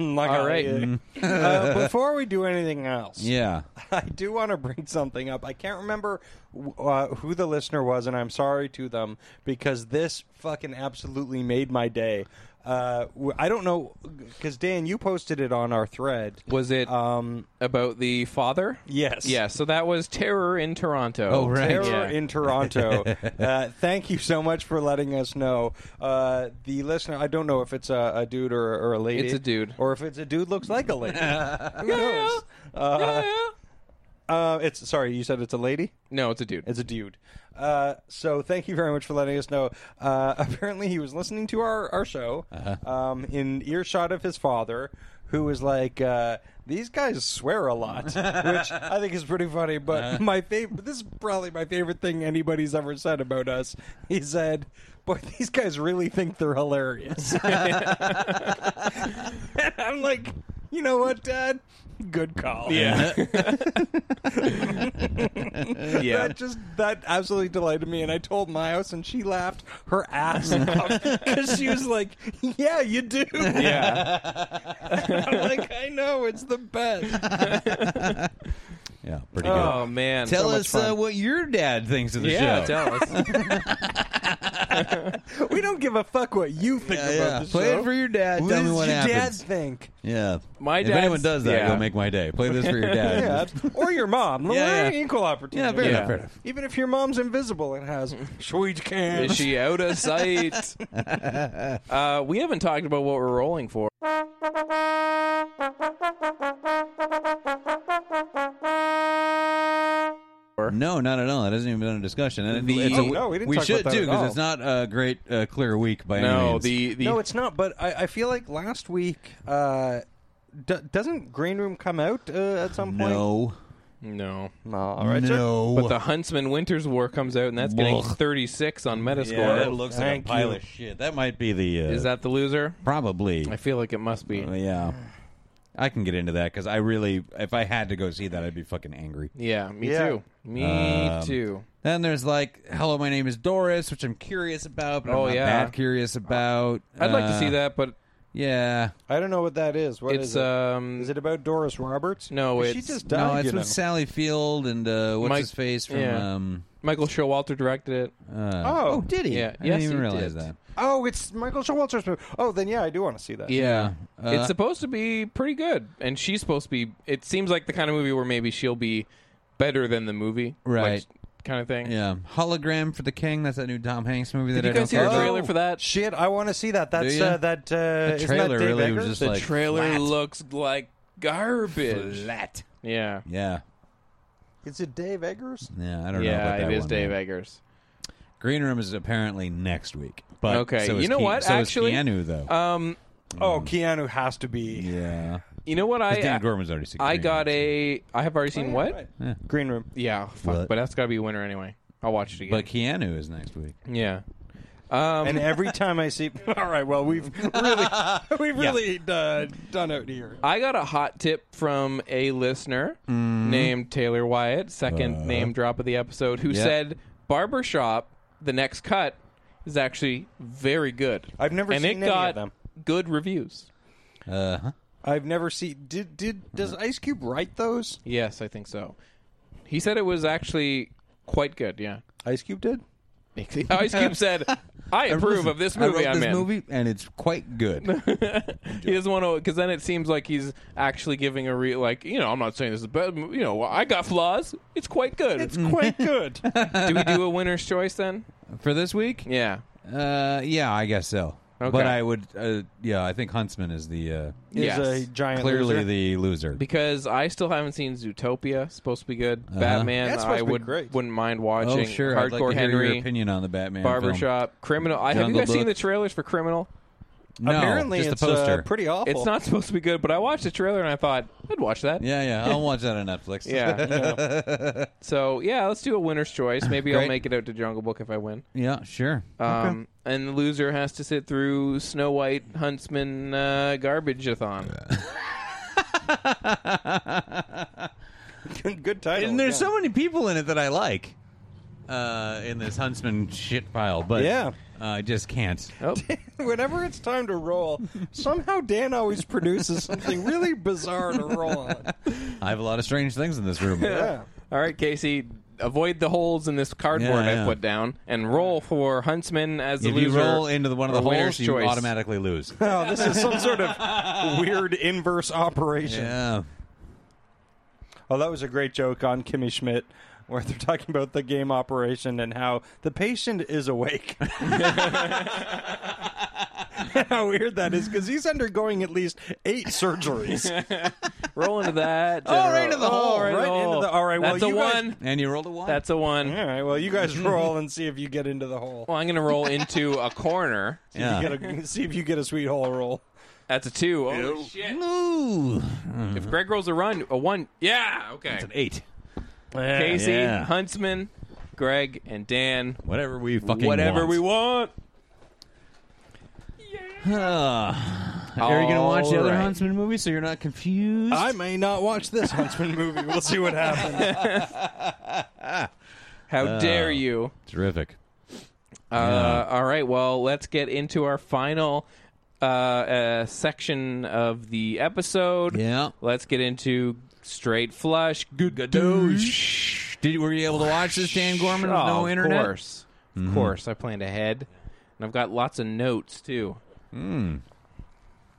Speaker 2: Like
Speaker 1: All
Speaker 2: I-
Speaker 1: right.
Speaker 2: uh, before we do anything else,
Speaker 3: Mm. Yeah.
Speaker 2: I do want to bring something up. I can't remember w- uh, who the listener was, and I'm sorry to them because this fucking absolutely made my day. Uh, w- I don't know because Dan, you posted it on our thread.
Speaker 1: Was it
Speaker 2: Um,
Speaker 1: about the father?
Speaker 2: Yes.
Speaker 1: Yeah. So that was Terror in Toronto.
Speaker 3: Oh, right.
Speaker 2: Terror
Speaker 1: Yeah.
Speaker 2: in Toronto. uh, thank you so much for letting us know. Uh, the listener, I don't know if it's a, a dude or, or a lady.
Speaker 1: It's a dude.
Speaker 2: Or if it's a dude looks like a lady. Who knows? Uh, uh, it's sorry, you said it's a lady.
Speaker 1: No, it's a dude.
Speaker 2: It's a dude. Uh, so thank you very much for letting us know. Uh, apparently, he was listening to our our show
Speaker 1: Uh-huh.
Speaker 2: um, in earshot of his father, who was like, uh, "These guys swear a lot," which I think is pretty funny. But
Speaker 1: Uh-huh.
Speaker 2: my favorite, this is probably my favorite thing anybody's ever said about us. He said. Boy, these guys really think they're hilarious. And I'm like, you know what, Dad? Good call.
Speaker 1: yeah. yeah.
Speaker 2: That just that absolutely delighted me, and I told Myos, and she laughed her ass off because she was like, "Yeah, you do."
Speaker 1: Yeah.
Speaker 2: I'm like, I know it's the best.
Speaker 3: Yeah. Pretty good.
Speaker 1: Oh man.
Speaker 3: tell
Speaker 2: much
Speaker 3: us uh,
Speaker 2: fun.
Speaker 3: what your dad thinks of the
Speaker 1: yeah.
Speaker 3: show.
Speaker 1: Tell us.
Speaker 2: We don't give a fuck what you think
Speaker 3: Yeah,
Speaker 2: about
Speaker 3: yeah.
Speaker 2: the
Speaker 3: Play
Speaker 2: show.
Speaker 3: it for your dad.
Speaker 2: What
Speaker 3: tell me
Speaker 2: does
Speaker 3: what
Speaker 2: your dad
Speaker 3: happens.
Speaker 2: think?
Speaker 3: Yeah.
Speaker 1: My
Speaker 3: if
Speaker 1: dad's-
Speaker 3: anyone does that,
Speaker 1: yeah.
Speaker 3: you'll make my day. Play this for your dad.
Speaker 2: Yeah, or your mom.
Speaker 3: Yeah, yeah.
Speaker 2: Equal opportunity.
Speaker 3: Yeah, fair
Speaker 1: Yeah.
Speaker 3: enough. Fair enough.
Speaker 2: Even if your mom's invisible and has sweet
Speaker 1: Is
Speaker 2: cans.
Speaker 1: she out of sight? uh, we haven't talked about what we're rolling for.
Speaker 3: No, not at all. That hasn't even been a discussion. And
Speaker 1: The-
Speaker 3: it's a,
Speaker 1: Oh,
Speaker 2: no, we didn't talk
Speaker 3: should
Speaker 2: about that
Speaker 3: too
Speaker 2: at
Speaker 3: because
Speaker 2: all.
Speaker 3: it's not a great uh, clear week by any
Speaker 1: No,
Speaker 3: means.
Speaker 1: the the
Speaker 2: No, it's not. But I, I feel like last week. Uh, d- doesn't Green Room come out uh, at some point?
Speaker 3: no,
Speaker 1: no.
Speaker 2: No. All right, sir.
Speaker 3: no.
Speaker 1: But the Huntsman Winter's War comes out, and that's getting
Speaker 3: Ugh.
Speaker 1: 36 on Metascore.
Speaker 3: yeah, that looks like
Speaker 2: Thank
Speaker 3: a pile
Speaker 2: you.
Speaker 3: of shit. That might be the uh,
Speaker 1: Is that the loser?
Speaker 3: probably. uh,
Speaker 1: I feel like it must be.
Speaker 3: yeah, I can get into that because I really, if I had to go see that, I'd be fucking angry.
Speaker 1: Yeah, me
Speaker 2: Yeah.
Speaker 1: too. Me
Speaker 3: Um,
Speaker 1: too.
Speaker 3: Then there's like, hello, my name is Doris, which I'm curious about, but
Speaker 1: Oh,
Speaker 3: I'm not
Speaker 1: yeah.
Speaker 3: that curious about.
Speaker 1: I'd like to
Speaker 3: Uh,
Speaker 1: see that, but
Speaker 3: Yeah,
Speaker 2: I don't know what that is. What is
Speaker 1: it's
Speaker 2: it?
Speaker 1: um
Speaker 2: Is it about Doris Roberts?
Speaker 1: No,
Speaker 2: 'Cause
Speaker 1: it's-
Speaker 2: she just died.
Speaker 3: no, it's
Speaker 2: you
Speaker 3: with
Speaker 2: know.
Speaker 3: Sally Field and uh, what's
Speaker 1: Mike-
Speaker 3: his face from.
Speaker 1: yeah.
Speaker 3: Um,
Speaker 1: Michael Showalter directed it.
Speaker 3: uh,
Speaker 2: Oh.
Speaker 3: did he?
Speaker 1: Yeah.
Speaker 3: I
Speaker 1: Yes,
Speaker 3: didn't even
Speaker 1: he
Speaker 3: realize
Speaker 1: did.
Speaker 3: that.
Speaker 2: oh, it's Michael Showalter's movie. Oh, then yeah, I do want to see that.
Speaker 1: Yeah.
Speaker 3: Yeah. Uh,
Speaker 1: it's supposed to be pretty good. And she's supposed to be it seems like the kind of movie where maybe she'll be better than the movie.
Speaker 3: Right.
Speaker 1: Like, kind of thing.
Speaker 3: Yeah, hologram for the king. That's that new Tom Hanks movie that
Speaker 1: you
Speaker 3: I
Speaker 1: guys
Speaker 3: don't
Speaker 1: see
Speaker 3: care
Speaker 1: the
Speaker 3: about.
Speaker 1: trailer for that?
Speaker 2: Oh, Shit, I want to see that.
Speaker 3: Do
Speaker 2: That's
Speaker 3: ya?
Speaker 2: uh, that. Uh,
Speaker 3: The
Speaker 2: isn't that
Speaker 3: trailer
Speaker 2: Dave
Speaker 3: really
Speaker 2: Eggers?
Speaker 3: was just
Speaker 1: The
Speaker 3: like
Speaker 1: trailer
Speaker 3: flat.
Speaker 1: looks like garbage.
Speaker 3: Flat.
Speaker 1: Yeah.
Speaker 3: Yeah,
Speaker 2: Is it Dave Eggers?
Speaker 3: yeah. I don't know
Speaker 1: Yeah,
Speaker 3: about that
Speaker 1: it is
Speaker 3: one,
Speaker 1: Dave
Speaker 3: man.
Speaker 1: Eggers.
Speaker 3: Green Room is apparently next week. But
Speaker 1: Okay,
Speaker 3: so is
Speaker 1: you know
Speaker 3: Ke-
Speaker 1: what,
Speaker 3: So
Speaker 1: actually-
Speaker 3: is Keanu though.
Speaker 1: Um
Speaker 2: Oh, Keanu has to be
Speaker 3: Mm. yeah,
Speaker 1: you know what
Speaker 3: 'Cause
Speaker 1: I uh,
Speaker 3: Dan Gorman's already seen.
Speaker 1: I
Speaker 3: Green
Speaker 1: got
Speaker 3: Room,
Speaker 1: a I have
Speaker 2: Oh,
Speaker 1: already seen what?
Speaker 2: Green Room.
Speaker 1: Yeah, fuck,
Speaker 3: What?
Speaker 1: but that's got to be a winner anyway. I'll watch it
Speaker 3: so-
Speaker 1: again.
Speaker 3: But Keanu is next week.
Speaker 1: yeah. Um
Speaker 2: And every time I see, all right, well, we've really, we've really uh, done out here.
Speaker 1: I got a hot tip from a listener named Taylor Wyatt, second name drop of the episode, who
Speaker 3: Yeah.
Speaker 1: said Barbershop, the next cut, is actually very good.
Speaker 2: I've never
Speaker 1: and
Speaker 2: seen
Speaker 1: it
Speaker 2: any of
Speaker 1: got
Speaker 2: them.
Speaker 1: good reviews.
Speaker 3: Uh huh.
Speaker 2: I've never seen. Did did does Ice Cube write those?
Speaker 1: Yes, I think so. He said it was actually quite good, yeah.
Speaker 2: Ice Cube did.
Speaker 1: Ice Cube said, I approve of this movie
Speaker 3: I wrote
Speaker 1: I'm
Speaker 3: this
Speaker 1: in.
Speaker 3: movie, and it's quite good.
Speaker 1: He doesn't want to, because then it seems like he's actually giving a real, like, you know, I'm not saying this is bad, you know, I got flaws. It's quite good.
Speaker 2: It's quite good.
Speaker 1: do we do a winner's choice then?
Speaker 3: for this week,
Speaker 1: Yeah.
Speaker 3: uh, yeah, I guess so.
Speaker 1: Okay.
Speaker 3: But I would, uh, yeah, I think Huntsman is the uh,
Speaker 2: He's
Speaker 1: Yes.
Speaker 2: a giant
Speaker 3: clearly
Speaker 2: loser.
Speaker 3: the loser.
Speaker 1: because I still haven't seen Zootopia. Supposed to be good. Batman.
Speaker 2: That's supposed
Speaker 1: I
Speaker 2: to be
Speaker 1: would
Speaker 2: great.
Speaker 1: wouldn't mind watching.
Speaker 3: Uh-huh. oh sure,
Speaker 1: Hardcore
Speaker 3: I'd like to hear
Speaker 1: Henry.
Speaker 3: your opinion on the Batman film.
Speaker 1: Barbershop. Criminal. I, have you
Speaker 3: Jungle
Speaker 1: guys seen
Speaker 3: Book.
Speaker 1: the trailers for Criminal?
Speaker 3: No,
Speaker 2: Apparently,
Speaker 3: just the
Speaker 2: it's uh,
Speaker 3: poster.
Speaker 2: pretty awful.
Speaker 1: It's not supposed to be good, but I watched the trailer and I thought I'd watch that.
Speaker 3: Yeah, yeah. I'll watch that on Netflix.
Speaker 1: Yeah. yeah. so yeah, let's do a winner's choice. Maybe I'll
Speaker 3: Great.
Speaker 1: make it out to Jungle Book if I win.
Speaker 3: yeah, sure.
Speaker 1: Um, And the loser has to sit through Snow White Huntsman uh, garbage-a-thon.
Speaker 2: good title.
Speaker 3: and there's
Speaker 2: yeah.
Speaker 3: so many people in it that I like. Uh, in this huntsman shit pile, but
Speaker 2: Yeah.
Speaker 3: uh, I just can't.
Speaker 1: Oh,
Speaker 2: Whenever it's time to roll, somehow Dan always produces something really bizarre to roll on.
Speaker 3: I have a lot of strange things in this room.
Speaker 2: Yeah.
Speaker 1: all right, Casey. Avoid the holes in this cardboard
Speaker 3: Yeah, yeah.
Speaker 1: I put down and roll for Huntsman as the
Speaker 3: If you
Speaker 1: loser.
Speaker 3: roll into the, one of the
Speaker 1: or winner's
Speaker 3: holes, you
Speaker 1: choice.
Speaker 3: automatically lose.
Speaker 2: No, Oh, this is some sort of weird inverse operation.
Speaker 3: yeah.
Speaker 2: Oh, that was a great joke on Kimmy Schmidt, where they're talking about the game operation and how the patient is awake. how weird that is, because he's undergoing at least eight surgeries.
Speaker 1: Roll into that.
Speaker 3: Oh, right into the
Speaker 1: General.
Speaker 3: hole,
Speaker 1: Oh,
Speaker 2: right into
Speaker 1: hole.
Speaker 2: the- all right, well,
Speaker 1: That's a
Speaker 2: you guys-
Speaker 1: one.
Speaker 3: And you rolled a one.
Speaker 1: That's a one.
Speaker 2: All right, well, you guys roll and see if you get into the hole.
Speaker 1: Well, I'm going to roll into a corner.
Speaker 3: yeah.
Speaker 2: You get a- see if you get a sweet hole roll.
Speaker 1: That's a two. Oh, shit.
Speaker 3: Ooh.
Speaker 1: If Greg rolls a run, a one. Yeah, okay.
Speaker 3: It's an eight.
Speaker 1: Casey,
Speaker 3: Yeah.
Speaker 1: Huntsman, Greg, and Dan.
Speaker 3: Whatever we fucking
Speaker 1: Whatever
Speaker 3: want.
Speaker 1: we want.
Speaker 3: Are you going to watch the other
Speaker 1: Alright.
Speaker 3: Huntsman movie so you're not confused?
Speaker 2: I may not watch this Huntsman movie. We'll see what happens.
Speaker 1: How
Speaker 3: Uh,
Speaker 1: dare you?
Speaker 3: Terrific.
Speaker 1: Uh, all right. Well, let's get into our final uh, uh, section of the episode.
Speaker 3: Yeah.
Speaker 1: Let's get into straight flush. Good
Speaker 3: Mm-hmm.
Speaker 1: douche.
Speaker 3: Oh, Did were you able to watch this Dan Gorman with
Speaker 1: Oh,
Speaker 3: no internet? Mm-hmm.
Speaker 1: Of course. Of course. I planned ahead. And I've got lots of notes, too.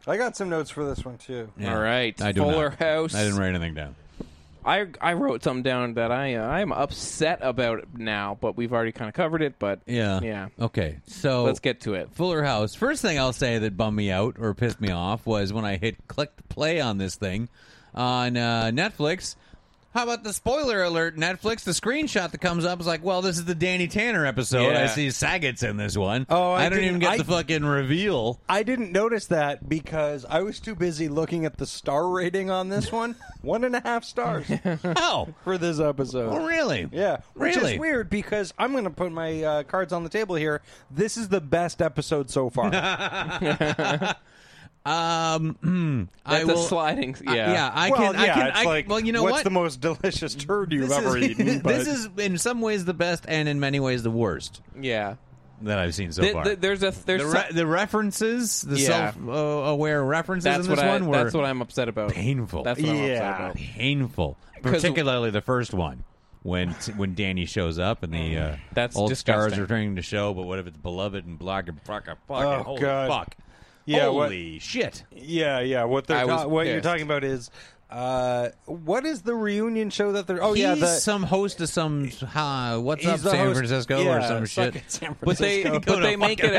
Speaker 2: I got some notes for this one too.
Speaker 3: Yeah.
Speaker 1: All right.
Speaker 3: I do
Speaker 1: Fuller
Speaker 3: not.
Speaker 1: House.
Speaker 3: I didn't write anything down.
Speaker 1: I I wrote something down that I uh, I am upset about now, but we've already kind of covered it. But
Speaker 3: Yeah.
Speaker 1: yeah.
Speaker 3: Okay. So
Speaker 1: Let's get to it.
Speaker 3: Fuller House. First thing I'll say that bummed me out or pissed me off was when I hit click the play on this thing on uh, Netflix. How about the spoiler alert? Netflix. The screenshot that comes up is like, "Well, this is the Danny Tanner episode.
Speaker 1: Yeah.
Speaker 3: I see Saget's in this one.
Speaker 2: Oh, I
Speaker 3: don't
Speaker 2: didn't-
Speaker 3: even get
Speaker 2: I-
Speaker 3: the fucking reveal.
Speaker 2: I didn't notice that because I was too busy looking at the star rating on this one. one and a half stars
Speaker 3: How?
Speaker 2: for this episode.
Speaker 3: Oh, really?
Speaker 2: Yeah, which
Speaker 3: really
Speaker 2: is weird because I'm going to put my uh, cards on the table here. This is the best episode so far.
Speaker 3: Um, I
Speaker 1: That's
Speaker 3: will.
Speaker 1: a sliding. Yeah.
Speaker 3: I- yeah, I
Speaker 2: well,
Speaker 3: can.
Speaker 2: yeah,
Speaker 3: I can.
Speaker 2: it's
Speaker 3: I,
Speaker 2: like
Speaker 3: well, you know
Speaker 2: what's
Speaker 3: what?
Speaker 2: the most delicious turd you've
Speaker 3: this
Speaker 2: ever
Speaker 3: is,
Speaker 2: eaten? But
Speaker 3: this is in some ways the best, and in many ways the worst
Speaker 1: Yeah.
Speaker 3: that I've seen so
Speaker 1: Th-
Speaker 3: far.
Speaker 1: th- there's a there's
Speaker 3: the,
Speaker 1: some-
Speaker 3: re- the references, the
Speaker 1: Yeah.
Speaker 3: self-aware references
Speaker 1: that's
Speaker 3: in
Speaker 1: what
Speaker 3: this
Speaker 1: I
Speaker 3: one were
Speaker 1: that's what I'm upset about.
Speaker 3: painful.
Speaker 1: That's what I'm upset
Speaker 2: Yeah.
Speaker 1: about.
Speaker 3: painful,
Speaker 1: 'Cause-
Speaker 3: particularly the first one when when Danny shows up and the uh,
Speaker 1: Mm, That's
Speaker 3: old stars
Speaker 1: disgusting.
Speaker 3: returning to show. But what if it's beloved and block and fuck and fuck
Speaker 2: Oh,
Speaker 3: and holy
Speaker 2: God.
Speaker 3: fuck?
Speaker 2: Yeah, what-
Speaker 3: holy shit!
Speaker 2: yeah, yeah. What they're
Speaker 1: I was
Speaker 2: ta- what you're
Speaker 1: pissed.
Speaker 2: talking about is uh, what is the reunion show that they're? Oh yeah,
Speaker 3: he's
Speaker 2: the,
Speaker 3: some host of some uh, what's
Speaker 2: he's
Speaker 3: up
Speaker 2: the
Speaker 3: San
Speaker 2: host-
Speaker 3: Francisco or
Speaker 2: yeah,
Speaker 3: some
Speaker 2: suck
Speaker 3: shit.
Speaker 2: it, San
Speaker 1: But they
Speaker 2: Francisco.
Speaker 1: but they make it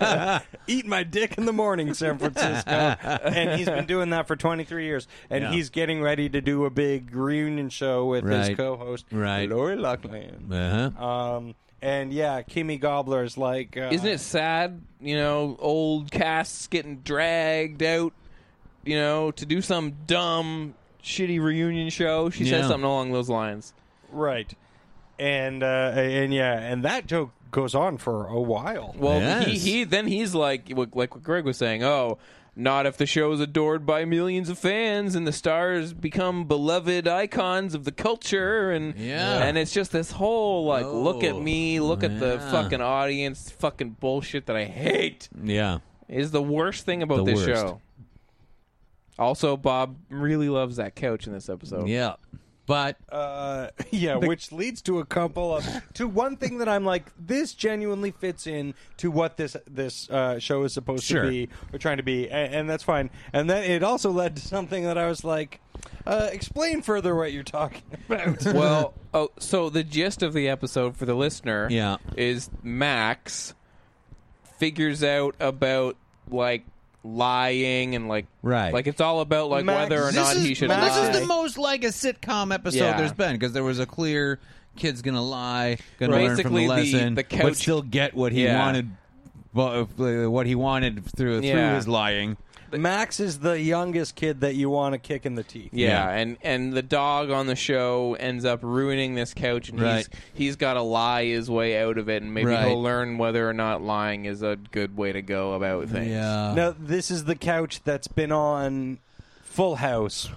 Speaker 1: out.
Speaker 2: eat my dick in the morning, San Francisco. and he's been doing that for 23 years. And
Speaker 3: Yeah.
Speaker 2: he's getting ready to do a big reunion show with
Speaker 3: Right.
Speaker 2: his co host,
Speaker 3: Right.
Speaker 2: Lori Loughlin.
Speaker 3: Uh-huh.
Speaker 2: Um, and yeah, Kimmy Gobbler's like. Uh,
Speaker 1: Isn't it sad? You know, old casts getting dragged out. You know, to do some dumb, shitty reunion show. She
Speaker 3: Yeah.
Speaker 1: says something along those lines.
Speaker 2: Right. And, uh, and yeah, and that joke goes on for a while.
Speaker 1: Well,
Speaker 3: Yes.
Speaker 1: he, he then he's like like what Greg was saying. Oh, not if the show is adored by millions of fans and the stars become beloved icons of the culture and
Speaker 3: Yeah.
Speaker 1: and it's just this whole like look at
Speaker 3: Oh,
Speaker 1: me, look at the
Speaker 3: yeah.
Speaker 1: fucking audience, fucking bullshit that I hate
Speaker 3: Yeah.
Speaker 1: is the worst thing about
Speaker 3: The
Speaker 1: this
Speaker 3: worst.
Speaker 1: show. Also, Bob really loves that couch in this episode.
Speaker 3: Yeah. But
Speaker 2: Uh, yeah, which leads to a couple of to one thing that I'm like, this genuinely fits in to what this this uh, show is supposed
Speaker 3: Sure.
Speaker 2: to be or trying to be, and, and that's fine. And then it also led to something that I was like, uh, explain further what you're talking about.
Speaker 1: well, oh, so the gist of the episode for the listener,
Speaker 3: Yeah.
Speaker 1: is Max figures out about like lying and like
Speaker 3: Right.
Speaker 1: like it's all about like
Speaker 2: Max-
Speaker 1: whether or
Speaker 2: This
Speaker 1: not he should
Speaker 3: well,
Speaker 1: lie.
Speaker 3: this is the most like a sitcom episode
Speaker 1: Yeah.
Speaker 3: there's been because there was a clear kid's gonna lie, gonna learn from
Speaker 1: Basically,
Speaker 3: the
Speaker 1: the-
Speaker 3: lesson,
Speaker 1: the
Speaker 3: but
Speaker 1: couch-
Speaker 3: still get what he
Speaker 1: Yeah.
Speaker 3: wanted well, uh, what he wanted through through
Speaker 1: Yeah.
Speaker 3: his lying.
Speaker 2: Max is the youngest kid that you want to kick in the teeth.
Speaker 1: Yeah,
Speaker 3: Yeah.
Speaker 1: and and the dog on the show ends up ruining this couch, and
Speaker 3: Right.
Speaker 1: he's he's got to lie his way out of it, and maybe
Speaker 3: Right.
Speaker 1: he'll learn whether or not lying is a good way to go about things.
Speaker 2: No, this is the couch that's been on Full House.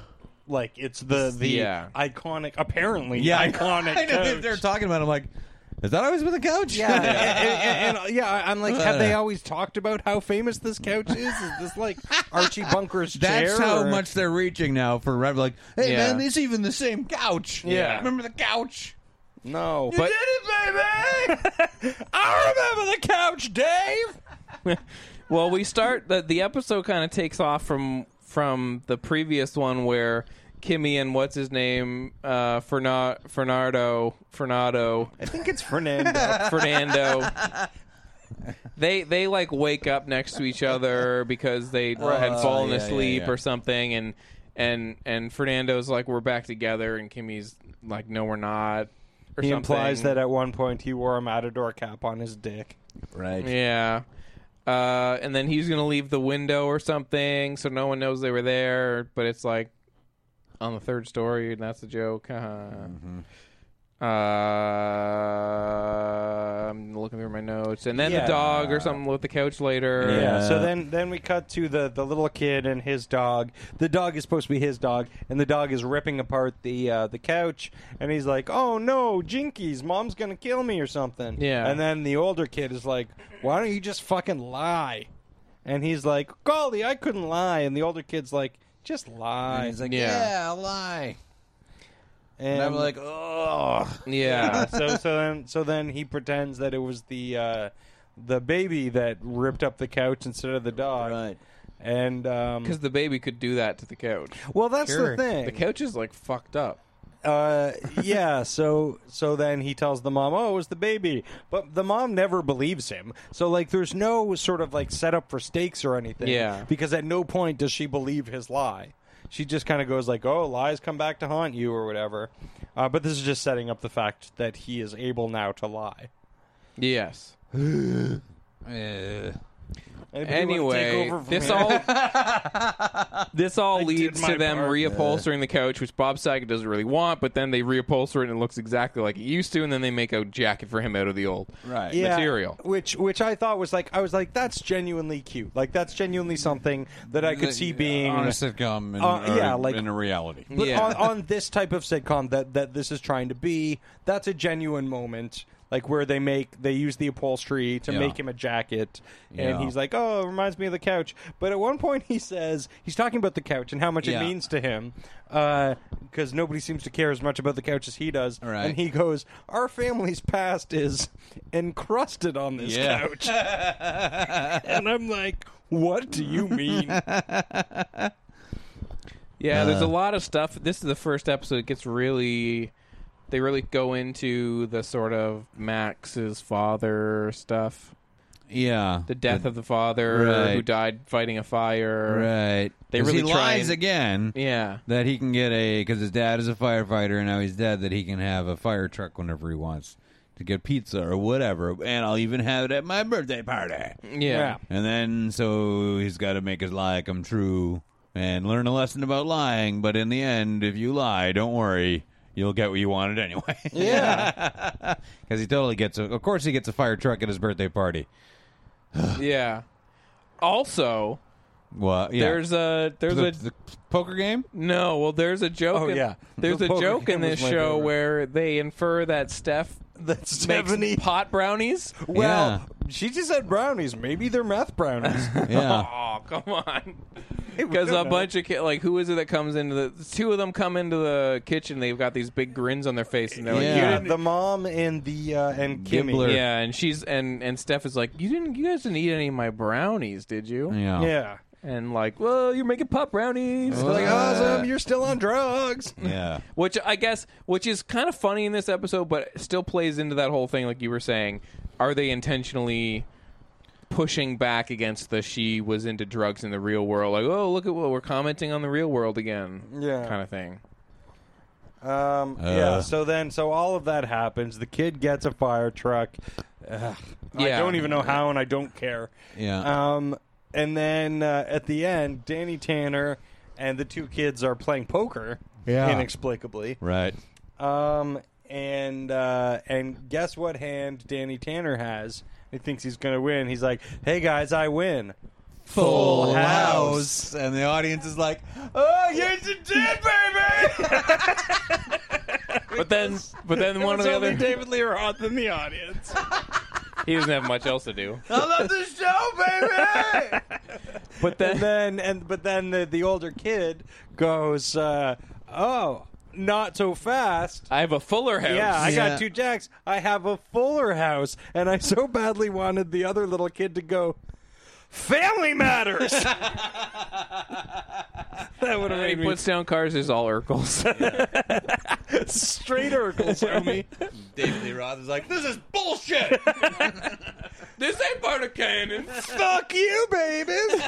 Speaker 2: Like it's the the
Speaker 1: Yeah.
Speaker 2: iconic, apparently
Speaker 3: yeah,
Speaker 2: iconic.
Speaker 3: I know
Speaker 2: couch.
Speaker 3: they're talking about. It, I'm like, is that always been the couch?
Speaker 2: Yeah, and, and- and- yeah. I'm like, have they always talked about how famous this couch is? Is this like Archie Bunker's chair?
Speaker 3: That's how
Speaker 2: or-
Speaker 3: much they're reaching now for rev. Like, hey
Speaker 1: Yeah.
Speaker 3: man, it's even the same couch.
Speaker 1: Yeah.
Speaker 3: remember the couch?
Speaker 2: No,
Speaker 1: But-
Speaker 2: it, baby. I remember the couch, Dave.
Speaker 1: Well, we start the the episode kind of takes off from from the previous one where Kimmy and what's his name, uh, Ferna- Fernardo, Fernando,
Speaker 2: I think it's Fernando.
Speaker 1: Fernando. They they like wake up next to each other because they had fallen
Speaker 3: yeah, yeah,
Speaker 1: asleep
Speaker 3: yeah.
Speaker 1: or something, and and and Fernando's like we're back together, and Kimmy's like no we're not. Or
Speaker 2: he
Speaker 1: something.
Speaker 2: implies that at one point he wore a matador cap on his dick.
Speaker 3: Right.
Speaker 1: Yeah. Uh, and then he's gonna leave the window or something, so no one knows they were there. But it's like on the third story, and that's a joke. uh-huh. Uh, I'm looking through my notes, and then
Speaker 2: Yeah.
Speaker 1: the dog or something with the couch later.
Speaker 2: Yeah. So then, then we cut to the the little kid and his dog. The dog is supposed to be his dog, and the dog is ripping apart the uh, the couch. And he's like, "Oh no, Jinkies! Mom's gonna kill me or something."
Speaker 1: Yeah.
Speaker 2: And then the older kid is like, "Why don't you just fucking lie?" And he's like, "Golly, I couldn't lie." And the older kid's like, "Just lie."
Speaker 3: He's like,
Speaker 1: Yeah.
Speaker 3: yeah, lie.
Speaker 2: And
Speaker 3: And I'm like, oh,
Speaker 1: yeah.
Speaker 2: so so then so then he pretends that it was the uh, the baby that ripped up the couch instead of the dog.
Speaker 3: Right.
Speaker 2: And um,
Speaker 1: Because the baby could do that to the couch.
Speaker 2: Well, that's the thing.
Speaker 1: The couch is like fucked up.
Speaker 2: Uh, yeah. So so then he tells the mom, "Oh, it was the baby," but the mom never believes him. So like, there's no sort of like setup for stakes or anything.
Speaker 1: Yeah.
Speaker 2: Because at no point does she believe his lie. She just kind of goes like, "Oh, lies come back to haunt you," or whatever. Uh, but this is just setting up the fact that he is able now to lie.
Speaker 1: Yes.
Speaker 2: Anybody wanna take
Speaker 1: Anyway,
Speaker 2: over from
Speaker 1: this
Speaker 2: here?
Speaker 1: all this all leads
Speaker 2: my
Speaker 1: to them
Speaker 2: part.
Speaker 1: reupholstering the couch, which Bob Saget doesn't really want. But then they reupholster it and it looks exactly like it used to, and then they make a jacket for him out of the old
Speaker 3: Right.
Speaker 1: material.
Speaker 2: Which which I thought was like I was like that's genuinely cute. Like that's genuinely something that I could see being
Speaker 3: on a sitcom and
Speaker 2: Uh,
Speaker 3: or
Speaker 2: yeah, like-
Speaker 3: in a reality.
Speaker 2: But
Speaker 1: Yeah.
Speaker 2: on, on this type of sitcom that that this is trying to be, that's a genuine moment. Like where they make they use the upholstery to
Speaker 3: Yeah.
Speaker 2: make him a jacket, and
Speaker 3: Yeah.
Speaker 2: he's like, "Oh, it reminds me of the couch." But at one point, he says he's talking about the couch and how much
Speaker 3: Yeah.
Speaker 2: it means to him, because nobody seems to care as much about the couch as he does.
Speaker 3: All right.
Speaker 2: And he goes, "Our family's past is encrusted on this
Speaker 3: Yeah.
Speaker 2: couch," and I'm like, "What do you mean?"
Speaker 1: Yeah, there's a lot of stuff. This is the first episode. It gets really. They really go into the sort of Max's father stuff.
Speaker 3: Yeah,
Speaker 1: The death of the father
Speaker 3: Right.
Speaker 1: who died fighting a fire.
Speaker 3: right.
Speaker 1: They
Speaker 3: 'Cause
Speaker 1: really
Speaker 3: he
Speaker 1: try
Speaker 3: lies
Speaker 1: and-
Speaker 3: again.
Speaker 1: Yeah.
Speaker 3: That he can get a because his dad is a firefighter and now he's dead. That he can have a fire truck whenever he wants to get pizza or whatever, and I'll even have it at my birthday party.
Speaker 1: Yeah.
Speaker 2: Yeah.
Speaker 3: And then so he's got to make his lie come true and learn a lesson about lying. But in the end, if you lie, don't worry, you'll get what you wanted anyway.
Speaker 2: Yeah.
Speaker 3: because he totally gets. A, of course, he gets a fire truck at his birthday party.
Speaker 1: Yeah. Also,
Speaker 3: Well, yeah.
Speaker 1: there's a there's
Speaker 3: the,
Speaker 1: a
Speaker 3: the poker game.
Speaker 1: No, well, there's a joke.
Speaker 2: Oh,
Speaker 1: in,
Speaker 2: yeah.
Speaker 1: there's
Speaker 2: The
Speaker 1: a
Speaker 2: poker
Speaker 1: joke in
Speaker 2: game was
Speaker 1: this
Speaker 2: my
Speaker 1: show
Speaker 2: favorite.
Speaker 1: where they infer that Steph
Speaker 2: That's
Speaker 1: makes
Speaker 2: Stephanie.
Speaker 1: pot brownies.
Speaker 2: Well, she just said brownies. Maybe they're meth brownies.
Speaker 3: Yeah.
Speaker 1: Oh, come on!
Speaker 2: we
Speaker 1: Because
Speaker 2: don't
Speaker 1: a
Speaker 2: know.
Speaker 1: bunch of ki- like, who is it that comes into the? Two of them come into the kitchen. They've got these big grins on their face, and they're
Speaker 3: Yeah.
Speaker 1: like, "You
Speaker 2: yeah,
Speaker 1: didn't."
Speaker 2: the mom and the uh, and Kimmy.
Speaker 3: Gibbler.
Speaker 1: Yeah, and she's and and Steph is like, "You didn't. You guys didn't eat any of my brownies, did you?"
Speaker 3: yeah.
Speaker 2: Yeah. Oh,
Speaker 1: And like, well, you're making pot brownies.
Speaker 2: They're like, awesome, you're still on drugs.
Speaker 3: Yeah.
Speaker 1: which I guess, which is kind of funny in this episode, but still plays into that whole thing, like you were saying. Are they intentionally pushing back against the she was into drugs in the real world? Like, oh, look at what we're commenting on the real world again,
Speaker 2: Yeah.
Speaker 1: kind of thing.
Speaker 2: Um,
Speaker 3: Uh.
Speaker 2: yeah. So then, so all of that happens. The kid gets a fire truck. Ugh.
Speaker 3: Yeah.
Speaker 2: I don't even know how, and I don't care.
Speaker 3: Yeah.
Speaker 2: Um, and then uh, at the end, Danny Tanner and the two kids are playing poker.
Speaker 4: Yeah.
Speaker 2: Inexplicably.
Speaker 3: Right.
Speaker 2: Um, and uh, and guess what hand Danny Tanner has? He thinks he's going to win. He's like, "Hey guys, I win."
Speaker 3: Full
Speaker 2: house.
Speaker 3: And the audience is like, oh, you're dead, baby!
Speaker 1: But then, but then one of the other
Speaker 2: David Lee Roth in the audience.
Speaker 1: he doesn't have much else to do.
Speaker 3: I love this show, baby!
Speaker 2: But then, then and but then the, the older kid goes, uh, "Oh, not so fast."
Speaker 1: I have a Fuller House.
Speaker 2: Yeah, I
Speaker 3: Yeah.
Speaker 2: got two jacks. I have a Fuller House, and I so badly wanted the other little kid to go. Family matters. that would have
Speaker 1: And
Speaker 2: made
Speaker 1: he
Speaker 2: me
Speaker 1: puts down cars as all Urkels.
Speaker 2: straight Urkel, homie.
Speaker 3: David Lee Roth is like, this is bullshit!
Speaker 1: this ain't part of canon.
Speaker 2: Fuck you, babies.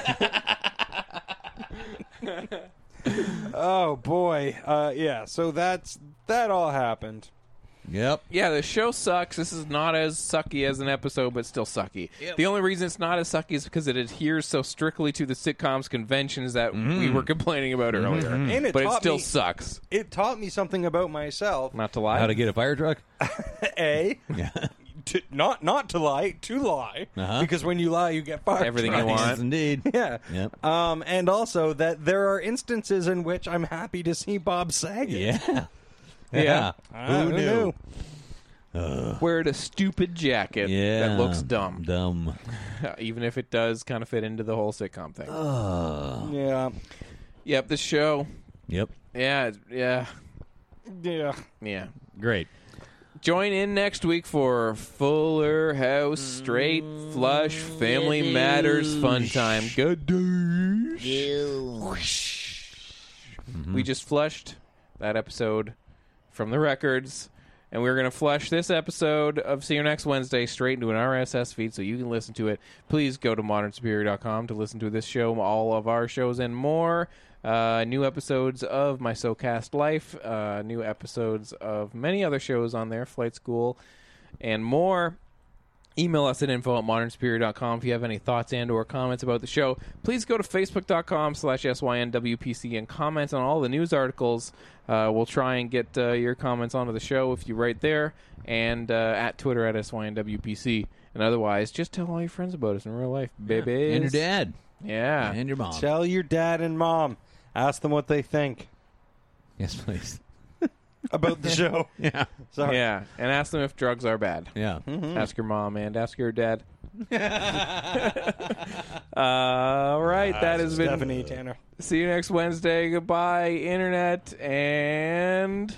Speaker 2: oh boy, uh, yeah. So that's that all happened.
Speaker 3: yep.
Speaker 1: Yeah, the show sucks. This is not as sucky as an episode, but still sucky. The only reason it's not as sucky is because it adheres so strictly to the sitcom's conventions that
Speaker 3: Mm-hmm.
Speaker 1: we were complaining about earlier.
Speaker 2: And it
Speaker 1: but it
Speaker 2: taught
Speaker 1: still
Speaker 2: me-
Speaker 1: sucks.
Speaker 2: It taught me something about myself.
Speaker 1: Not to lie.
Speaker 3: How to get a fire truck?
Speaker 2: A, to, not not to lie, to lie.
Speaker 3: Uh-huh.
Speaker 2: Because when you lie, you get fired.
Speaker 1: Everything you
Speaker 2: Right.
Speaker 1: want.
Speaker 3: Yes, indeed.
Speaker 2: Yeah.
Speaker 3: Yep.
Speaker 2: Um, and also that there are instances in which I'm happy to see Bob Saget.
Speaker 3: Yeah.
Speaker 1: Yeah.
Speaker 2: Ah, who, knew?
Speaker 1: Wearing a stupid jacket
Speaker 3: Yeah.
Speaker 1: that looks dumb,
Speaker 3: Dumb.
Speaker 1: even if it does kind of fit into the whole sitcom thing.
Speaker 2: Yeah.
Speaker 1: Yep, the show.
Speaker 3: Yep.
Speaker 1: Yeah, it's- yeah,
Speaker 2: Yeah.
Speaker 1: yeah.
Speaker 3: Great.
Speaker 1: Join in next week for Fuller House Straight Flush Family Matters
Speaker 3: Mm-hmm.
Speaker 1: Fun Time. Good douche. We just flushed that episode from the records, and we're going to flush this episode of See You Next Wednesday straight into an RSS feed so you can listen to it. Please go to modernsuperior.com to listen to this show, all of our shows, and more. Uh, new episodes of My SoCast Life, uh, new episodes of many other shows on there, Flight School, and more. Email us at info at modernsuperior.com if you have any thoughts and or comments about the show. Please go to facebook.com slash synwpc and comment on all the news articles. Uh, we'll try and get uh, your comments onto the show if you write there and uh, at Twitter at synwpc. And otherwise, just tell all your friends about us in real life, babies.
Speaker 3: And your dad.
Speaker 1: Yeah.
Speaker 3: And your mom.
Speaker 2: Tell your dad and mom. Ask them what they think
Speaker 3: Yes, please.
Speaker 2: about the show.
Speaker 3: Yeah.
Speaker 2: Sorry.
Speaker 1: yeah. And ask them if drugs are bad.
Speaker 3: Yeah.
Speaker 1: Ask your mom and ask your dad. All right. that has been
Speaker 2: Stephanie Tanner.
Speaker 1: See you next Wednesday. Goodbye, internet, and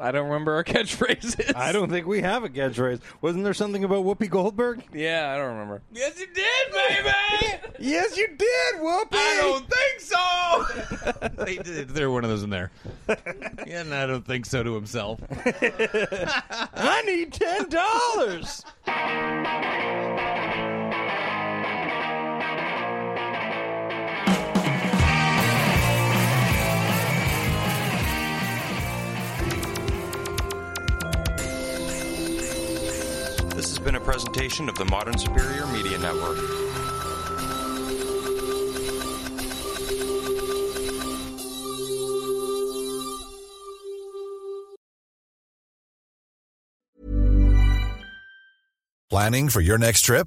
Speaker 1: I don't remember our catchphrases.
Speaker 2: I don't think we have a catchphrase. Wasn't there something about Whoopi Goldberg?
Speaker 1: Yeah, I don't remember.
Speaker 3: Yes, you did, baby!
Speaker 2: Yes, you did, Whoopi.
Speaker 3: think so. they did. They're one of those in there. yeah, and I don't think so to himself.
Speaker 2: I need ten dollars.
Speaker 5: This has been a presentation of the Modern Superior Media Network.
Speaker 6: Planning for your next trip?